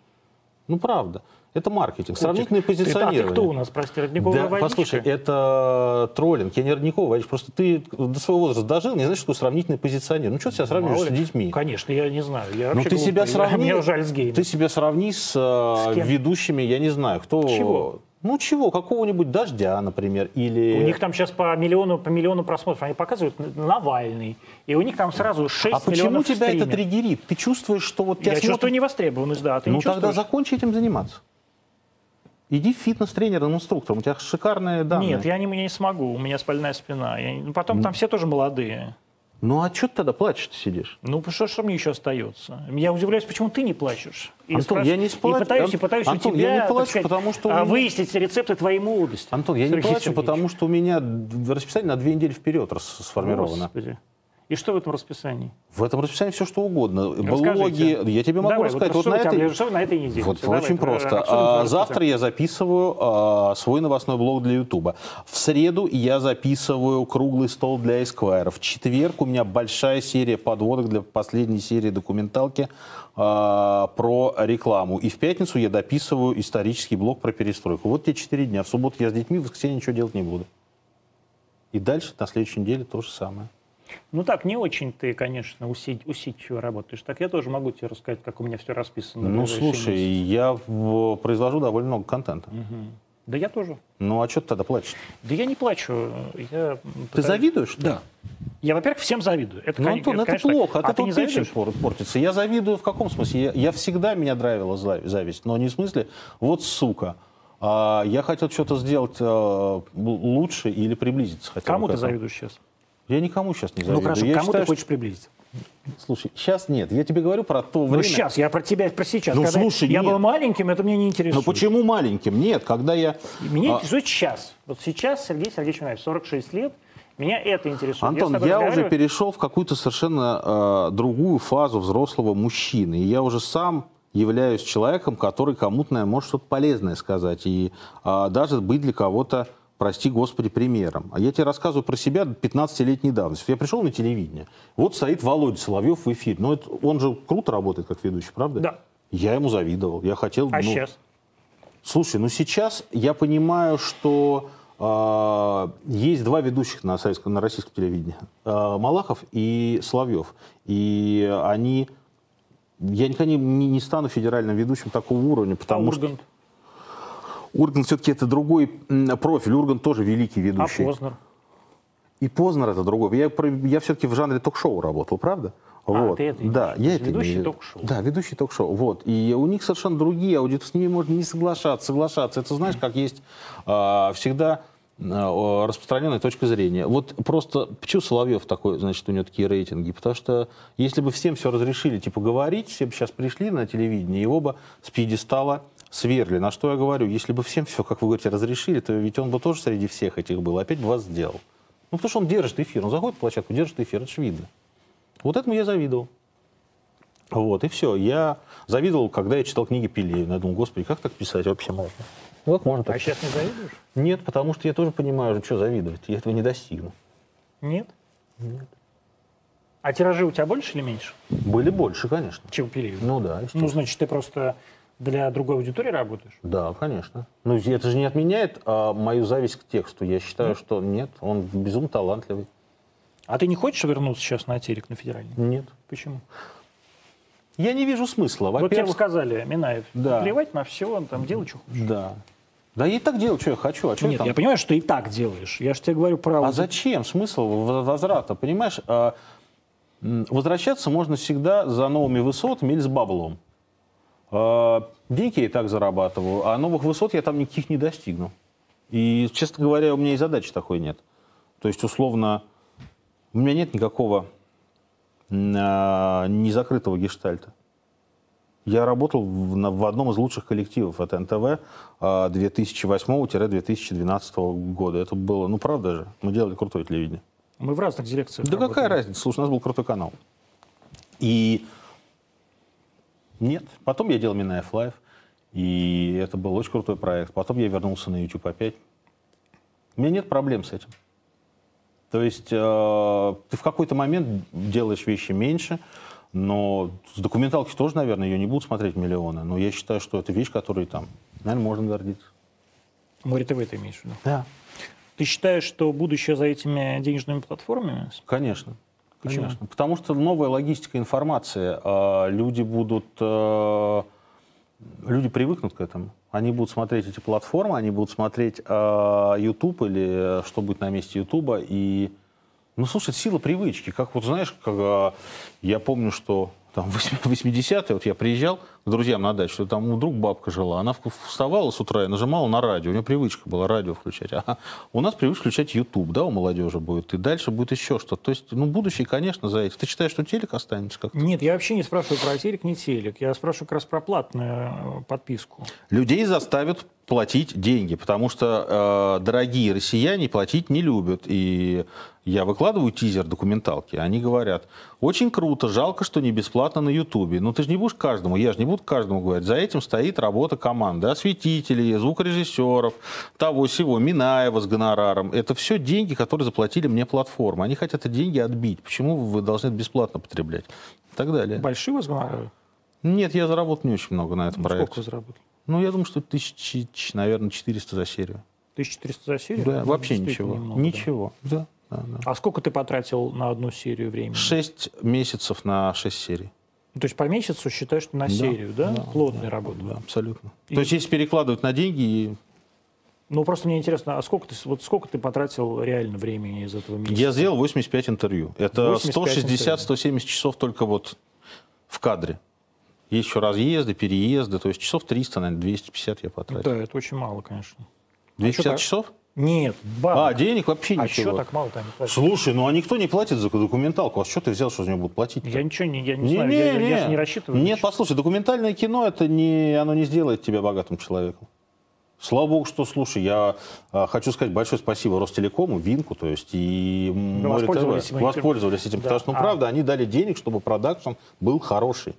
Speaker 2: Ну, правда. Это маркетинг, сравнительное
Speaker 1: А
Speaker 2: позиционирование.
Speaker 1: ты кто у нас, прости, родниковая
Speaker 2: Да,
Speaker 1: водичка?
Speaker 2: послушай, это троллинг. Я не родниковый, водитель. просто ты до своего возраста дожил, не знаешь, что такое сравнительное позиционирование. Ну, что ты себя
Speaker 1: Мало
Speaker 2: сравниваешь с
Speaker 1: ли.
Speaker 2: детьми?
Speaker 1: Конечно, я не знаю. Я
Speaker 2: Ну,
Speaker 1: вообще
Speaker 2: ты
Speaker 1: глупый.
Speaker 2: себя сравни...
Speaker 1: Мне жаль с геймом.
Speaker 2: Ты себя сравни с, э,
Speaker 1: С кем?
Speaker 2: ведущими, я не знаю, кто...
Speaker 1: Чего?
Speaker 2: Ну, чего? Какого-нибудь Дождя, например, или...
Speaker 1: У них там сейчас по миллиону, по миллиону просмотров. Они показывают Навальный. И у них там сразу 6
Speaker 2: А почему
Speaker 1: миллионов в
Speaker 2: тебя это
Speaker 1: стриме.
Speaker 2: триггерит? Ты чувствуешь, что вот тебя
Speaker 1: Я
Speaker 2: смотрят-
Speaker 1: чувствую невостребованность, да. а Ты
Speaker 2: Ну,
Speaker 1: не
Speaker 2: тогда
Speaker 1: чувствуешь?
Speaker 2: закончи этим заниматься. Иди фитнес-тренером, инструктором. У тебя шикарные данные.
Speaker 1: Нет, я не, я не смогу, у меня спальная спина. Я не- ну, потом там все тоже молодые.
Speaker 2: Ну, а что ты тогда плачешь-то сидишь?
Speaker 1: Ну, что, что мне еще остается? Я удивляюсь, почему ты не плачешь. И
Speaker 2: Антон,
Speaker 1: спрашиваю-
Speaker 2: я не спла-
Speaker 1: И пытаюсь,
Speaker 2: Ан-
Speaker 1: и пытаюсь
Speaker 2: Антон,
Speaker 1: у тебя,
Speaker 2: я не
Speaker 1: так
Speaker 2: плачу,
Speaker 1: сказать,
Speaker 2: потому что у
Speaker 1: а,
Speaker 2: меня-
Speaker 1: выяснить рецепты твоей молодости.
Speaker 2: Антон, я не
Speaker 1: Сергей
Speaker 2: плачу,
Speaker 1: Сергеевич.
Speaker 2: потому что у меня д- расписание на две недели вперед рас- сформировано.
Speaker 1: Господи. И что в этом расписании?
Speaker 2: В этом расписании все что угодно.
Speaker 1: Расскажите.
Speaker 2: Блоги. Я тебе могу
Speaker 1: Давай,
Speaker 2: рассказать.
Speaker 1: Вот,
Speaker 2: Вот
Speaker 1: что,
Speaker 2: на
Speaker 1: у тебя,
Speaker 2: этой...
Speaker 1: ближе- что на этой неделе?
Speaker 2: Вот
Speaker 1: Всё, давай,
Speaker 2: очень
Speaker 1: про-
Speaker 2: просто.
Speaker 1: обсудим
Speaker 2: А,
Speaker 1: твой
Speaker 2: завтра я записываю а, свой новостной блог для Ютуба. В среду я записываю круглый стол для Esquire. В четверг у меня большая серия подводок для последней серии документалки а, про рекламу. И в пятницу я дописываю исторический блог про перестройку. Вот те четыре дня. В субботу я с детьми, в воскресенье ничего делать не буду. И дальше на следующей неделе то же самое.
Speaker 1: Ну так, не очень ты, конечно, усид- усидчиво работаешь. Так я тоже могу тебе рассказать, как у меня все расписано. на
Speaker 2: Ну,
Speaker 1: ближайшие
Speaker 2: слушай,
Speaker 1: месяцы.
Speaker 2: я в- э, произвожу довольно много контента.
Speaker 1: Да я тоже.
Speaker 2: Ну, а что ты тогда плачешь?
Speaker 1: Да я не плачу. Я
Speaker 2: Ты
Speaker 1: пытаюсь-
Speaker 2: завидуешь? Да.
Speaker 1: Я, во-первых, всем завидую. Это,
Speaker 2: Ну,
Speaker 1: кон-
Speaker 2: Антон,
Speaker 1: это,
Speaker 2: это
Speaker 1: конечно, так.
Speaker 2: плохо, от
Speaker 1: а ты
Speaker 2: этого
Speaker 1: не
Speaker 2: печень
Speaker 1: завидуешь?
Speaker 2: пор- портится. Я завидую в каком смысле? Я, я всегда меня драйвила зла- зависть, но не в смысле «вот сука». А, я хотел что-то сделать э, л- лучше или приблизиться. хотя бы
Speaker 1: Кому
Speaker 2: к
Speaker 1: ты
Speaker 2: этому.
Speaker 1: завидуешь сейчас?
Speaker 2: Я никому сейчас не завидую.
Speaker 1: Ну хорошо,
Speaker 2: я
Speaker 1: кому
Speaker 2: считаю,
Speaker 1: ты хочешь приблизиться?
Speaker 2: что- Слушай, сейчас нет. Я тебе говорю про то
Speaker 1: Ну
Speaker 2: время...
Speaker 1: сейчас, я про тебя про сейчас.
Speaker 2: Ну,
Speaker 1: Когда
Speaker 2: слушай,
Speaker 1: я
Speaker 2: нет.
Speaker 1: был маленьким, это меня не
Speaker 2: Но
Speaker 1: интересует.
Speaker 2: почему маленьким? Нет, когда я...
Speaker 1: Меня
Speaker 2: а,
Speaker 1: интересует сейчас. Вот сейчас Сергей Сергеевич Минаев, 46 лет, меня это интересует. с
Speaker 2: Антон,
Speaker 1: тобой
Speaker 2: я уже
Speaker 1: разговариваю,
Speaker 2: перешел в какую-то совершенно э, другую фазу взрослого мужчины. И я уже сам являюсь человеком, который кому-то наверное, может что-то полезное сказать. И э, даже быть для кого-то, прости господи, примером. А я тебе рассказываю про себя 15-летней давности. Я пришел на телевидение. Вот стоит Володя Соловьев в эфире. Но это- он же круто работает как ведущий, правда?
Speaker 1: Да.
Speaker 2: Я ему завидовал. Я хотел...
Speaker 1: А
Speaker 2: ну,
Speaker 1: сейчас?
Speaker 2: Слушай, ну сейчас я понимаю, что э, есть два ведущих на, советском, на российском телевидении. Э, Малахов и Соловьев. И они... Я никогда не, не- не стану федеральным ведущим такого уровня, потому
Speaker 1: а
Speaker 2: что
Speaker 1: Ургант,
Speaker 2: Ургант все-таки это другой м, профиль. Ургант тоже великий
Speaker 1: а
Speaker 2: ведущий.
Speaker 1: Познер.
Speaker 2: И Познер это другой. Я, про- я все-таки в жанре ток-шоу работал, правда?
Speaker 1: А, ты это имеешь
Speaker 2: да,
Speaker 1: в виду,
Speaker 2: я это
Speaker 1: ведущий
Speaker 2: имею в виду.
Speaker 1: ток-шоу.
Speaker 2: Да, ведущий ток-шоу. Вот. И у них совершенно другие аудитории. С ними можно не соглашаться, соглашаться. Это знаешь, как есть а, всегда а, распространенная точка зрения. Вот просто почему Соловьев такой, значит, у него такие рейтинги? Потому что если бы всем все разрешили, типа, говорить, все бы сейчас пришли на телевидение, его бы с пьедестала сверли. На что я говорю? Если бы всем все, как вы говорите, разрешили, то ведь он бы тоже среди всех этих был, опять бы вас сделал. Ну, потому что он держит эфир, он заходит в площадку, держит эфир, это ж видно. Вот этому я завидовал. Вот, и все. Я завидовал, когда я читал книги Пелевина. Я думал, господи, как так писать вообще можно? Ну, как можно так?
Speaker 1: А сейчас не завидуешь?
Speaker 2: Нет, потому что я тоже понимаю, что завидовать. Я этого не достигну.
Speaker 1: Нет? А тиражи у тебя больше или меньше,
Speaker 2: Были больше, конечно.
Speaker 1: чем у Пелевина?
Speaker 2: Ну да, и что?
Speaker 1: Ну, значит, ты просто для другой аудитории работаешь.
Speaker 2: Да, конечно. Ну, это же не отменяет а, мою зависть к тексту. Я
Speaker 1: Ну.
Speaker 2: считаю, что нет, он безумно талантливый.
Speaker 1: А ты не хочешь вернуться сейчас на телек, на федеральный?
Speaker 2: Нет.
Speaker 1: Почему?
Speaker 2: Я не вижу смысла.
Speaker 1: Вот тебе бы
Speaker 2: Во-первых,
Speaker 1: сказали, Минаев,
Speaker 2: Да.
Speaker 1: плевать на все, он там делай, что хочешь.
Speaker 2: да. Да я и так делаю, что я хочу. А что
Speaker 1: Нет,
Speaker 2: там?
Speaker 1: я понимаю, что ты и так делаешь. Я же тебе говорю про...
Speaker 2: А
Speaker 1: аудит-
Speaker 2: зачем смысл в- возврата? Понимаешь, а, м, возвращаться можно всегда за новыми высотами или с баблом. А, Деньги я и так зарабатываю, а новых высот я там никаких не достигну. И, честно говоря, у меня и задачи такой нет. То есть, условно, у меня нет никакого м, а, незакрытого гештальта. Я работал в, на- в одном из лучших коллективов от НТВ а, 2008-2012 года. Это было, ну правда же, мы делали крутое телевидение.
Speaker 1: Мы в разных дирекциях
Speaker 2: Да
Speaker 1: работаем.
Speaker 2: какая разница, слушай, у нас был крутой канал. И нет, потом я делал Минаев Лайф, и это был очень крутой проект. Потом я вернулся на YouTube опять. У меня нет проблем с этим. То есть э, ты в какой-то момент делаешь вещи меньше, но с документалки тоже, наверное, ее не будут смотреть миллионы. Но я считаю, что это вещь, которой там, наверное, можно гордиться.
Speaker 1: Море ТВ ты имеешь в виду.
Speaker 2: Да.
Speaker 1: Ты считаешь, что будущее за этими денежными платформами?
Speaker 2: Конечно.
Speaker 1: Почему?
Speaker 2: Конечно. Потому что новая логистика информации. а, Люди будут... э, Люди привыкнут к этому. Они будут смотреть эти платформы, они будут смотреть э, YouTube или э, что будет на месте YouTube. И, ну, слушай, сила привычки. Как вот, знаешь, как, э, я помню, что там в 80-е, вот я приезжал к друзьям на дачу, там у друг бабка жила, она вк- вставала с утра и нажимала на радио. У нее привычка была радио включать. А у нас привычка включать YouTube, да, у молодежи будет. И дальше будет еще что-то. То есть, ну, будущее, конечно, за этим. Ты считаешь, что телек останется как
Speaker 1: Нет, я вообще не спрашиваю про телек, не телек. Я спрашиваю как раз про платную э, подписку.
Speaker 2: Людей заставят платить деньги, потому что э, дорогие россияне платить не любят. И я выкладываю тизер документалки, они говорят, очень круто, жалко, что не бесплатно на Ютубе. Но ты же не будешь каждому, я же не буду каждому говорить. За этим стоит работа команды, осветителей, звукорежиссеров, того сего, Минаева с гонораром. Это все деньги, которые заплатили мне платформы. Они хотят эти деньги отбить. Почему вы должны это бесплатно потреблять? И так далее.
Speaker 1: Большие у вас гонорары?
Speaker 2: Нет, я заработал не очень много на этом проекте.
Speaker 1: Сколько вы заработали?
Speaker 2: Ну, я думаю, что тысячи, ч- наверное, 400 за серию.
Speaker 1: 1400 за серию?
Speaker 2: Да,
Speaker 1: Ну,
Speaker 2: вообще
Speaker 1: действительно
Speaker 2: ничего.
Speaker 1: немного, да.
Speaker 2: ничего. Да. да, да.
Speaker 1: А сколько ты потратил на одну серию времени?
Speaker 2: Шесть месяцев на 6 серий.
Speaker 1: Ну, То есть по месяцу считаешь что на серию, да? Плотная работа.
Speaker 2: Да, абсолютно.
Speaker 1: И-
Speaker 2: То есть, если перекладывать на деньги, и
Speaker 1: Ну, просто мне интересно, а сколько ты, с- вот сколько ты потратил реально времени из этого месяца?
Speaker 2: я сделал 85 интервью. Это
Speaker 1: 85 интервью.
Speaker 2: 160-170 часов только вот в кадре. Есть еще разъезды, переезды. То есть часов 300, наверное, 250 я потратил.
Speaker 1: Ну Да, это очень мало, конечно. чё
Speaker 2: 250
Speaker 1: так?
Speaker 2: часов?
Speaker 1: Нет,
Speaker 2: А,
Speaker 1: бабок.
Speaker 2: денег вообще
Speaker 1: А,
Speaker 2: ничего.
Speaker 1: что так мало там?
Speaker 2: Слушай, ну а никто не платит за документалку. А с чего ты взял, что за нее будут платить?
Speaker 1: Я ничего не, я не, знаю, я, я же не рассчитываю.
Speaker 2: Нет,
Speaker 1: ничего.
Speaker 2: послушай, документальное кино это не, оно не сделает тебя богатым человеком. Слава богу, что, слушай, я а, хочу сказать большое спасибо Ростелекому, Винку, то есть и
Speaker 1: Да,
Speaker 2: Море ТВ.
Speaker 1: воспользовались мы этим.
Speaker 2: воспользовались этим,
Speaker 1: Да.
Speaker 2: потому что, ну,
Speaker 1: А.
Speaker 2: правда, они дали денег, чтобы продакшн был хороший.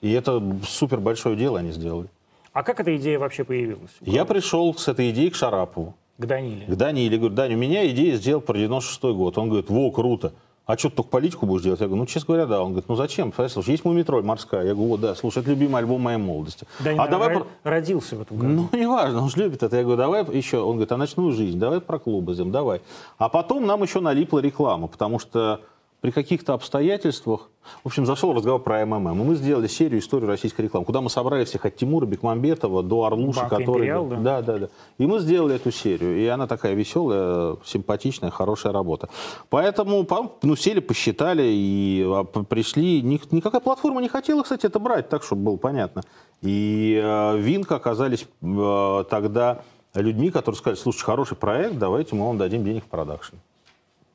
Speaker 2: И это супер большое дело они сделали.
Speaker 1: А как эта идея вообще появилась?
Speaker 2: Я пришел с этой идеей к Шарапову.
Speaker 1: К Даниле.
Speaker 2: К Даниле, говорю, Дань, у меня идея сделать про 96 год. Он говорит, во, круто. А что ты только политику будешь делать? Я говорю, ну, честно говоря, да. Он говорит, ну зачем? Слушай, слушай, есть «Мумитроль» морская. Я говорю, «О, да, слушай, это любимый альбом моей молодости.
Speaker 1: Данила
Speaker 2: а давай...
Speaker 1: ро-
Speaker 2: про-
Speaker 1: родился в этом году.
Speaker 2: Ну, неважно, он же любит это. Я говорю, давай еще. Он говорит, а ночную жизнь, давай про клубы сделаем, давай. А потом нам еще налипла реклама, потому что при каких-то обстоятельствах... В общем, зашел разговор про МММ, и мы сделали серию историю российской рекламы», куда мы собрали всех от Тимура Бекмамбетова до Орлуши,
Speaker 1: Банка
Speaker 2: который...
Speaker 1: «Империал», да?
Speaker 2: Да, да, да. И мы сделали эту серию. И она такая веселая, симпатичная, хорошая работа. Поэтому, по- ну, сели, посчитали и а, п- пришли. Ни- Никакая платформа не хотела, кстати, это брать, так, чтобы было понятно. И э, Винка оказались э, тогда людьми, которые сказали, слушай, хороший проект, давайте мы вам дадим денег в продакшн.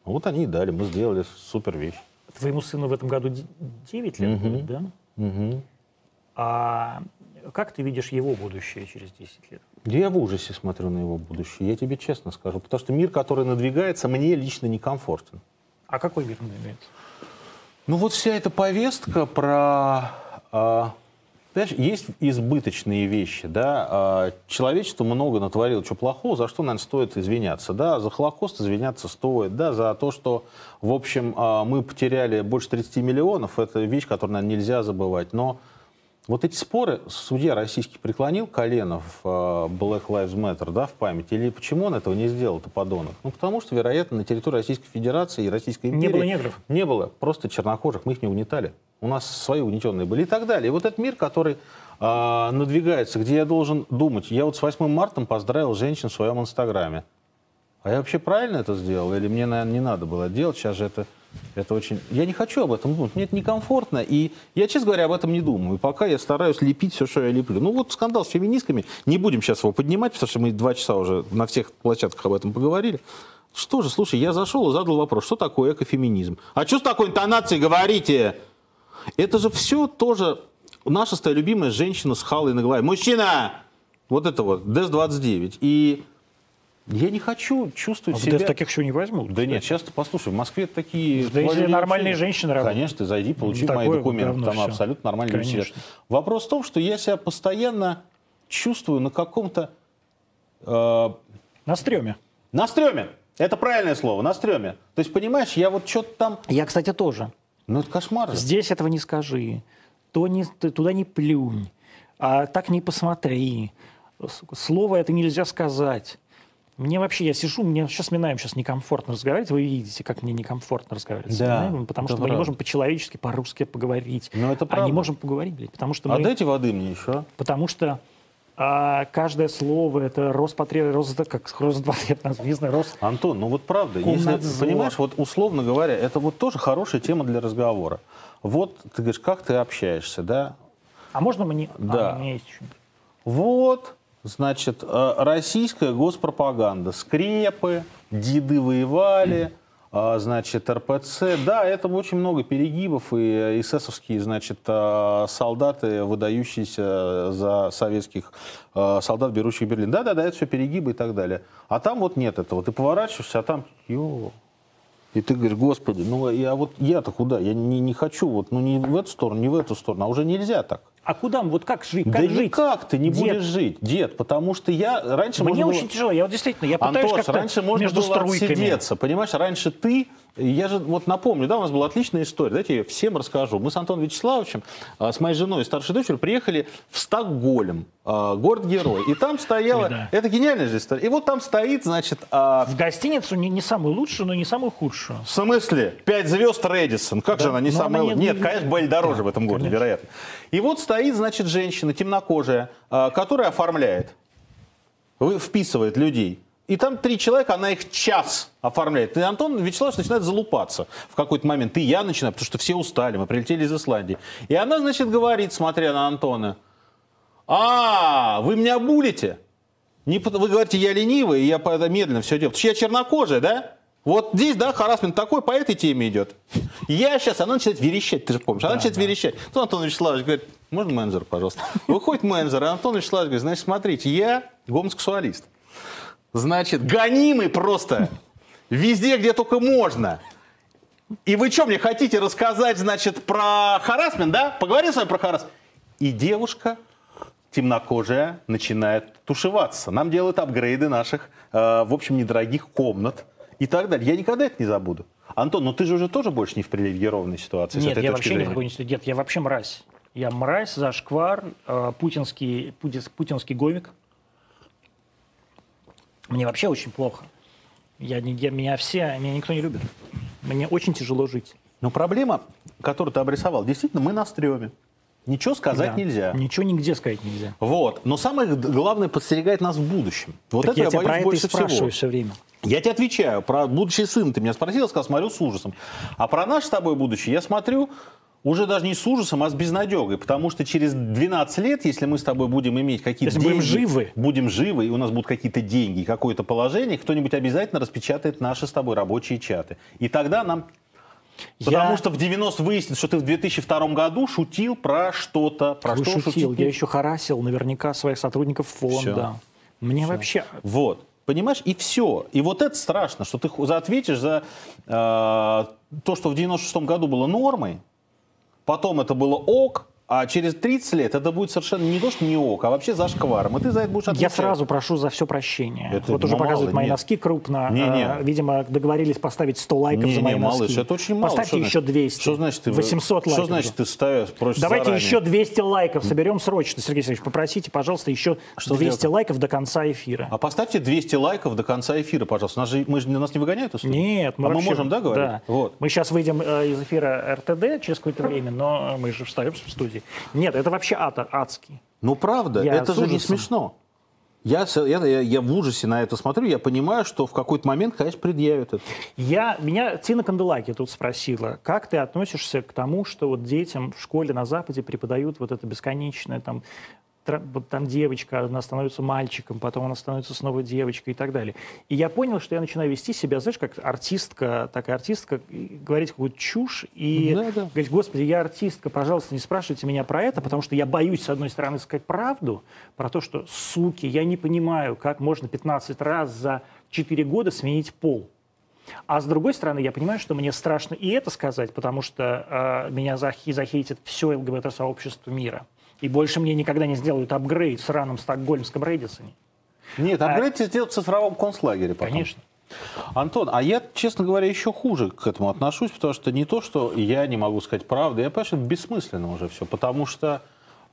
Speaker 2: Вот они и дали, мы сделали супер вещь.
Speaker 1: Твоему сыну в этом году де- 9 лет будет, да? А как ты видишь его будущее через 10 лет?
Speaker 2: Да Я в ужасе смотрю на его будущее, я тебе честно скажу. Потому что мир, который надвигается, мне лично некомфортен.
Speaker 1: А какой мир он имеет?
Speaker 2: Ну вот вся эта повестка про... а, знаешь, есть избыточные вещи, да. а, человечество много натворило чего плохого, за что, наверное, стоит извиняться, да. За Холокост извиняться стоит, да. За то, что, в общем, а, мы потеряли больше 30 миллионов, это вещь, которую, наверное, нельзя забывать. Но вот эти споры судья российский преклонил коленов Black Lives Matter да, в память? Или почему он этого не сделал, это подонок? Ну, потому что, вероятно, на территории Российской Федерации и Российской империи...
Speaker 1: было негров.
Speaker 2: Не было. Просто чернокожих. Мы их не угнетали. У нас свои угнетенные были и так далее. И вот этот мир, который а, надвигается, где я должен думать. Я вот с 8 марта поздравил женщин в своем инстаграме. А я вообще правильно это сделал? Или мне, наверное, не надо было делать? Сейчас же это, это очень... Я не хочу об этом думать. Мне это некомфортно. И я, честно говоря, об этом не думаю. И пока я стараюсь лепить все, что я леплю. Ну вот скандал с феминистками. Не будем сейчас его поднимать, потому что мы два часа уже на всех площадках об этом поговорили. Что же, слушай, я зашел и задал вопрос, что такое экофеминизм? А что с такой интонацией говорите? Это же все тоже наша стая любимая женщина с халой на голове. Мужчина! Вот это вот, ДЭС-29. И я не хочу чувствовать
Speaker 3: А в
Speaker 2: себя...
Speaker 3: ДЭС таких еще не возьмут.
Speaker 2: Да нет, сейчас ты послушай, в Москве такие...
Speaker 1: Да если
Speaker 2: положили
Speaker 1: нормальные
Speaker 2: вообще.
Speaker 1: женщины работают. Ну,
Speaker 2: Конечно, ты зайди, получи
Speaker 1: Такое
Speaker 2: мои документы.
Speaker 1: говно
Speaker 2: Там
Speaker 1: всё.
Speaker 2: абсолютно нормальные люди сидят.
Speaker 1: Конечно.
Speaker 2: Вопрос в том, что я себя постоянно чувствую на каком-то... э,
Speaker 1: На стреме.
Speaker 2: на стреме. Это правильное слово, на стреме. То есть, понимаешь, я вот что-то там...
Speaker 1: Я, кстати, тоже.
Speaker 2: Ну, это кошмар. же.
Speaker 1: Здесь этого не скажи, то не, т- туда не плюнь, а так не посмотри. С- Слово это нельзя сказать. Мне вообще, я сижу, мне сейчас минаем, сейчас некомфортно разговаривать. Вы видите, как мне некомфортно разговаривать с
Speaker 2: Да,
Speaker 1: Минаевым, потому
Speaker 2: это
Speaker 1: что мы не
Speaker 2: правда.
Speaker 1: можем по-человечески, по-русски поговорить.
Speaker 2: Ну,
Speaker 1: а
Speaker 2: это
Speaker 1: не
Speaker 2: правда.
Speaker 1: можем поговорить, блядь, потому что
Speaker 2: А
Speaker 1: мы...
Speaker 2: дайте воды мне еще.
Speaker 1: Потому что а, каждое слово это Роспотреб, Рос, как Роспотреб, не знаю, Рос...
Speaker 2: Антон, ну вот правда,
Speaker 1: Комнадзор.
Speaker 2: если, понимаешь, вот условно говоря, это вот тоже хорошая тема для разговора. Вот ты говоришь, как ты общаешься, да?
Speaker 1: А можно мне... А,
Speaker 2: Да.
Speaker 1: у меня есть еще.
Speaker 2: Вот, значит, э, российская госпропаганда. Скрепы, деды воевали, а, значит, РПЦ. Да, это очень много перегибов, и э, эсэсовские, значит, э, солдаты, выдающиеся за советских э, солдат, берущих Берлин. Да-да-да, это все перегибы и так далее. А там вот нет этого. Ты поворачиваешься, а там... Ё. И ты говоришь, господи, ну я вот я-то куда? Я не, не хочу вот, ну не в эту сторону, не в эту сторону, а уже нельзя так.
Speaker 1: А куда? мы? Вот как жить? Как
Speaker 2: да
Speaker 1: жить?
Speaker 2: никак ты не
Speaker 1: Дед,
Speaker 2: будешь жить, дед, потому что я раньше
Speaker 1: Мне
Speaker 2: можно
Speaker 1: очень
Speaker 2: было...
Speaker 1: тяжело. Я вот действительно, я пытаюсь
Speaker 2: Антош,
Speaker 1: как-то
Speaker 2: раньше можно
Speaker 1: между
Speaker 2: было
Speaker 1: струйками.
Speaker 2: отсидеться, понимаешь? Раньше ты, я же вот напомню, да, у нас была отличная история, дайте я ее всем расскажу. Мы с Антоном Вячеславовичем, а, с моей женой и старшей дочерью приехали в Стокгольм, а, город-герой, и там стояла,
Speaker 1: Да.
Speaker 2: это гениальная же история, и вот там стоит, значит, а,
Speaker 1: В гостиницу не, не самую лучшую, но не самую худшую.
Speaker 2: в смысле? Пять звезд Редисон. Как же она не
Speaker 1: но
Speaker 2: самая
Speaker 1: она
Speaker 2: лучшая?
Speaker 1: не-
Speaker 2: Нет,
Speaker 1: не-
Speaker 2: конечно, были дороже в этом городе,
Speaker 1: конечно.
Speaker 2: вероятно. И вот стоит, значит, женщина темнокожая, а, которая оформляет, вы- вписывает людей. И там три человека, она их час оформляет. И Антон Вячеславович начинает залупаться в какой-то момент. И я начинаю, потому что все устали, мы прилетели из Исландии. И она, значит, говорит, смотря на Антона, а, вы меня булите? Не, пот- вы говорите, я ленивый, и я по- это медленно все делаю. Потому что я чернокожая, да? Вот здесь, да, харасмент такой, по этой теме идет. Я сейчас, она начинает верещать, ты же помнишь, она начинает верещать. Тут Антон Вячеславович говорит, можно менеджер, пожалуйста? Выходит менеджер, а Антон Вячеславович говорит, значит, смотрите, я гомосексуалист. Значит, гонимый просто. Везде, где только можно. И вы что мне хотите рассказать, значит, про харасмент, да? Поговорим с вами про харасмент. И девушка темнокожая начинает тушеваться. Нам делают апгрейды наших, э, в общем, недорогих комнат и так далее. Я никогда это не забуду. Антон, ну ты же уже тоже больше не в привилегированной ситуации с
Speaker 1: Нет,
Speaker 2: этой
Speaker 1: я
Speaker 2: точки
Speaker 1: вообще
Speaker 2: зрения.
Speaker 1: никакой не студент. Нет, я вообще мразь. Я мразь, зашквар, э, путинский, путис- путинский гомик. Мне вообще очень плохо. Я, не- я- меня все, меня никто не любит. Мне очень тяжело жить.
Speaker 2: Но проблема, которую ты обрисовал, действительно, мы на стреме. Ничего сказать
Speaker 1: Да.
Speaker 2: нельзя.
Speaker 1: Ничего нигде сказать нельзя.
Speaker 2: Вот. Но самое г- главное подстерегает нас в будущем. Вот
Speaker 1: так
Speaker 2: это
Speaker 1: я
Speaker 2: я,
Speaker 1: тебя про
Speaker 2: боюсь
Speaker 1: это и
Speaker 2: больше всего.
Speaker 1: спрашиваю все время.
Speaker 2: Я тебе отвечаю. Про будущий сын ты меня спросил, я сказал, смотрю с ужасом. А про наше с тобой будущее я смотрю уже даже не с ужасом, а с безнадегой. Потому что через 12 лет, если мы с тобой будем иметь какие-то
Speaker 1: Если
Speaker 2: деньги...
Speaker 1: будем живы.
Speaker 2: Будем живы, и у нас будут какие-то деньги, и какое-то положение, кто-нибудь обязательно распечатает наши с тобой рабочие чаты. И тогда нам Потому
Speaker 1: Я-
Speaker 2: что в 90 выяснится, что ты в 2002 году шутил про что-то. Про
Speaker 1: Вы
Speaker 2: что
Speaker 1: шутил,
Speaker 2: шутить
Speaker 1: я
Speaker 2: не-
Speaker 1: еще харасил наверняка своих сотрудников фонда. Мне вообще...
Speaker 2: Вот. Понимаешь? И все. И вот это страшно, что ты ху- за- ответишь за э, то, что в 96-м году было нормой, потом это было ок, а через 30 лет это будет совершенно не то, что не ок, а вообще зашкваром. И ты за это будешь
Speaker 1: Я
Speaker 2: отвечать.
Speaker 1: сразу прошу за все прощение.
Speaker 2: Это,
Speaker 1: вот уже
Speaker 2: ну,
Speaker 1: показывают
Speaker 2: мало,
Speaker 1: мои
Speaker 2: нет.
Speaker 1: носки крупно.
Speaker 2: Не, не.
Speaker 1: А, Видимо, договорились поставить 100 лайков
Speaker 2: Не,
Speaker 1: за мои
Speaker 2: не,
Speaker 1: носки.
Speaker 2: малыш, это очень мало.
Speaker 1: Поставьте
Speaker 2: Что
Speaker 1: еще
Speaker 2: значит-
Speaker 1: 200.
Speaker 2: Что значит ты
Speaker 1: 800
Speaker 2: Что
Speaker 1: лайков.
Speaker 2: значит ты ставишь просишь
Speaker 1: Давайте
Speaker 2: заранее?
Speaker 1: еще 200 лайков соберем срочно, Сергей Сергеевич. Попросите, пожалуйста, еще
Speaker 2: А Что
Speaker 1: 200
Speaker 2: сделать?
Speaker 1: лайков до конца эфира.
Speaker 2: А поставьте 200 лайков до конца эфира, пожалуйста. Нас же, мы же, нас не выгоняют? из студии?
Speaker 1: Нет, мы
Speaker 2: А мы
Speaker 1: вообще-
Speaker 2: можем, да, говорить? Вот.
Speaker 1: Мы сейчас выйдем э, из эфира РТД через какое-то время, но мы же встаем в студии. Нет, это вообще ад, адский.
Speaker 2: Ну правда,
Speaker 1: Я
Speaker 2: это
Speaker 1: с
Speaker 2: же не
Speaker 1: ужасом.
Speaker 2: смешно. Я, с- я, я- я в ужасе на это смотрю, я понимаю, что в какой-то момент, конечно, предъявят это.
Speaker 1: Я, меня Тина Канделаки тут спросила, как ты относишься к тому, что вот детям в школе на Западе преподают вот это бесконечное там тра- вот там девочка, она становится мальчиком, потом она становится снова девочкой и так далее. И я понял, что я начинаю вести себя, знаешь, как артистка, такая артистка, и говорить какую-то чушь и
Speaker 2: Да-да.
Speaker 1: говорить, господи, я артистка, пожалуйста, не спрашивайте меня про это, потому что я боюсь, с одной стороны, сказать правду про то, что, суки, я не понимаю, как можно 15 раз за 4 года сменить пол. А с другой стороны, я понимаю, что мне страшно и это сказать, потому что э, меня захи- захейтит все ЛГБТ-сообщество мира. И больше мне никогда не сделают апгрейд в сраном стокгольмском Редисоне.
Speaker 2: Нет, апгрейд тебе сделают в цифровом концлагере потом.
Speaker 1: А Конечно.
Speaker 2: Антон, а я, честно говоря, еще хуже к этому отношусь, потому что не то, что я не могу сказать правду, я понимаю, что это бессмысленно уже все, потому что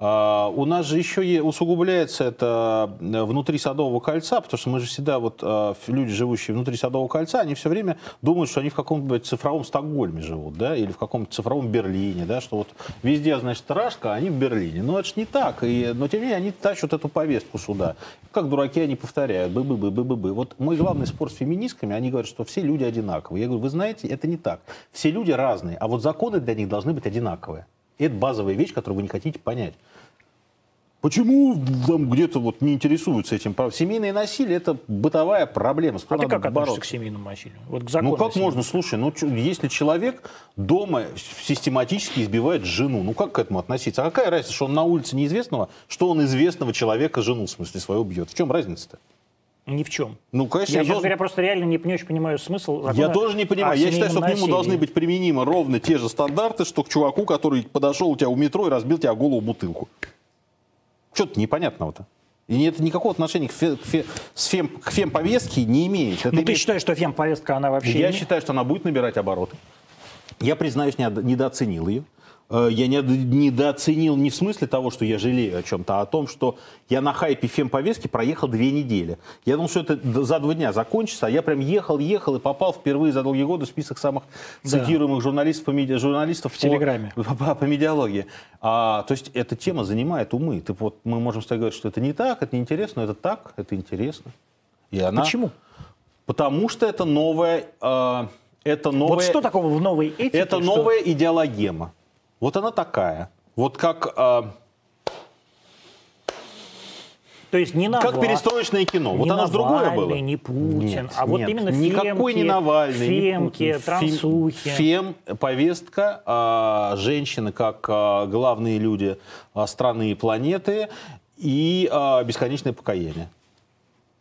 Speaker 2: а, у нас же еще е- усугубляется это э, внутри Садового кольца, потому что мы же всегда, вот а, ф- люди, живущие внутри Садового кольца, они все время думают, что они в каком-то цифровом Стокгольме живут, да, или в каком-то цифровом Берлине, да, что вот везде, значит, рашка, а они в Берлине. Но это ж не так, и, но тем не менее они тащат эту повестку сюда. Как дураки они повторяют, бы-бы-бы-бы-бы. Вот мой главный спор с феминистками, они говорят, что все люди одинаковые. Я говорю, вы знаете, это не так. Все люди разные, а вот законы для них должны быть одинаковые. И это базовая вещь, которую вы не хотите понять. Почему там где-то вот не интересуются этим? Прав- Семейное насилие – это бытовая проблема. с
Speaker 1: А ты
Speaker 2: которой надо
Speaker 1: как относишься
Speaker 2: бороться.
Speaker 1: к семейному насилию? Вот к
Speaker 2: Ну
Speaker 1: закону о
Speaker 2: как
Speaker 1: семейном.
Speaker 2: можно, слушай, ну чё, если человек дома систематически избивает жену, ну как к этому относиться? А какая разница, что он на улице неизвестного, что он известного человека жену, в смысле, свою бьет? В чем разница-то?
Speaker 1: Ни в чем.
Speaker 2: Ну, конечно,
Speaker 1: Я,
Speaker 2: я
Speaker 1: честно
Speaker 2: должен-
Speaker 1: говоря, просто а реально не, не очень понимаю смысл закона
Speaker 2: Я тоже не
Speaker 1: о
Speaker 2: понимаю. Я
Speaker 1: семейном
Speaker 2: считаю, что к нему
Speaker 1: насилии.
Speaker 2: должны быть применимы ровно те же стандарты, что к чуваку, который подошел у тебя у метро и разбил тебе о голову бутылку.
Speaker 1: Ну,
Speaker 2: Что-то непонятного-то. И это никакого отношения к, фе- к фе- с фем- к фемповестке не имеет. Это
Speaker 1: Ну ты
Speaker 2: имеет-
Speaker 1: считаешь, что фем-повестка, она вообще...
Speaker 2: Я
Speaker 1: не-
Speaker 2: считаю, что она будет набирать обороты. Я, признаюсь, неодо- недооценил ее. Э, Я не- недооценил не в смысле того, что я жалею о чем-то, а о том, что я на хайпе фемповестки проехал две недели. Я думал, что это д- за два дня закончится, а я прям ехал, ехал и попал впервые за долгие годы в список самых цитируемых журналистов, по меди- журналистов в
Speaker 1: Телеграме.
Speaker 2: по, по- по медиалогии. А, то есть эта тема занимает умы. Ты, вот, мы можем с тобой говорить, что это не так, это неинтересно, но это так, это интересно. И она...
Speaker 1: А Почему?
Speaker 2: Потому что это новая, э, это новая,
Speaker 1: Вот что такого в новой этике?
Speaker 2: это
Speaker 1: что-
Speaker 2: новая идеологема. Вот она такая. Вот как, э,
Speaker 1: То есть не
Speaker 2: как
Speaker 1: Нава-
Speaker 2: перестроечное кино. Вот
Speaker 1: не
Speaker 2: оно же другое было.
Speaker 1: Навальный, не Путин,
Speaker 2: Нет,
Speaker 1: а вот
Speaker 2: нет.
Speaker 1: именно
Speaker 2: Никакой
Speaker 1: фемки,
Speaker 2: не Навальный, не
Speaker 1: фемки,
Speaker 2: Путин. Фем-
Speaker 1: трансухи.
Speaker 2: Фем, повестка, а, женщины как а, главные люди а, страны и планеты и а, бесконечное покаяние.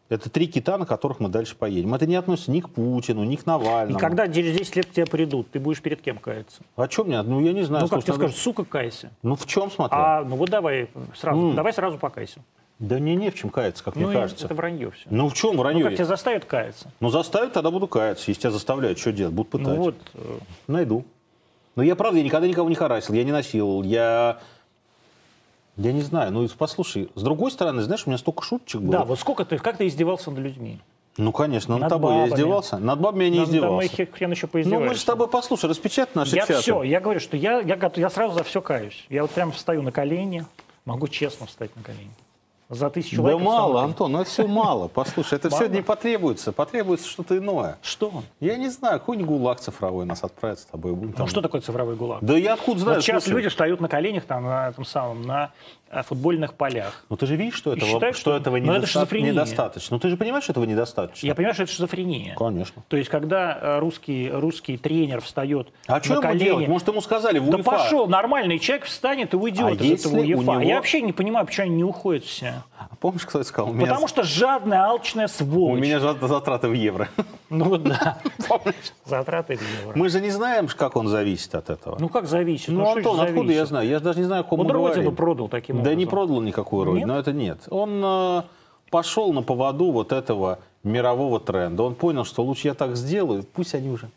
Speaker 2: Это три кита, на которых мы дальше поедем. Это не относится ни к Путину, ни к
Speaker 1: И
Speaker 2: Навальному.
Speaker 1: когда через 10 лет к тебе придут, ты будешь перед кем каяться?
Speaker 2: О чем мне? Ну, я не знаю.
Speaker 1: ну, как
Speaker 2: слушай,
Speaker 1: тебе
Speaker 2: надо-
Speaker 1: скажут, сука, кайся.
Speaker 2: Ну, в чем смотрел?
Speaker 1: А, ну вот давай сразу, давай сразу покайся.
Speaker 2: Да не, не в чем каяться, как
Speaker 1: ну,
Speaker 2: мне
Speaker 1: и
Speaker 2: кажется.
Speaker 1: это вранье все.
Speaker 2: Ну, в чем вранье?
Speaker 1: Ну,
Speaker 2: Ну,
Speaker 1: как тебя заставят каяться?
Speaker 2: заставят, Ну, тогда буду каяться. Если тебя заставляют, что делать? Буду пытать.
Speaker 1: Ну, вот, э,
Speaker 2: Найду. Но я, правда, я никогда никого не харасил, я не насиловал, я... Я не знаю, ну, послушай, с другой стороны, знаешь, у меня столько шуточек было.
Speaker 1: да, вот сколько ты, как ты издевался над людьми?
Speaker 2: Ну, конечно, над,
Speaker 1: Над
Speaker 2: тобой
Speaker 1: бабами.
Speaker 2: я издевался. Над бабами я не
Speaker 1: Над-
Speaker 2: издевался.
Speaker 1: Да мы хер- хрен еще
Speaker 2: Ну, мы же с
Speaker 1: поиздеваемся.
Speaker 2: тобой, послушай, распечатай наши
Speaker 1: я
Speaker 2: чаты.
Speaker 1: все, я говорю, что я, я, готов- я сразу за все каюсь. Я вот прям встаю на колени, могу честно встать на колени. За тысячу
Speaker 2: Да
Speaker 1: лайков
Speaker 2: мало,
Speaker 1: самокат.
Speaker 2: Антон, ну это все мало. Послушай, это все
Speaker 1: Мало?
Speaker 2: не потребуется. Потребуется что-то иное.
Speaker 1: Что?
Speaker 2: Я не знаю, какой-нибудь гулаг цифровой нас отправит с тобой. будем
Speaker 1: Ну
Speaker 2: там-
Speaker 1: что такое цифровой гулаг?
Speaker 2: Да я откуда знаю?
Speaker 1: Вот сейчас
Speaker 2: слушай.
Speaker 1: люди встают на коленях там, на этом самом, на э, футбольных полях.
Speaker 2: Ну ты же видишь, что,
Speaker 1: И
Speaker 2: этого,
Speaker 1: считают,
Speaker 2: что
Speaker 1: что-
Speaker 2: этого
Speaker 1: Ну, это
Speaker 2: недоста-
Speaker 1: шизофрения.
Speaker 2: недостаточно. Ну ты же понимаешь, этого недостаточно.
Speaker 1: Я понимаю, что это шизофрения.
Speaker 2: Конечно.
Speaker 1: То есть, когда э, русский, русский тренер встает
Speaker 2: А
Speaker 1: на
Speaker 2: что ему
Speaker 1: колени,
Speaker 2: делать? Может, ему сказали в
Speaker 1: да
Speaker 2: УЕФА.
Speaker 1: пошел, нормальный человек встанет и уйдет
Speaker 2: А
Speaker 1: из
Speaker 2: если
Speaker 1: этого
Speaker 2: у
Speaker 1: УЕФА.
Speaker 2: него-
Speaker 1: Я вообще не понимаю, почему они не уходят все.
Speaker 2: А Помнишь, кто это сказал? У меня,
Speaker 1: Потому что жадная, алчная
Speaker 2: у
Speaker 1: сволочь.
Speaker 2: меня за- затраты в евро.
Speaker 1: Ну да. Затраты в евро.
Speaker 2: Мы же не знаем, как он зависит от этого.
Speaker 1: Ну как зависит?
Speaker 2: Ну,
Speaker 1: что ж
Speaker 2: Антон, откуда
Speaker 1: зависит?
Speaker 2: я знаю? Я же даже не знаю, кому
Speaker 1: Он родину
Speaker 2: говорить.
Speaker 1: продал таким
Speaker 2: Да
Speaker 1: образом.
Speaker 2: не продал никакую роль, но это нет. Он э, пошел на поводу вот этого мирового тренда. Он понял, что лучше я так сделаю, пусть они уже.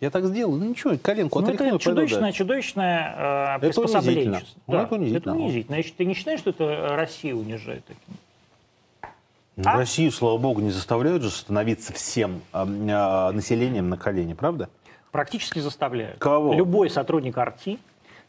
Speaker 2: Я так сделаю, ну ничего, коленку
Speaker 1: Ну,
Speaker 2: отряхну
Speaker 1: это
Speaker 2: и пойду
Speaker 1: чудовищное,
Speaker 2: дальше.
Speaker 1: чудовищное э,
Speaker 2: Это унизительно.
Speaker 1: приспособленчество.
Speaker 2: Ну, это унизительно.
Speaker 1: Это унизительно. Значит, ты не считаешь, что это Россия унижает таким?
Speaker 2: Ну,
Speaker 1: А?
Speaker 2: Россию, слава богу, не заставляют же становиться всем э, э, населением на колени, правда?
Speaker 1: Практически заставляют.
Speaker 2: Кого?
Speaker 1: Любой сотрудник арти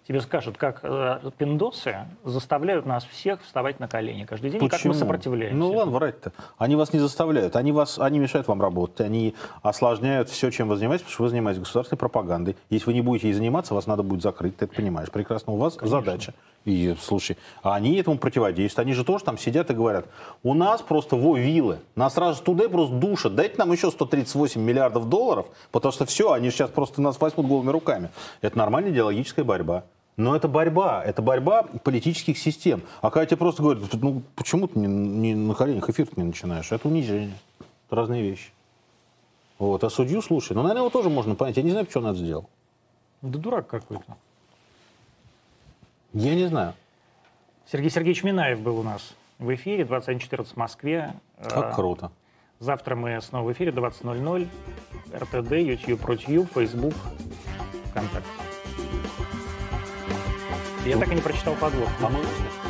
Speaker 1: тебе скажет, как э, пиндосы заставляют нас всех вставать на колени каждый день, и как мы
Speaker 2: Почему?
Speaker 1: сопротивляемся.
Speaker 2: Ну ладно, врать-то. Они вас не заставляют, они, вас, они мешают вам работать, они осложняют все, чем вы занимаетесь, потому что вы занимаетесь государственной пропагандой. Если вы не будете ей заниматься, вас надо будет закрыть, ты это понимаешь. Прекрасно, у вас задача. И, слушай, а они этому противодействуют. Они же тоже там сидят и говорят, у нас просто во вилы, нас сразу туда просто душат, дайте нам еще 138 миллиардов долларов, потому что все, они сейчас просто нас возьмут голыми руками. Это нормальная идеологическая борьба. Но это борьба, это борьба политических систем. А когда тебе просто говорят, ну почему ты не, не на коленях эфир не начинаешь, это унижение. Это разные вещи. Вот, а судью слушай. Ну, наверное, его тоже можно понять. Я не знаю, почему он это сделал.
Speaker 1: Да дурак какой-то.
Speaker 2: Я не знаю.
Speaker 1: Сергей Сергеевич Минаев был у нас в эфире 21.14 в Москве. Э,
Speaker 2: Как круто.
Speaker 1: Завтра мы снова в эфире 20.00. РТД, YouTube, Протьюб, Facebook, ВКонтакте. Я так и не прочитал подвох.
Speaker 2: А мы-